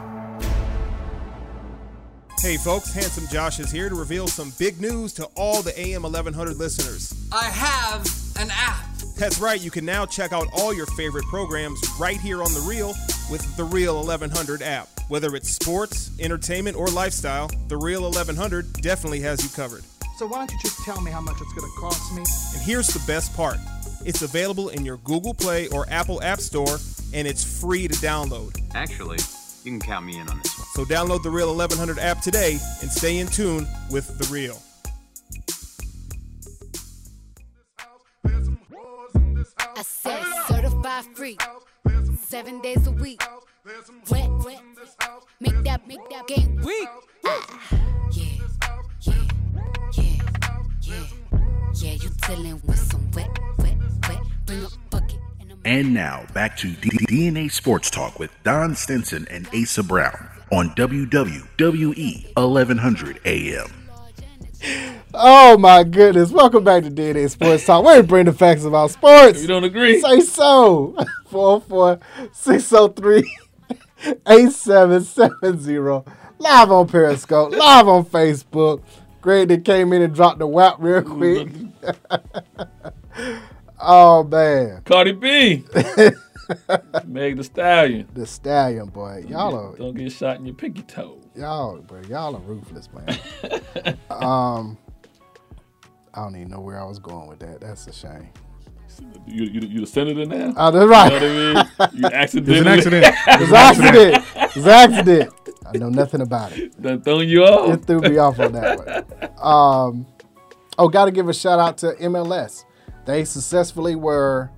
S11: Hey folks, Handsome Josh is here to reveal some big news to all the AM 1100 listeners.
S18: I have an app.
S11: That's right, you can now check out all your favorite programs right here on The Real with The Real 1100 app. Whether it's sports, entertainment, or lifestyle, The Real 1100 definitely has you covered.
S19: So why don't you just tell me how much it's going to cost me?
S11: And here's the best part it's available in your Google Play or Apple App Store, and it's free to download.
S20: Actually, you can count me in on this one.
S11: So download The Real 1100 app today and stay in tune with The Real.
S21: I said certified freak, seven days a week. Wet, wet, make that, make that game weak. Ah, yeah, yeah, yeah, yeah, yeah. You dealing with some wet, wet, wet. Bring a bucket.
S16: And now back to D- DNA Sports Talk with Don Stinson and Asa Brown on E WWE 1100 AM.
S5: Oh my goodness! Welcome back to DNA Sports Talk. Where we bring the facts about sports.
S3: You don't agree?
S5: Say so. 404-603-8770. Live on Periscope. live on Facebook. Greg that came in and dropped the whap real quick.
S19: Mm-hmm.
S5: oh man,
S3: Cardi B, Meg the Stallion.
S5: The Stallion boy, y'all are
S3: don't get shot in your pinky toe.
S5: y'all, bro, y'all are ruthless, man. um, I don't even know where I was going with that. That's a shame.
S3: You you you the senator now?
S5: Oh, that's right.
S3: You know what I mean? You accidentally.
S5: It's an accident. It's an accident. I know nothing about it.
S3: Done thrown you off.
S5: It threw me off on that one. Um, oh, got to give a shout out to MLS. They successfully were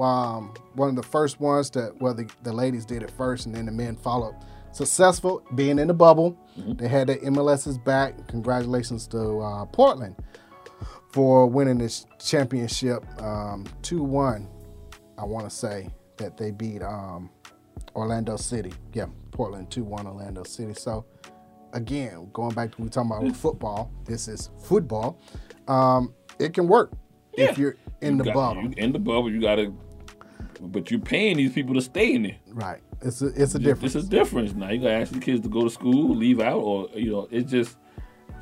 S5: um, one of the first ones to, well, the, the ladies did it first and then the men followed. Successful being in the bubble. They had the MLS's back. Congratulations to uh, Portland for winning this championship um, 2 1. I want to say that they beat um, Orlando City. Yeah, Portland 2 1 Orlando City. So,
S3: Hmm.
S5: again, going back to we talking about football, this is football. Um, it can work. if you're in the
S3: got-
S5: bubble.
S3: You in the bubble, you gotta. But you're paying these people to stay in there.
S5: Right. It's a it's a difference.
S3: It's a difference now. You gotta ask the kids to go to school, leave out, or you know, it's just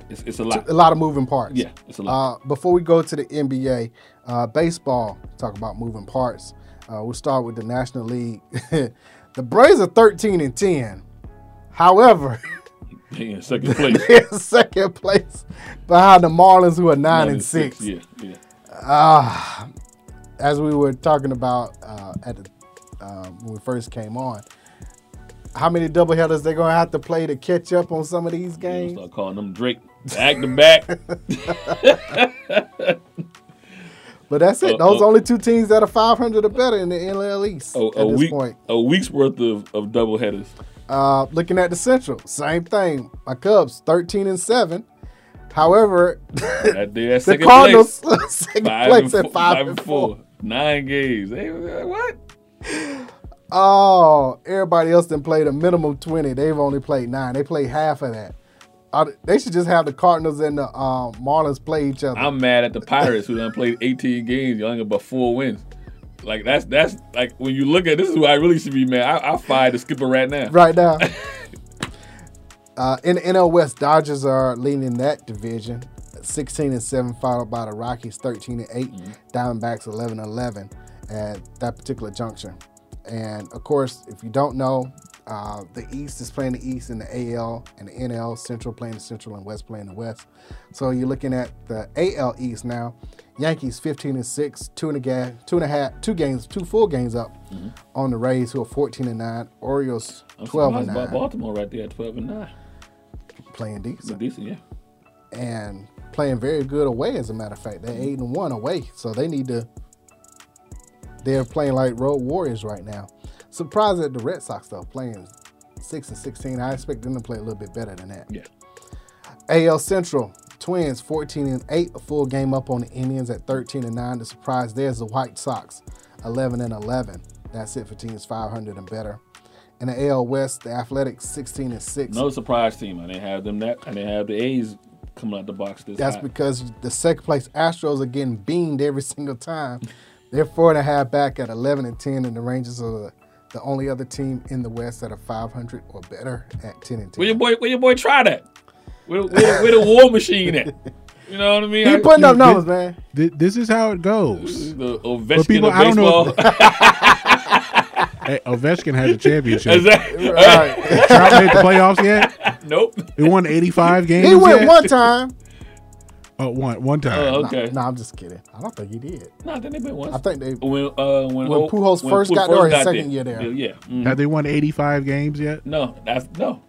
S3: it's, it's a lot.
S5: A lot of moving parts.
S3: Yeah, it's a
S5: Uh,
S3: lot.
S5: before we go to the NBA, uh, baseball, talk about moving parts. Uh, we'll start with the National League. the Braves are 13 and 10. However,
S3: They in second place.
S5: they're in second place behind the Marlins, who are 9,
S3: Nine
S5: and 6.
S3: Yeah, yeah.
S5: Ah, as we were talking about uh, at the, uh, when we first came on, how many doubleheaders they're gonna have to play to catch up on some of these games?
S3: Start calling them Drake back to back.
S5: But that's it.
S3: Uh,
S5: Those
S3: uh,
S5: only two teams that are 500 or better in the NL East
S3: A,
S5: at
S3: a
S5: this
S3: week,
S5: point.
S3: a week's worth of of double headers.
S5: Uh, looking at the Central, same thing. My Cubs 13 and seven. However,
S3: That they
S5: The
S3: at second
S5: Cardinals-
S3: place.
S5: second place at
S3: four-
S5: five and
S3: Nine games. They- what?
S5: oh, everybody else done played a minimum 20. They've only played nine. They played half of that. Uh, they should just have the Cardinals and the um, Marlins play each other.
S3: I'm mad at the Pirates who done played 18 games, y'all ain't about four wins. Like that's that's like when you look at this is where I really should be mad. I, I fired the skipper right now.
S5: right now. uh, in the NL West, Dodgers are leading that division, sixteen and seven, followed by the Rockies, thirteen and 8
S3: Mm-hmm.
S5: Diamondbacks, eleven and eleven, at that particular juncture. And of course, if you don't know, uh, the East is playing the East, and the AL and the NL Central playing the Central, and West playing the West. So you're looking at the AL East now. Yankees 15 and 6, two and a ga- two and a half, two games, two full games up
S3: Mhm.
S5: on the Rays, who are 14 and 9. Orioles
S3: I'm
S5: 12
S3: surprised
S5: and 9
S3: about Baltimore right there at 12 and 9.
S5: playing decent.
S3: Decent, yeah.
S5: and playing very good away. As a matter of fact, they're eight and one away, so they need to. They're playing like road warriors right now. Surprised at the Red Sox though, playing six and sixteen. I expect them to play a little bit better than that.
S3: Yeah.
S5: AL Central Twins fourteen and eight, a full game up on the Indians at thirteen and nine. The surprise there's the White Sox, eleven and eleven. That's it for teams five hundred and better. And the AL West, the Athletics sixteen and six.
S3: No surprise team. I didn't have them that I didn't have the A's coming out the box this
S5: That's
S3: high.
S5: because the second place Astros are getting beamed every single time. They're four and a half back at 11 and 10, and the Rangers are the, the only other team in the West that are 500 or better at 10 and 10.
S3: Where your boy where your boy try that? Where, where, where the war machine at? You know what I mean? I-
S7: Thi- thi- This is how it
S3: The
S7: goes. But
S3: Ovechkin
S7: people,
S3: of
S7: I don't know.
S3: baseball.
S7: Hey, Ovechkin has a championship.
S3: Exactly.
S7: Trout made the playoffs yet?
S3: Nope.
S7: He won 85 games.
S5: He went
S7: yet?
S5: one time.
S7: Oh, one, one time.
S5: Nah, Nah, I'm just kidding. I don't think he did.
S3: No, then they been once.
S5: I think they
S3: when uh
S5: When
S3: when, Ho-
S5: Pujols
S3: when
S5: first
S3: Pujols
S5: got there or his
S3: got
S5: second year there?
S3: Yeah. yeah. Mhm.
S7: Have they won 85 games yet?
S3: No, that's no.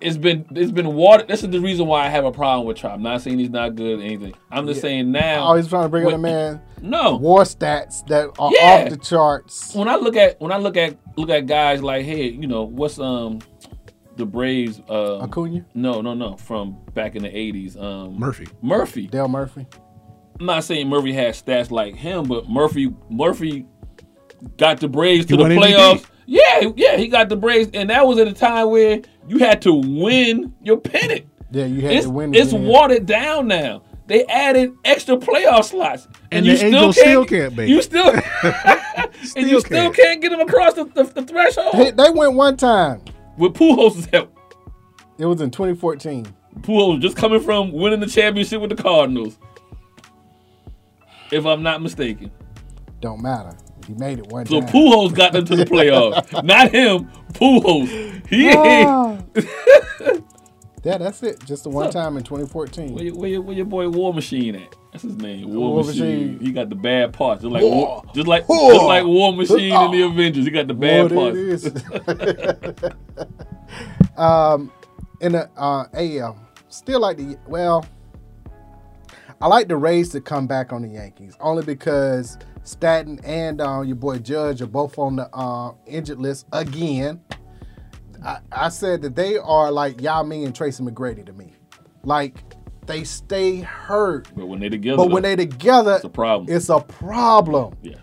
S3: It's been it's been water. This is the reason why I have a problem with Trout. I'm not saying he's not good or anything. I'm just saying now.
S5: Always oh, trying to bring up
S3: when,
S5: a man.
S3: No
S5: war stats that are
S3: Yeah.
S5: off the charts.
S3: When I look at when I look at look at guys like hey, you know what's um the Braves um,
S5: Acuna?
S3: No, no, no. From back in the '80s, um,
S7: Murphy.
S3: Murphy.
S5: Dale Murphy.
S3: I'm not saying Murphy had stats like him, but Murphy Murphy got the Braves to
S7: He
S3: the
S7: won MVP.
S3: playoffs. Yeah, yeah, he got the Braves, and that was at a time where you had to win your pennant.
S5: Yeah, you had
S3: It's,
S5: to win.
S3: it's
S5: again.
S3: watered down now. They added extra playoff slots, and,
S7: And the
S3: you still
S7: Angels
S3: can't,
S7: still can't make
S3: You
S7: it.
S3: still, and you still can't get them across the, the, the threshold.
S5: They, they went one time.
S3: With Pujols' help.
S5: It was in 2014.
S3: Pujols just coming from winning the championship with the Cardinals, if I'm not mistaken.
S5: Don't matter. He made it one
S3: So
S5: time.
S3: Pujols got them to the playoffs, not him. Pujols, he
S5: Ah. yeah, that's it. Just the one
S3: So-
S5: time in 2014.
S3: Where, your- where, your- where your boy War Machine at? That's his name. War,
S5: War
S3: Machine.
S5: Machine.
S3: He got the bad parts. Just like
S5: War.
S3: War, just like
S5: War. Ah.
S3: just like War Machine in the Avengers. He got the bad
S5: What
S3: parts.
S5: it is. um, in the uh, AL, still like the well. I like the Rays to come back on the Yankees only because Stanton and uh, your boy Judge are both on the uh, injured list again. I, I said that they are like Yao Ming and Tracy McGrady to me. Like they stay hurt,
S3: But when they together,
S5: but when they together,
S3: it's a problem.
S5: It's a problem.
S3: Yeah.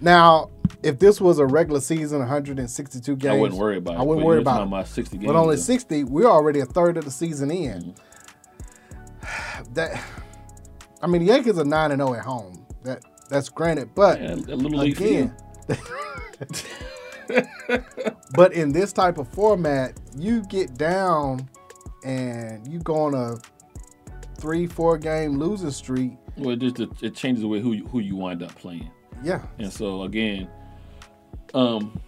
S5: Now, if this was a regular season, 162 games,
S3: I wouldn't worry about it.
S5: I wouldn't
S3: but
S5: worry
S3: you're
S5: about
S3: talking
S5: it.
S3: about 60 games.
S5: But only
S3: though. Mm-hmm.
S5: 60, we're already a third of the season in. That I mean, the Yankees are nine and zero at home. That that's granted, but
S3: Yeah, that little league
S5: again, but in this type of format, you get down and you go on a three, four game losing streak.
S3: Well, it just it, it changes the way who you, who you wind up playing.
S5: Yeah.
S3: And so again, um,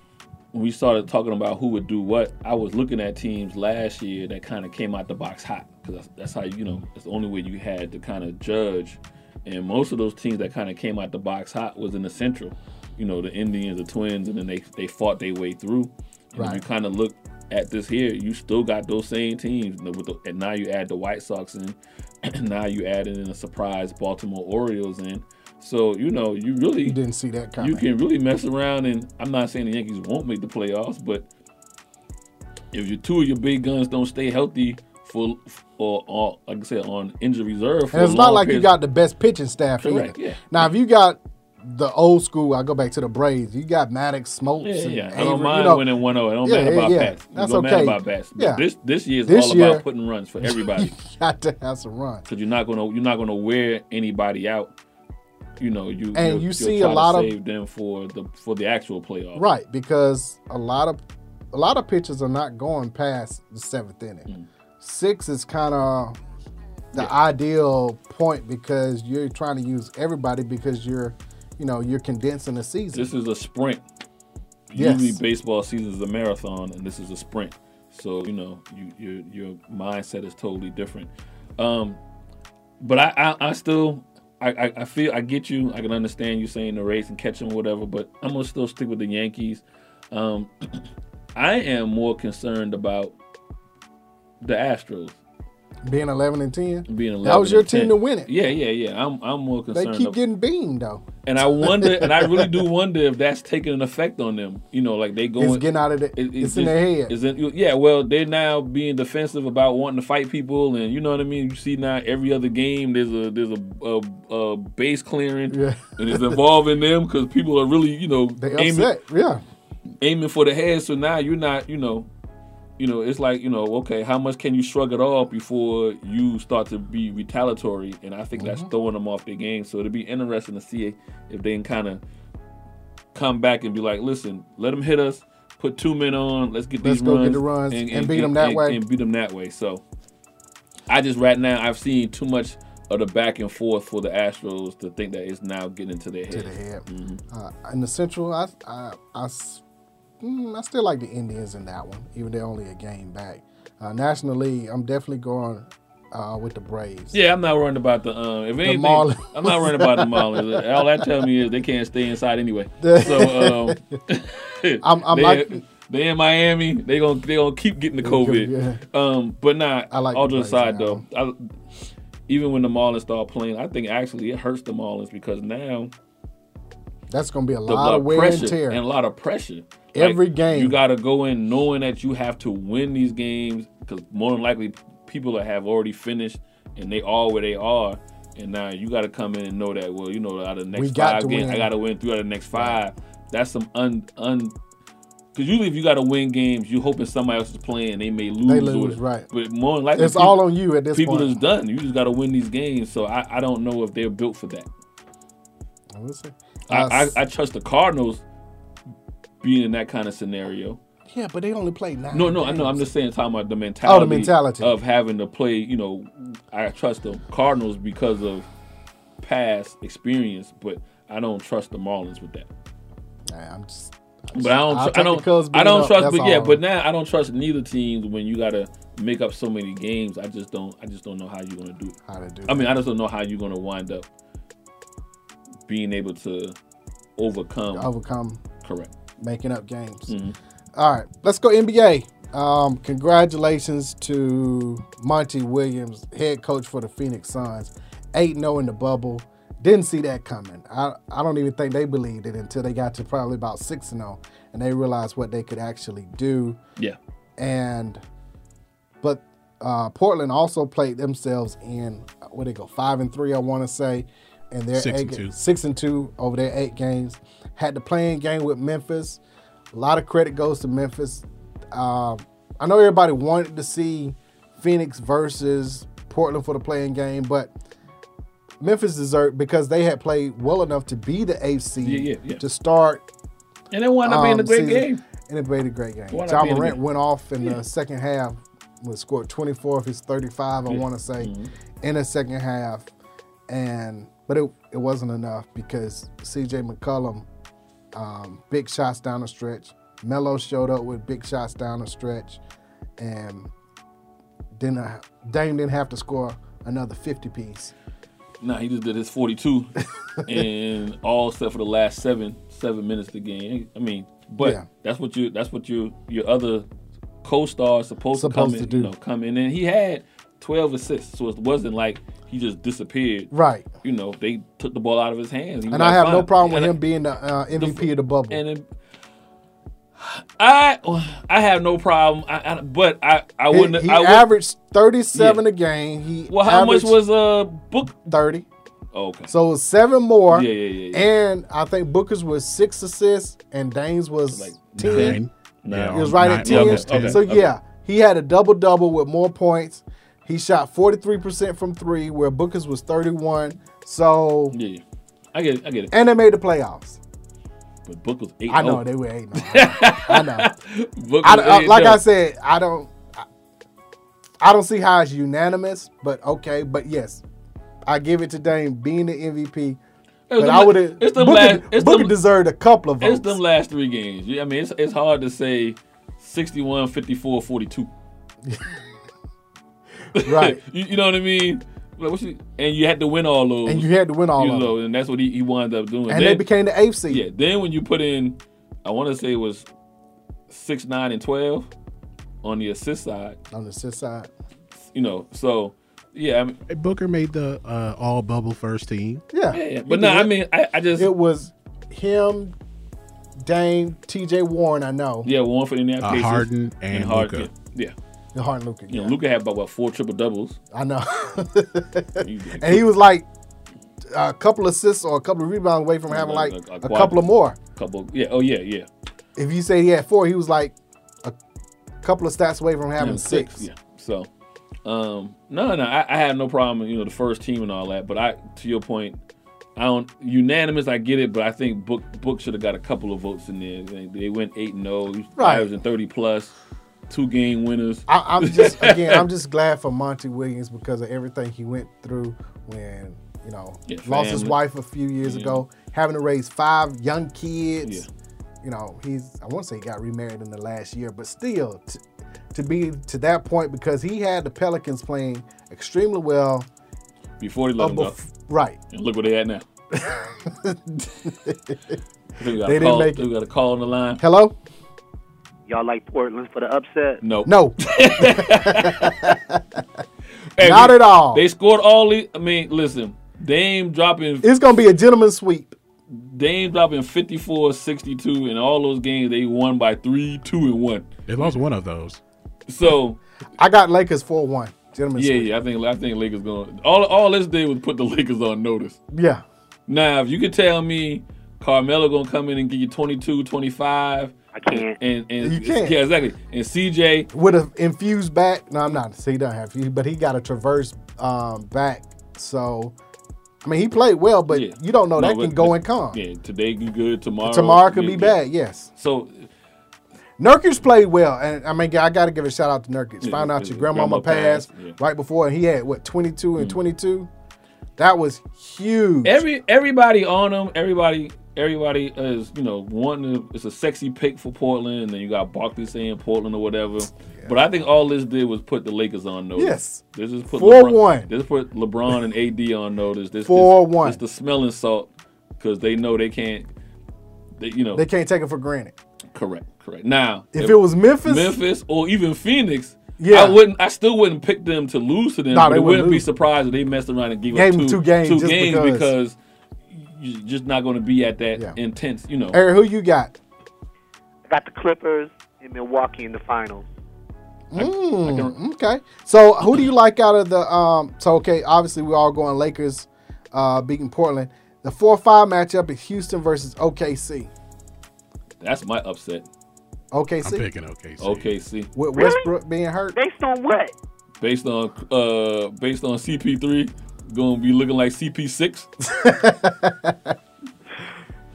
S3: when we started talking about who would do what, I was looking at teams last year that kind of came out the box hot because that's, that's how you know it's the only way you had to kind of judge. And most of those teams that kind of came out the box hot was in the Central. You know, the Indians, the Twins, and then they they fought their way through. And when you
S5: Right.
S3: kind of look at this here, you still got those same teams, you know, with the, and now you add the White Sox in, and now you add in a surprise Baltimore Orioles in. So you know, you really
S5: You didn't see that coming.
S3: you can really mess around, and I'm not saying the Yankees won't make the playoffs, but if your two of your big guns don't stay healthy for, or, or like I said, on injury reserve, for
S5: And it's
S3: a
S5: not
S3: long
S5: like you
S3: period of-
S5: got the best pitching staff
S3: Correct,
S5: either.
S3: yeah.
S5: Now, if you got the old school, I go back to the Braves. You got Maddox, Smokes,
S3: Yeah,
S5: and
S3: yeah. I
S5: Avery,
S3: don't
S5: you
S3: mind
S5: know.
S3: winning 1 0. It don't matter about bats. It
S5: That's
S3: don't
S5: okay.
S3: matter about bats. But
S5: Yeah.
S3: This this year is all about putting runs for everybody.
S5: you got to have some runs.
S3: Because you're not gonna you're not gonna wear anybody out. You know, you
S5: And
S3: you'll-
S5: you
S3: you'll
S5: see
S3: try
S5: a
S3: to
S5: lot of-
S3: save them for the for the actual playoffs.
S5: Right, because a lot of a lot of pitchers are not going past the seventh inning.
S3: Hmm.
S5: Six is kind of the ideal point because you're trying to use everybody because you're, you know, you're condensing the season.
S3: This is a sprint.
S5: Yes.
S3: Usually, baseball season is a marathon, and this is a sprint. So you know, you, your your mindset is totally different. Um, but I, I, I still, I, I, I feel, I get you. I can understand you saying the race and catch 'em or whatever. But I'm gonna still stick with the Yankees. Um, I am more concerned about the Astros
S5: Being eleven and ten,
S3: being 11
S5: that was your
S3: and 10.
S5: team to win it.
S3: Yeah, yeah, yeah. I'm, I'm more
S5: They
S3: concerned.
S5: keep
S3: ab-
S5: getting beamed though.
S3: and I wonder, and I really do wonder if that's taking an effect on them. You know, like they going,
S5: It's getting out of the.
S3: it-
S5: it's in their head.
S3: Is it, yeah, well, they're now being defensive about wanting to fight people, and you know what I mean. You see now every other game there's a there's a, a, a base clearing,
S5: Yeah.
S3: and it's involving them because people are really you know
S5: They upset. Yeah.
S3: aiming for the head. So now you're not, you know, you know, it's like, you know, okay, how much can you shrug it off before you start to be retaliatory? And I think
S5: Mm-hmm.
S3: that's throwing them off their game. So it'll be interesting to see if they can kind of come back and be like, listen, let them hit us, put two men on, let's get
S5: Let's
S3: these
S5: go
S3: runs,
S5: get the runs and beat 'em that
S3: and-
S5: way.
S3: and beat them that way. So I just right now I've seen too much of the back and forth for the Astros to think that it's now getting into their head. mm-hmm.
S5: To the head. Uh, in the Central, I I, I s- mm, I still like the Indians in that one, even they're only a game back. Uh, National League, I'm definitely going uh, with the Braves.
S3: Yeah, I'm not worried about the um. If anything,
S5: Marlins.
S3: I'm not worried about the Marlins. All that tell me is they can't stay inside anyway. So um,
S5: I'm- I'm
S3: they,
S5: like-
S3: they in Miami. They gonna they gonna keep getting the
S5: Yeah.
S3: COVID. Um, but nah, I
S5: like
S3: all
S5: the
S3: jokes
S5: Braves
S3: aside though. I, even when the Marlins start playing, I think actually it hurts the Marlins because now
S5: That's going to be a
S3: the
S5: lot of
S3: blood
S5: wear
S3: pressure
S5: and tear.
S3: a lot of pressure.
S5: Every game.
S3: you got to go in knowing that you have to win these games because more than likely people that have already finished and they are where they are, and now you got to come in and know that well, you know, out of the
S5: We
S3: next
S5: got to
S3: five games,
S5: win.
S3: I got to win three out of the next five. That's some un un. Because usually, if you got to win games, you hoping somebody else is playing. They may lose. or-
S5: lose, right.
S3: But more than likely,
S5: It's all on you at this
S3: people
S5: point.
S3: is done. You just got to win these games. So I, I don't know if they're built for that.
S5: We'll see.
S3: I,
S5: Uh,
S3: I, I trust the Cardinals being in that kind of scenario.
S5: yeah, but they only play nine.
S3: No, no, I know. I'm just saying, talking about the mentality,
S5: Oh, mentality.
S3: of having to play. You know, I trust the Cardinals because of past experience, but I don't trust the Marlins with that.
S5: Nah, I'm just.
S3: But I don't,
S5: I'll
S3: tr- I
S5: take the Cubs
S3: don't, I
S5: being
S3: don't
S5: up,
S3: trust.
S5: that's
S3: But yeah,
S5: all.
S3: but now I don't trust neither teams when you gotta make up so many games. I just don't, I just don't know how you're gonna do it.
S5: How to do
S3: I mean,
S5: that.
S3: I just don't know how you're gonna wind up being able to overcome.
S5: Overcome.
S3: Correct.
S5: making up games.
S3: Mhm.
S5: All right, let's go NBA. Um, congratulations to Monty Williams, head coach for the Phoenix Suns. 8 0 in the bubble. Didn't see that coming. I, I don't even think they believed it until they got to probably about 6 0 and they realized what they could actually do.
S3: Yeah.
S5: And, but uh, Portland also played themselves in, what they go, 5 and 3, I want to say. And they're
S7: Six and
S5: eight-
S7: two.
S5: six and two over their eight games. Had the playing game with Memphis. A lot of credit goes to Memphis. Um, I know everybody wanted to see Phoenix versus Portland for the playing game, but Memphis deserved because they had played well enough to be the eighth seed to start.
S3: And they wound
S5: Um,
S3: up being a great game.
S5: And it played a great game.
S3: Wound up
S5: John
S3: being a
S5: Morant
S3: good-
S5: went off in
S3: Yeah.
S5: the second half, was scored 24 of his 35, I
S3: Yeah. Mm-hmm.
S5: want to say, in the second half. And but it, it wasn't enough because CJ McCollum, um, big shots down the stretch. Melo showed up with big shots down the stretch, and didn't Dame didn't have to score another 50 piece.
S3: Nah, he just did his 42, and all except for the last seven seven minutes of the game. I mean, but
S5: Yeah.
S3: that's what you that's what you your other co-star is supposed, to come
S5: Supposed
S3: in,
S5: to do.
S3: you know, come in. And he had 12 assists, so it wasn't like he just disappeared.
S5: Right.
S3: You know, they took the ball out of his hands. He was
S5: And I
S3: like,
S5: have no
S3: "Fine."
S5: problem with
S3: And I-
S5: him being the uh, MVP of the bubble.
S3: And it, I I have no problem. I, I but I I
S5: He-
S3: wouldn't.
S5: He,
S3: I would-
S5: averaged 37
S3: Yeah.
S5: a game. He
S3: Well, how much
S5: averaged
S3: was uh book
S5: 30?
S3: Oh, okay.
S5: So it was seven more.
S3: Yeah, yeah, yeah,
S5: And I think Booker's was six assists, and Dane's was ten.
S7: nine. Yeah,
S5: It was right
S7: nine-
S5: at ten.
S7: yeah, okay, okay,
S5: so
S7: okay.
S5: yeah, he had a double double with more points. He shot forty three percent from three, where Booker's was thirty one. So
S3: yeah, I get it. I get it.
S5: and they made the playoffs.
S3: But Book was eight. oh.
S5: I know they were eight. I know.
S3: Book
S5: I,
S3: was
S5: I-
S3: eight
S5: like I
S3: dope.
S5: said, I don't. I, I don't see how it's unanimous, but okay. But yes, I give it to Dame being the MVP. But
S3: the
S5: I
S3: la-
S5: would have.
S3: it's the
S5: Booker,
S3: la- it's
S5: Booker
S3: the-
S5: deserved a couple of
S3: It's
S5: votes.
S3: them last three games. Yeah, I mean, it's, it's hard to say 61, 54, 42.
S5: Right.
S3: you, you know what I mean? Like, what you- and you had to win all those.
S5: And you had to win all
S3: You
S5: of
S3: know, And that's what he, he wound up doing.
S5: And they became the eighth seed.
S3: Yeah. Then when you put in, I want to say it was 6, 9, and 12 on the assist side,
S5: on the assist side.
S3: you know. So, yeah. I mean,
S7: Hey, Booker made the uh, all bubble first team.
S5: Yeah.
S3: Yeah, yeah.
S5: He
S3: But no,
S5: did.
S3: I mean, I, I just.
S5: It was him, Dame, T.J. Warren. I know.
S3: Yeah, one for Indiana
S7: Uh,
S3: Pacers.
S7: Harden and
S3: Harden.
S7: Luka.
S3: Yeah.
S5: The Harden Luka.
S3: You know, Luca had about what four triple doubles.
S5: I know. and he was like a couple assists or a couple of rebounds away from having like a
S3: quad-
S5: couple of more.
S3: Couple, yeah. Oh yeah, yeah.
S5: If you say he had four, he was like a couple of stats away from having
S3: Yeah,
S5: six.
S3: Yeah. So, um, no, no, I, I have no problem. You know, the first team and all that. But I, to your point, I don't unanimous. I get it, but I think Book Book should have got a couple of votes in there. They, they went eight and zero.
S5: Right.
S3: Right. in thirty plus, two game winners.
S5: I, I'm just again, I'm just glad for Monty Williams because of everything he went through when you know
S3: Yeah,
S5: lost his
S3: family.
S5: wife a few years
S3: Yeah.
S5: ago, having to raise five young kids. You know, he's I want to say he got remarried in the last year, but still, t- to be to that point because he had the Pelicans playing extremely well.
S3: before they let
S5: Uh,
S3: them
S5: bef-
S3: go.
S5: right.
S3: And look what they at now. they got
S5: They
S3: a
S5: didn't
S3: call,
S5: make
S3: They got a call on the line.
S5: Hello.
S12: Y'all like Portland for the upset?
S3: No.
S5: No.
S3: Hey,
S5: Not
S3: we-
S5: at all.
S3: They scored all the. I mean, listen, Dame dropping.
S5: It's gonna be a gentleman's sweep.
S3: Dame dropping 54, 62, and all those games they won by three, two, and one.
S7: They lost one of those.
S3: So
S5: I got Lakers four one. Gentlemen's
S3: yeah,
S5: sweep.
S3: yeah, I think I think Lakers going. All all this did was put the Lakers on notice.
S5: Yeah.
S3: Now, if you could tell me Carmelo gonna come in and give you 22, 25. I can't. And, and,
S5: You can't.
S3: Yeah, exactly. And CJ,
S5: with an infused back. No, I'm not. So he don't have fuse, but he got a traverse um, back. So, I mean, he played well, but you don't know
S3: No,
S5: that
S3: but-
S5: can go
S3: but-
S5: and come.
S3: Yeah, today be good, tomorrow
S5: Tomorrow could
S3: yeah,
S5: be
S3: yeah.
S5: bad. Yes.
S3: So
S5: Nurkic played well, and I mean, I got to give a shout out to Nurkic.
S3: Yeah,
S5: Found out
S3: yeah,
S5: your
S3: yeah.
S5: grandmama
S3: Grandma passed, Mm.
S5: passed right before, and he had what 22 and 22. That was huge.
S3: Every everybody on him. Everybody everybody is you know wanting to, it's a sexy pick for Portland, and then you got Barkley saying Portland or whatever. But I think all this did was put the Lakers on notice.
S5: Yes.
S3: this is put
S5: 4-1.
S3: LeBron, This put LeBron and AD on notice. This
S5: 4-1.
S3: It's the smelling salt because they know they can't. They, you know
S5: They can't take it for granted.
S3: Correct, correct. Now,
S5: If it was Memphis-
S3: Memphis, or even Phoenix,
S5: Yeah.
S3: I wouldn't. I still wouldn't pick them to lose to them.
S5: Nah,
S3: but
S5: they
S3: it wouldn't
S5: wouldn't
S3: be
S5: lose.
S3: surprised if they messed around and gave
S5: Gave
S3: up
S5: them
S3: two,
S5: two games
S3: two
S5: just
S3: games
S5: because.
S3: because. you're just not going to be at that intense. You know,
S5: Eric, who you got?
S12: I got the Clippers in Milwaukee in the finals.
S5: Mm, okay. So who do you like out of the um so okay, obviously we're all going Lakers uh beating Portland. The four five matchup is Houston versus OKC.
S3: that's my upset.
S5: OKC
S7: OKC.
S3: OKC
S5: with Westbrook being hurt.
S12: Based on what?
S3: based on uh based on CP3 Gonna be looking like CP6,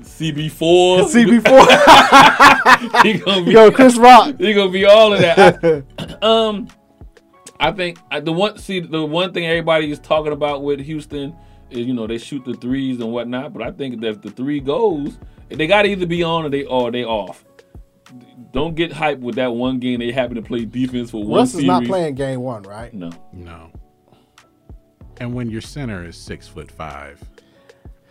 S3: CB4,
S5: CB4.
S3: he gonna be
S5: Yo, Chris Rock.
S3: He gonna be all of that. I- um, I think I- the one see the one thing everybody is talking about with Houston is you know they shoot the threes and whatnot, but I think that if the three goes, they gotta either be on or they or they off. Don't get hyped with that one game they happen to play defense for one
S5: Russ is
S3: series.
S5: not playing game one, right?
S3: No.
S7: No. And when your center is six foot five,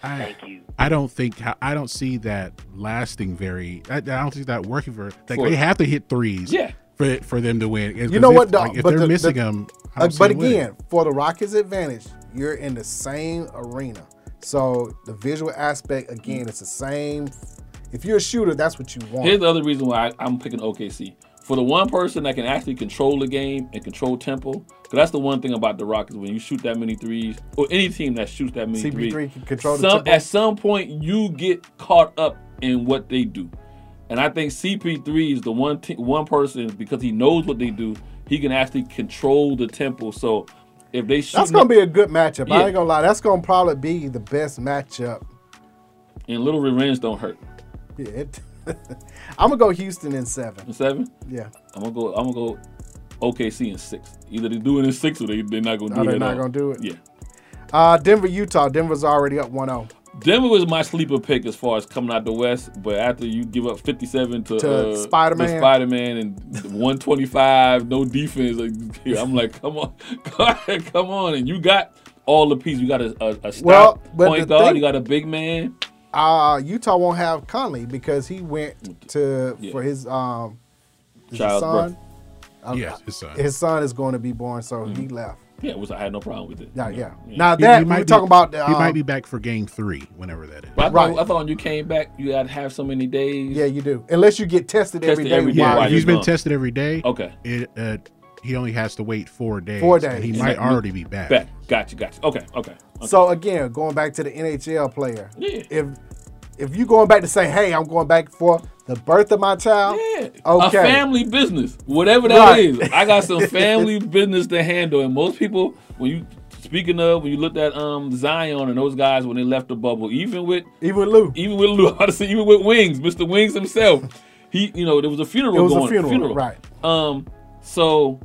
S7: I,
S5: Thank you.
S7: I don't think how- I don't see that lasting very. I, I don't see that working for. Like
S5: For-
S7: they have to hit threes.
S5: Yeah.
S7: For for them to win.
S5: You know what,
S7: If,
S5: dog?
S7: like, if they're
S5: the-
S7: missing
S5: the-
S7: them,
S5: uh, but again, for the Rockets' advantage, you're in the same arena, so the visual aspect again it's the same. If you're a shooter, that's what you want.
S3: Here's the other reason why I, I'm picking OKC. For the one person that can actually control the game and control tempo, because that's the one thing about the Rockets. When you shoot that many threes, or any team that shoots that many
S5: CP3
S3: threes,
S5: can control the
S3: some,
S5: tempo.
S3: At some point, you get caught up in what they do, and I think CP3 is the one te- one person because he knows what they do. He can actually control the tempo. So if they shoot,
S5: That's gonna be a good matchup.
S3: Yeah.
S5: I ain't gonna lie. That's gonna probably be the best matchup.
S3: and little revenge don't hurt.
S5: Yeah, it, I'm gonna go Houston in seven.
S3: Seven.
S5: Yeah.
S3: I'm gonna go. I'm gonna go OKC in six. Either they do it in six or they they're not gonna do
S5: No,
S3: it.
S5: they're
S3: at
S5: not
S3: all.
S5: gonna do it.
S3: Yeah.
S5: Uh, Denver, Utah. Denver's already up oh. 1-0
S3: Denver was my sleeper pick as far as coming out the West, but after you give up 57 to,
S5: To
S3: uh,
S5: Spider-Man.
S3: to Spider-Man and 125, no defense, like, I'm like, come on, come on, and you got all the pieces. You got a, a, a stout
S5: Well, but the
S3: point guard,
S5: thing-
S3: you got a big man.
S5: Uh, Utah won't have Conley because he went to
S3: Yeah.
S5: for his um his
S3: Child's
S5: son.
S3: birth.
S5: Um,
S3: Yeah, his
S7: uh,
S3: son.
S5: His son is going to be born, so he left.
S3: Yeah, which I had no problem with it.
S5: Yeah, yeah.
S3: Mm. yeah.
S5: Now
S7: He-
S5: that
S7: he
S5: we
S7: might
S5: were
S7: be-
S5: talking about, the,
S7: he might
S5: um,
S7: be back for game three, whenever that is.
S3: But I, thought,
S5: Right.
S3: I thought when you came back, you had to have so many days.
S5: Yeah, you do. Unless you get tested, every
S3: Tested
S5: day.
S3: every day
S5: while
S3: while
S7: If he's
S3: you're
S7: been
S3: gone.
S7: tested every day.
S3: Okay.
S7: It uh, he only has to wait four days.
S5: Four
S7: and he
S5: days.
S7: might already be back.
S3: Back. Gotcha, gotcha. Okay, okay.
S5: So again, going back to the NHL player,
S3: Yeah.
S5: if if you going back to say, hey, I'm going back for the birth of my child, okay,
S3: A family business, whatever that
S5: Right.
S3: is. I got some family business to handle, and most people, when you speaking of, when you looked at um Zion and those guys when they left the bubble, even with
S5: even with Lou,
S3: even with Lou, I say even with Wings, Mr. Wings himself, he you know there was a funeral.
S5: It was a
S3: going,
S5: funeral, right.
S3: Um, so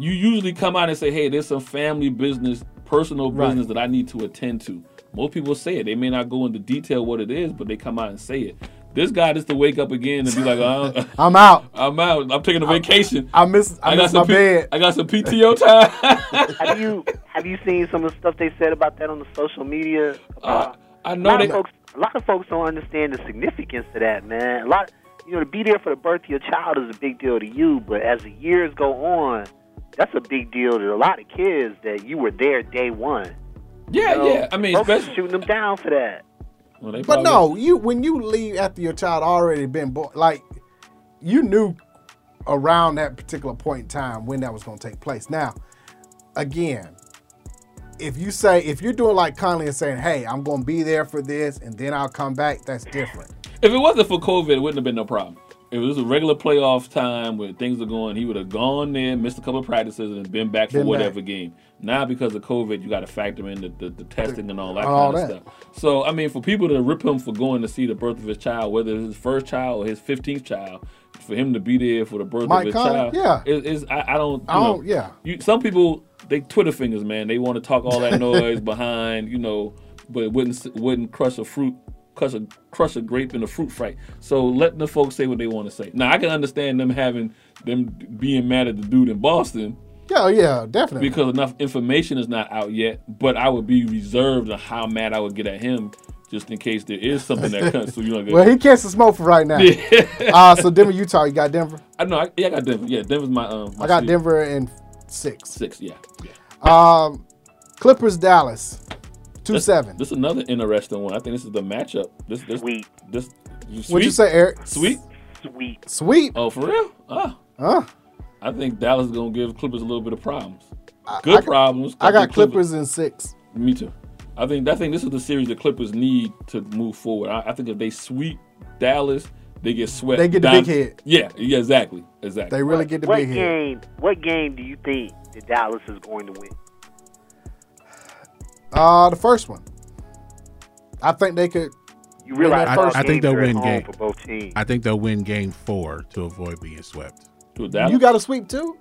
S3: you usually come out and say, hey, there's some family business, personal
S5: Right.
S3: business that I need to attend to. Most people say it. They may not go into detail what it is, but they come out and say it. This guy just to wake up again and be like, uh, I do
S5: I'm out.
S3: I'm out. I'm taking a vacation.
S5: I miss I, miss my
S3: some P-
S5: bed.
S3: I got some PTO time.
S12: have you have you seen some of the stuff they said about that on the social media? Uh,
S3: I
S12: a
S3: know
S12: lot
S3: they.
S12: of folks. A lot of folks don't understand the significance of that, man. A lot, you know, to be there for the birth of your child is a big deal to you, but as the years go on, that's a big deal to a lot of kids that you were there day one.
S3: Yeah,
S12: You know,
S3: yeah. I mean,
S12: folks are
S3: especially.
S12: shooting them down for that.
S3: Well, they
S5: But
S3: probably-
S5: no, you when you leave after your child already been born, like you knew around that particular point in time when that was going to take place. Now, again, if you say if you're doing like Conley and saying, "Hey, I'm going to be there for this and then I'll come back," that's different.
S3: If it wasn't for COVID, it wouldn't have been no problem. If it was a regular playoff time where things are going, he would have gone there, missed a couple of practices, and been back for
S5: Been back.
S3: whatever game. Now, because of COVID, you got to factor in the, the, the testing and all that
S5: All
S3: kind
S5: that.
S3: of stuff. So, I mean, for people to rip him for going to see the birth of his child, whether it's his first child or his 15th child, for him to be there for the birth
S5: Mike
S3: of his
S5: Conley,
S3: child,
S5: yeah.
S3: is, is I, I don't, you
S5: I don't- Oh,
S3: know,
S5: yeah.
S3: You, some people they Twitter fingers, man. They want to talk all that noise behind, you know, but it wouldn't wouldn't crush a fruit, crush a crush a grape in a fruit fight. So let the folks say what they want to say. Now I can understand them having them being mad at the dude in Boston
S5: Yeah, oh, yeah, definitely.
S3: because enough information is not out yet. But I would be reserved on how mad I would get at him, just in case there is something that comes. So you know,
S5: well, he can't smoke for right now. uh, so Denver, Utah, you got Denver.
S3: I know. I, yeah, I got Denver. Yeah, Denver's my um. my
S5: I got
S3: sleep-
S5: Denver in six.
S3: Six. Yeah.
S5: Um, Clippers, Dallas, two
S3: This-
S5: seven.
S3: This is another interesting one. I think this is the matchup. This this
S12: sweet.
S3: This you
S5: What'd you
S3: sweet?
S5: say, Eric?
S3: Sweet.
S12: Sweet.
S5: Sweet.
S3: Oh, for real? Ah.
S5: Huh?
S3: I think Dallas is gonna give Clippers a little bit of problems. Good
S5: I-
S3: problems.
S5: I got
S3: couple
S5: Clippers in six.
S3: Me too. I think I think this is the series the Clippers need to move forward. I, I think if they sweep Dallas, they get swept.
S5: They get the
S3: down-
S5: big head.
S3: Yeah. Yeah. Exactly. Exactly.
S5: They really get the
S12: what
S5: big head.
S12: game? What game do you think that Dallas is going to win?
S5: Uh, the first one. I think they could.
S12: You
S7: I, I think they'll win game.
S12: for both teams.
S7: I think they'll win game four to avoid being swept.
S5: You got a sweep too.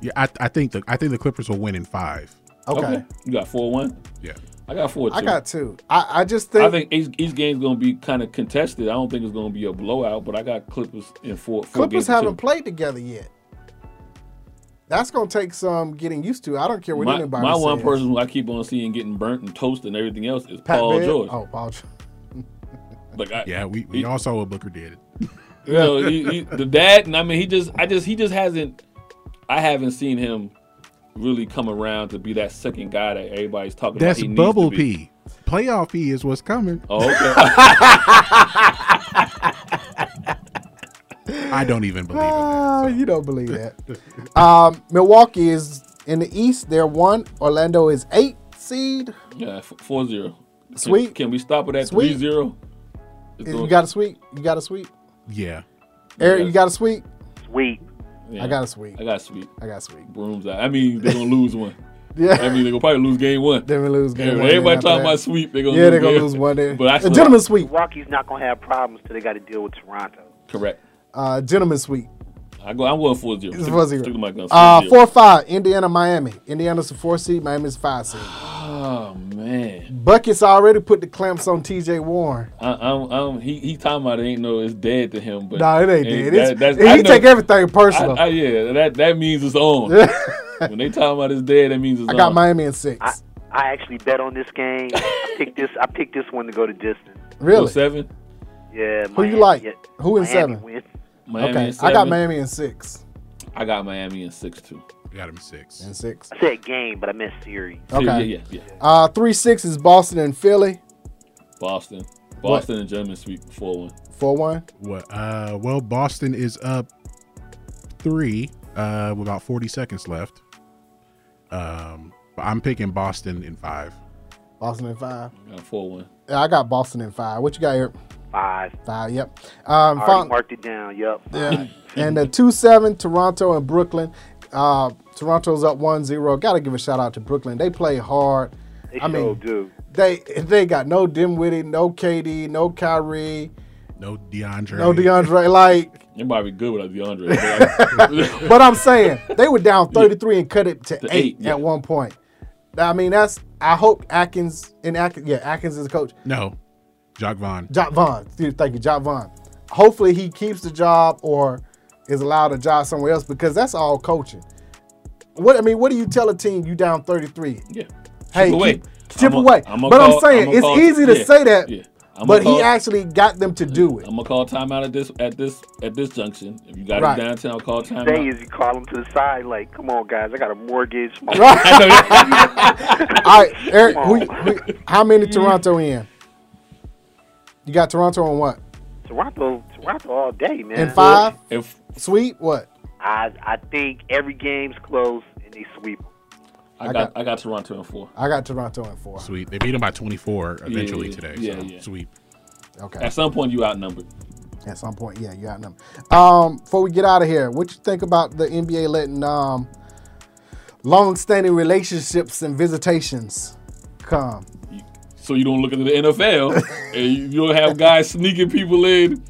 S7: Yeah, I, I think the I think the Clippers will win in five.
S5: Okay. Okay.
S3: You got four one.
S7: Yeah.
S3: I got four.
S5: I got two. I, I just think
S3: I think each, each game's going to be kind of contested. I don't think it's going to be a blowout, but I got Clippers in four. four
S5: Clippers
S3: games to
S5: haven't
S3: two.
S5: played together yet. That's gonna take some getting used to. I don't care what
S3: My,
S5: anybody
S3: my
S5: says.
S3: one person who I keep on seeing getting burnt and toast and everything else is
S5: Pat
S3: Paul
S5: Bev?
S3: George.
S5: Oh, Paul George.
S3: Like I,
S7: yeah, we, we all saw what Booker did.
S3: you know, he, he, the dad, and I mean, he just, I just, he just hasn't. I haven't seen him really come around to be that second guy that everybody's talking about.
S7: That's
S3: he needs to
S7: bubble
S3: be.
S7: pee. Playoff pee is what's coming.
S3: Oh, okay.
S7: I don't even believe.
S5: Ah, you don't believe that. um, Milwaukee is in the East. They're one. Orlando is eight seed.
S3: Yeah, f- 4 0. Can,
S5: Sweet.
S3: we stop it at
S5: Sweet.
S3: 3 0?
S5: You got a sweep. You got a sweep.
S7: Yeah.
S5: Eric, you got a sweep.
S12: Sweet.
S5: I got a sweep.
S3: I got sweet.
S5: I got sweet.
S3: Brooms out. I mean, they're going to lose one.
S5: Yeah.
S3: I mean, they're going to probably lose game one.
S5: They're going to lose game
S3: yeah,
S5: one, then
S3: Everybody
S5: after
S3: talking
S5: that-
S3: about sweep. They're going to
S5: Yeah,
S3: lose
S5: they're gonna
S3: game.
S5: lose one there.
S3: But I
S5: A
S3: still-
S5: gentleman sweep.
S12: Milwaukee's not gonna have problems till they got to deal with Toronto.
S3: Correct.
S5: Uh, gentlemen sweep.
S3: I go. I won 4 0.
S5: It's four zero.
S3: My guns,
S5: Uh,
S3: 4-0.
S5: four five. Indiana, Miami. Indiana's a four seed. Miami's a five seed.
S3: Oh, man.
S5: Buckets already put the clamps on T.J. Warren.
S3: I, I'm, I'm, he, he talking about it ain't no, it's dead to him. But
S5: Nah, it ain't dead. It's- he
S3: I know-
S5: take everything personal.
S3: I, I, yeah, that, that means it's on. when they talking about it's dead, that means it's
S5: I
S3: on.
S5: got Miami in six.
S12: I actually bet on this game. I picked this. I picked this one to go to distance.
S5: Really?
S3: Seven.
S12: Yeah.
S5: Who you
S12: Miami-
S5: like?
S12: yeah,
S5: Who in
S12: Miami
S5: seven?
S12: wins.
S3: Miami
S5: okay,
S3: in
S5: I got
S3: seven.
S5: Miami in six.
S3: I got Miami in six too.
S7: I got him six.
S5: In six.
S12: I said game, but I meant series.
S5: Okay.
S3: Yeah, yeah, yeah.
S5: Uh, three six is Boston and Philly.
S3: Boston, Boston
S5: What?
S3: and German sweep four one.
S5: Four one.
S7: What? Uh, well, Boston is up three uh, with about 40 seconds left. Um, but I'm picking Boston in five.
S5: Boston in five.
S3: four one.
S5: Yeah, I got Boston in five. What you got here?
S12: Five.
S5: Five. Yep.
S12: I
S5: Um,
S12: already
S5: fin-
S12: marked it down. Yep.
S5: Yeah. and the two seven Toronto and Brooklyn. Uh, Toronto's up 1-0. Got to give a shout out to Brooklyn. They play hard.
S12: They
S5: I mean,
S12: sure do.
S5: they they got no Dimwitty, no KD, no Kyrie,
S7: No DeAndre.
S5: no DeAndre. Like,
S3: It might be good without DeAndre.
S5: but I'm saying they were down 33 and cut it to
S3: To eight,
S5: eight,
S3: yeah.
S5: at one point. I mean, that's I hope Atkins and Atkins, yeah, Atkins is the coach.
S7: No, Jock Vaughn.
S5: Jock Vaughn. Excuse- Thank you, Jock Vaughn. Hopefully he keeps the job or is allowed a job somewhere else because that's all coaching. What I mean, what do you tell a team you down 33?
S3: Yeah.
S5: Hey,
S3: Chip
S5: chip
S3: away.
S5: away. chip
S3: I'ma-
S5: away.
S3: I'ma
S5: but
S3: call-
S5: I'm saying
S3: I'ma
S5: it's
S3: call-
S5: easy to
S3: yeah,
S5: say that.
S3: yeah. I'ma
S5: But
S3: call-
S5: he actually got them to do it.
S3: I'm gonna call timeout at this at this at this junction. If you got
S5: Right.
S3: it downtown, call timeout.
S12: Say is you call them to the side, like, come on, guys, I got a mortgage. My-
S5: All right, Eric, who, who- how many Toronto in? You got Toronto on what?
S12: Toronto, Toronto all day, man.
S5: In five?
S3: If
S5: Sweet? What?
S12: I, I think every game's close and they sweep. 'em.
S3: I got I got Toronto in four.
S5: I got Toronto in four.
S7: Sweet. They beat him by 24 eventually
S3: yeah,
S7: today.
S3: yeah,
S7: so
S3: yeah.
S7: sweep.
S5: Okay.
S3: At some point, you outnumbered.
S5: At some point, yeah, you got them. Um, before we get out of here, what you think about the NBA letting um, long-standing relationships and visitations come?
S3: So you don't look into the NFL, and you- you don't have guys sneaking people in,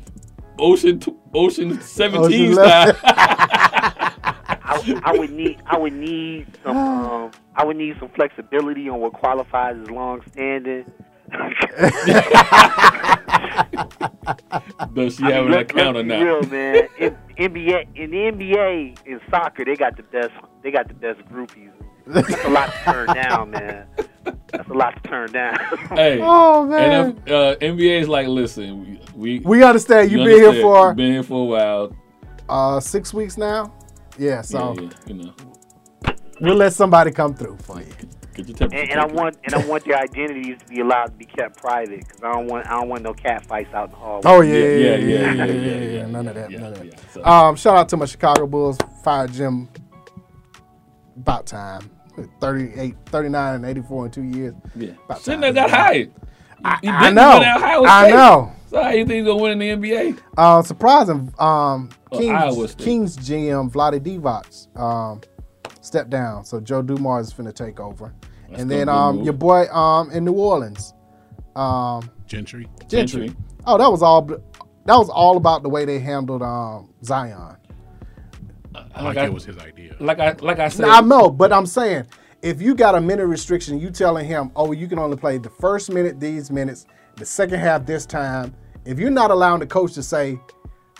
S3: ocean t- ocean seventeen
S5: Ocean
S3: style.
S5: left.
S12: I, I would need I would need some um, I would need some flexibility on what qualifies as long standing.
S3: Does she have an account or not?
S12: Real man, in, NBA in the NBA in soccer they got the best they got the best groupies. That's a lot to turn down, man. That's a lot to turn down.
S3: Hey,
S5: Oh, man.
S3: NF, uh, NBA is like, listen, we we,
S5: We understand you
S3: we
S5: been here for-
S3: you been here for a while.
S5: Uh, six weeks now. Yeah, so
S3: yeah, you know,
S5: we'll let somebody come through for you.
S3: get your temperature.
S12: And, and I
S3: taken.
S12: want and I want their identities to be allowed to be kept private because I don't want I don't want no cat fights out in the hallway.
S5: Oh yeah, yeah, yeah, yeah, yeah, yeah, none of that, none of that. um, shout out to my Chicago Bulls fire Jim. About time, 38, 39, and eighty-four in two years.
S3: Yeah,
S5: about
S3: Shouldn't
S5: time.
S3: have got hired.
S5: I,
S3: He
S5: I
S3: didn't
S5: know.
S3: win at Ohio
S5: I
S3: State.
S5: know.
S3: So how you think he's gonna win in the NBA?
S5: Uh, surprising. Um,
S3: Oh,
S5: Kings,
S3: Iowa State.
S5: Kings GM Vlade Divac um, stepped down, so Joe Dumars is finna take over, and then um your boy um in New Orleans, um
S7: Gentry.
S5: Gentry. Oh, that was all. That was all about the way they handled um Zion.
S3: like it was his idea. Like I like I said,
S5: Now, I know, but I'm saying if you got a minute restriction, you telling him, oh, you can only play the first minute these minutes, the second half this time. If you're not allowing the coach to say,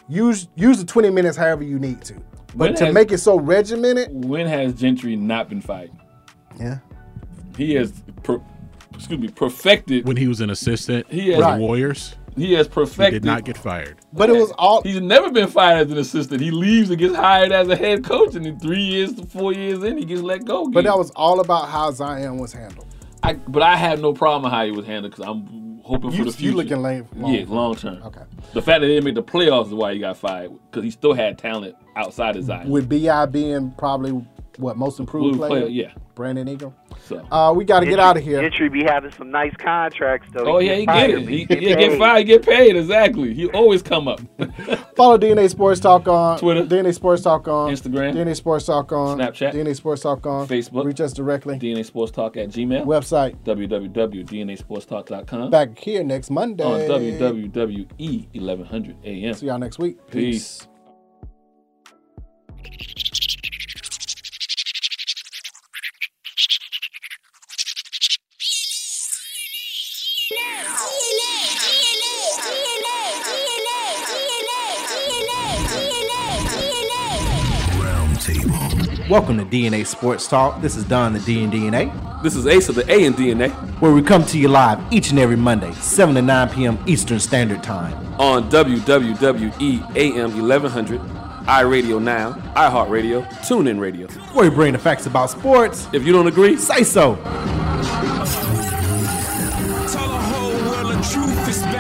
S5: use use the 20 minutes however you need to, but
S3: When
S5: to
S3: has-
S5: make it so regimented,
S3: when has Gentry not been fighting?
S5: Yeah.
S3: He has per, excuse me, perfected
S7: when he was an assistant
S3: He
S7: for
S3: has- Right.
S7: the Warriors.
S3: He has perfected.
S7: He did not get fired.
S5: But it was all.
S3: He's never been fired as an assistant. He leaves and gets hired as a head coach, and then three years to four years in, he gets let go. Again.
S5: but that was all about how Zion was handled.
S3: I, but I had no problem with how he was handled because I'm hoping
S5: You-
S3: for the
S5: you
S3: future.
S5: looking lame- long-
S3: yeah, long term.
S5: Okay.
S3: The fact that they didn't make the playoffs is why he got fired because he still had talent outside his eyes.
S5: With Bi being probably what most improved
S3: Improved
S5: player,
S3: player, yeah.
S5: Brandon Ingram.
S3: So
S5: Uh, we got to get out of here.
S12: Gentry be having some nice contracts though.
S3: Oh yeah, he
S12: fired,
S3: get
S12: but
S3: it. He,
S12: get
S3: yeah, get
S12: paid.
S3: fired, get paid. Exactly. He always come up.
S5: Follow DNA Sports Talk on
S3: Twitter.
S5: DNA Sports Talk on
S3: Instagram.
S5: DNA Sports Talk on
S3: Snapchat.
S5: DNA Sports Talk on
S3: Facebook.
S5: Reach us directly.
S3: DNA Sports Talk at Gmail.
S5: Website.
S3: www.dnasportstalk.com.
S5: Back here next Monday.
S3: on WWE 1100 AM. See
S5: y'all next week.
S3: Peace.
S2: Welcome to DNA Sports Talk. This is Don the D and DNA.
S6: This is Ace of the A and DNA
S2: where we come to you live each and every Monday, 7 to 9 p.m. Eastern Standard Time.
S6: on
S3: E
S6: WWE AM 1100, iRadio Now, iHeartRadio, TuneIn Radio.
S2: Where we bring the facts about sports.
S6: If you don't agree,
S2: say so.
S4: Tell the whole world the truth is back.